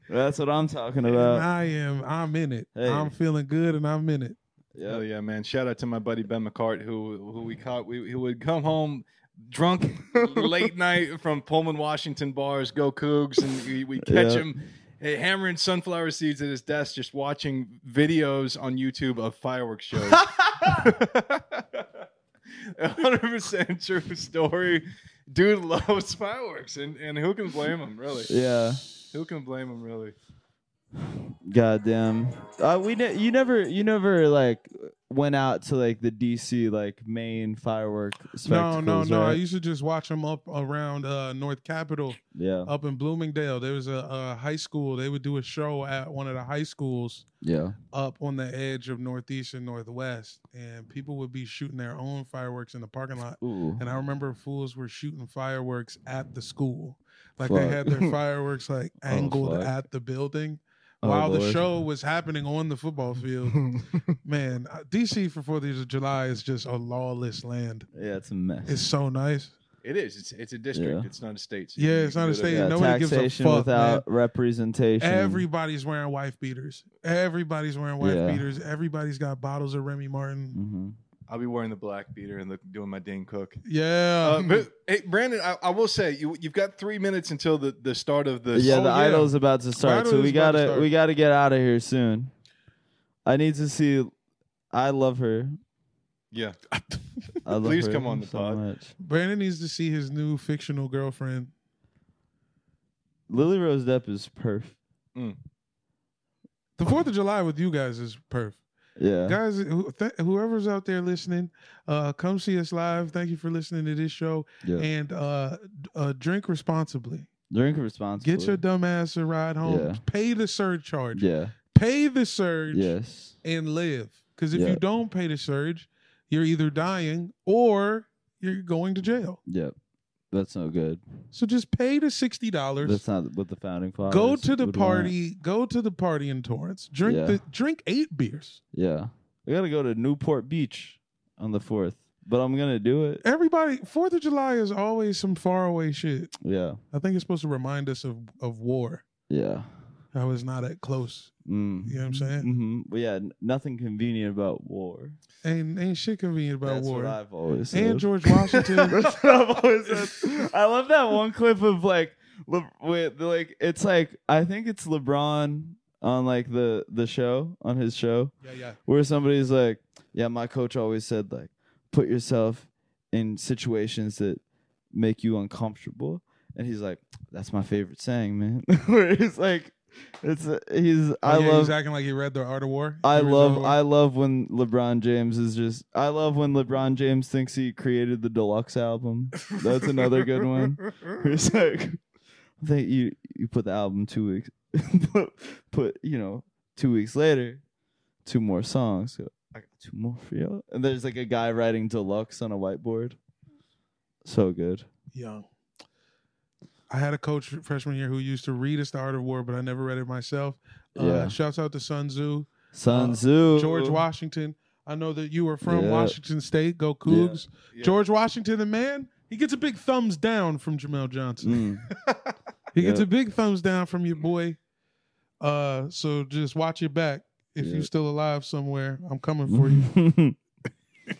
Speaker 2: that's what I'm talking
Speaker 4: And
Speaker 2: about.
Speaker 4: I am. I'm in it.
Speaker 2: Hey.
Speaker 4: I'm feeling good, and I'm in it.
Speaker 3: Hell yeah, man! Shout out to my buddy Ben McCart, who who we caught. We who would come home
Speaker 2: [LAUGHS]
Speaker 3: drunk late night from Pullman, Washington bars, go Cougs, and we, we catch
Speaker 2: Yeah.
Speaker 3: him eh, hammering sunflower seeds at his desk, just watching videos on YouTube of
Speaker 2: [LAUGHS]
Speaker 3: fireworks shows. hundred percent true story. Dude loves fireworks, and and who can blame him? Really,
Speaker 2: Yeah.
Speaker 3: who can blame him? Really.
Speaker 2: Goddamn. Uh, we ne- you never you never like went out to like the DC like main firework
Speaker 4: No,
Speaker 2: spectacles.
Speaker 4: no, no. I
Speaker 2: right?
Speaker 4: used to just watch them up around uh, North Capitol,
Speaker 2: yeah.
Speaker 4: up in Bloomingdale. There was a, a high school. They would do a show at one of the high schools
Speaker 2: Yeah.
Speaker 4: up on the edge of Northeast and Northwest, and people would be shooting their own fireworks in the parking lot.
Speaker 2: Ooh.
Speaker 4: And I remember fools were shooting fireworks at the school. Like they
Speaker 2: Fuck. [LAUGHS] Oh,
Speaker 4: had their fireworks like angled
Speaker 2: fuck.
Speaker 4: at the building
Speaker 2: Oh,
Speaker 4: while the
Speaker 2: Lord.
Speaker 4: show was happening on the
Speaker 2: [LAUGHS]
Speaker 4: football field. Man, uh, DC for 4th of July is just a lawless land.
Speaker 2: Yeah, it's a mess.
Speaker 4: It's so nice.
Speaker 3: It is. It's it's a district.
Speaker 2: Yeah.
Speaker 3: It's not a state. so
Speaker 4: Yeah,
Speaker 3: you
Speaker 4: it's
Speaker 3: can
Speaker 4: not a
Speaker 3: do whatever
Speaker 4: state.
Speaker 3: you
Speaker 2: yeah,
Speaker 4: nobody gives a
Speaker 2: taxation
Speaker 4: fuck,
Speaker 2: without representation.
Speaker 4: Everybody's wearing wife beaters. Everybody's wearing wife
Speaker 2: Yeah.
Speaker 4: beaters. Everybody's got bottles of Remy Martin.
Speaker 2: hmm
Speaker 3: I'll be wearing the black beater and look, doing my Dane Cook.
Speaker 4: Yeah.
Speaker 3: [LAUGHS] Uh, but, hey, Brandon, I, I will say you, you've got three minutes until the, the start of the.
Speaker 2: Yeah,
Speaker 4: Oh,
Speaker 2: the
Speaker 4: yeah.
Speaker 2: idol's about to start, so
Speaker 4: idol
Speaker 2: we
Speaker 4: is about to
Speaker 2: gotta
Speaker 4: start.
Speaker 2: we gotta get out of here soon. I need to see. I love her.
Speaker 3: yeah.
Speaker 2: I love
Speaker 3: Please
Speaker 2: her
Speaker 3: come on the
Speaker 2: so
Speaker 3: pod.
Speaker 2: much.
Speaker 4: Brandon needs to see his new fictional girlfriend.
Speaker 2: Lily Rose Depp is perf.
Speaker 4: The 4th of July with you guys is perf.
Speaker 2: Yeah.
Speaker 4: guys who, th- whoever's out there listening uh come see us live thank you for listening to this show
Speaker 2: Yeah.
Speaker 4: and uh, d- uh drink responsibly
Speaker 2: Drink responsibly.
Speaker 4: get your dumb ass a ride home
Speaker 2: Yeah.
Speaker 4: pay the surcharge
Speaker 2: Yeah.
Speaker 4: pay the surge
Speaker 2: Yes.
Speaker 4: and live because if
Speaker 2: Yeah.
Speaker 4: you don't pay the surge you're either dying or you're going to jail
Speaker 2: Yep. That's no good.
Speaker 4: so just pay the sixty dollars
Speaker 2: That's not what the founding fathers.
Speaker 4: go to the
Speaker 2: would want.
Speaker 4: party go to the party in torrance drink
Speaker 2: Yeah.
Speaker 4: the drink eight beers
Speaker 2: Yeah. I gotta go to Newport Beach on the fourth, but I'm gonna do
Speaker 4: [LAUGHS]
Speaker 2: it.
Speaker 4: everybody fourth of july is always some faraway shit
Speaker 2: Yeah.
Speaker 4: I think it's supposed to remind us of, of war.
Speaker 2: Yeah.
Speaker 4: How it's not that close.
Speaker 2: Mm.
Speaker 4: You know what I'm saying?
Speaker 2: hmm But yeah, n- nothing convenient about war.
Speaker 4: Ain't ain't shit convenient about
Speaker 2: That's what
Speaker 4: war.
Speaker 2: I've always said.
Speaker 4: And
Speaker 2: [LAUGHS]
Speaker 4: George
Speaker 2: [LAUGHS]
Speaker 4: Washington.
Speaker 2: That's what I've always said. I love that one clip of like, Le- with like it's like I think it's LeBron, on like the the show on his show
Speaker 4: Yeah, yeah.
Speaker 2: [LAUGHS] where somebody's like, "Yeah, my coach always said like, put yourself in situations that make you uncomfortable," and he's like, "That's my favorite saying, man." [LAUGHS] where he's like, "It's a, he's I
Speaker 4: Oh, yeah,
Speaker 2: love."
Speaker 4: He's acting like he read the Art of War.
Speaker 2: I
Speaker 4: He read
Speaker 2: love
Speaker 4: the-
Speaker 2: I love when LeBron James is just I love when LeBron James thinks he created the deluxe album. That's another good
Speaker 4: [LAUGHS]
Speaker 2: one. It's like I think you you put the album two weeks [LAUGHS] put, put you know two weeks later, two more songs. Go, I got two more for you. And there's like a guy writing deluxe on a whiteboard. So good.
Speaker 4: Young. I had a coach freshman year who used to read us the Art of War, but I never read it myself. Uh,
Speaker 2: Yeah.
Speaker 4: Shouts out to Sun Tzu,
Speaker 2: Sun
Speaker 4: Uh,
Speaker 2: Tzu,
Speaker 4: George Washington. I know that you were from
Speaker 2: Yeah.
Speaker 4: Washington State. Go Cougs.
Speaker 3: Yeah.
Speaker 4: George Washington, the man, he gets a big thumbs down from Jamel Johnson.
Speaker 2: Mm.
Speaker 4: He gets
Speaker 2: Yeah.
Speaker 4: a big thumbs down from your boy. Uh, so just watch your back.
Speaker 2: Yeah.
Speaker 4: If
Speaker 2: Mm-hmm.
Speaker 4: you're still alive somewhere, I'm coming for you.
Speaker 3: [LAUGHS]
Speaker 2: [LAUGHS]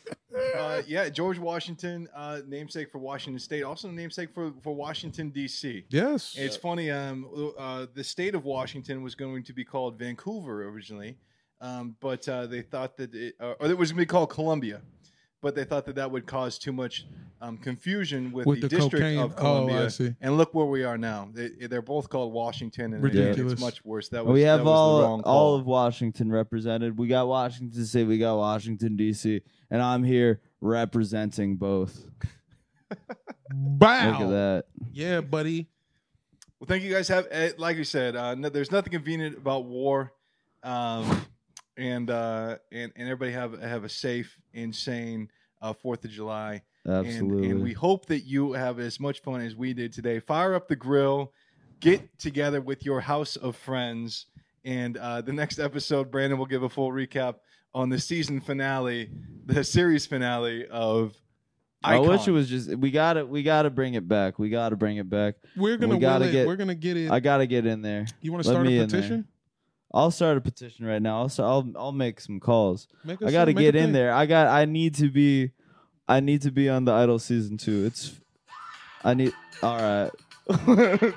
Speaker 3: Uh, yeah, George Washington, uh, namesake for Washington State, also namesake for, for Washington, D.C.
Speaker 4: Yes.
Speaker 3: It's funny. Um, uh, the state of Washington was going to be called Vancouver originally, um, but uh, they thought that it, uh, or it was going to be called Columbia, but they thought that that would cause too much um, confusion with,
Speaker 4: With
Speaker 3: the,
Speaker 4: the
Speaker 3: district
Speaker 4: cocaine.
Speaker 3: of
Speaker 4: Oh, I
Speaker 3: Columbia.
Speaker 4: see.
Speaker 3: And look where we are now. They, they're both called Washington, and it-
Speaker 4: Ridiculous.
Speaker 3: it's much worse. That was
Speaker 2: we
Speaker 3: that
Speaker 2: have
Speaker 3: was the
Speaker 2: all
Speaker 3: wrong
Speaker 2: all
Speaker 3: call.
Speaker 2: of Washington represented. We got Washington State, we got Washington D.C., and I'm here representing both.
Speaker 4: Bow.
Speaker 2: Look at that.
Speaker 4: Yeah, buddy.
Speaker 3: Well, thank you guys. Have eh, like you said, uh, no, there's nothing convenient about war, um, and uh, and and everybody have have a safe, insane uh, Fourth of July. And-
Speaker 2: Absolutely.
Speaker 3: And, we hope that you have as much fun as we did today. Fire up the grill, get together with your house of friends, and uh, the next episode, Brandon will give a full recap on the season finale, the series finale of.
Speaker 2: I wish it
Speaker 3: Icon.
Speaker 2: was just we gotta we gotta bring it back. We gotta bring it back.
Speaker 4: We're gonna
Speaker 2: We gotta
Speaker 4: will it.
Speaker 2: get-
Speaker 4: We're gonna get it.
Speaker 2: I gotta get in there.
Speaker 4: you want
Speaker 2: let
Speaker 4: to start
Speaker 2: me
Speaker 4: a
Speaker 2: in there.
Speaker 4: petition?
Speaker 2: I'll start a petition right now. I'll st- I'll I'll make some calls.
Speaker 4: Make
Speaker 2: I
Speaker 4: us-
Speaker 2: gotta
Speaker 4: make
Speaker 2: get
Speaker 4: a
Speaker 2: in
Speaker 4: thing.
Speaker 2: there. I got I need to be I need to be on the Idol season two. It's I need all right.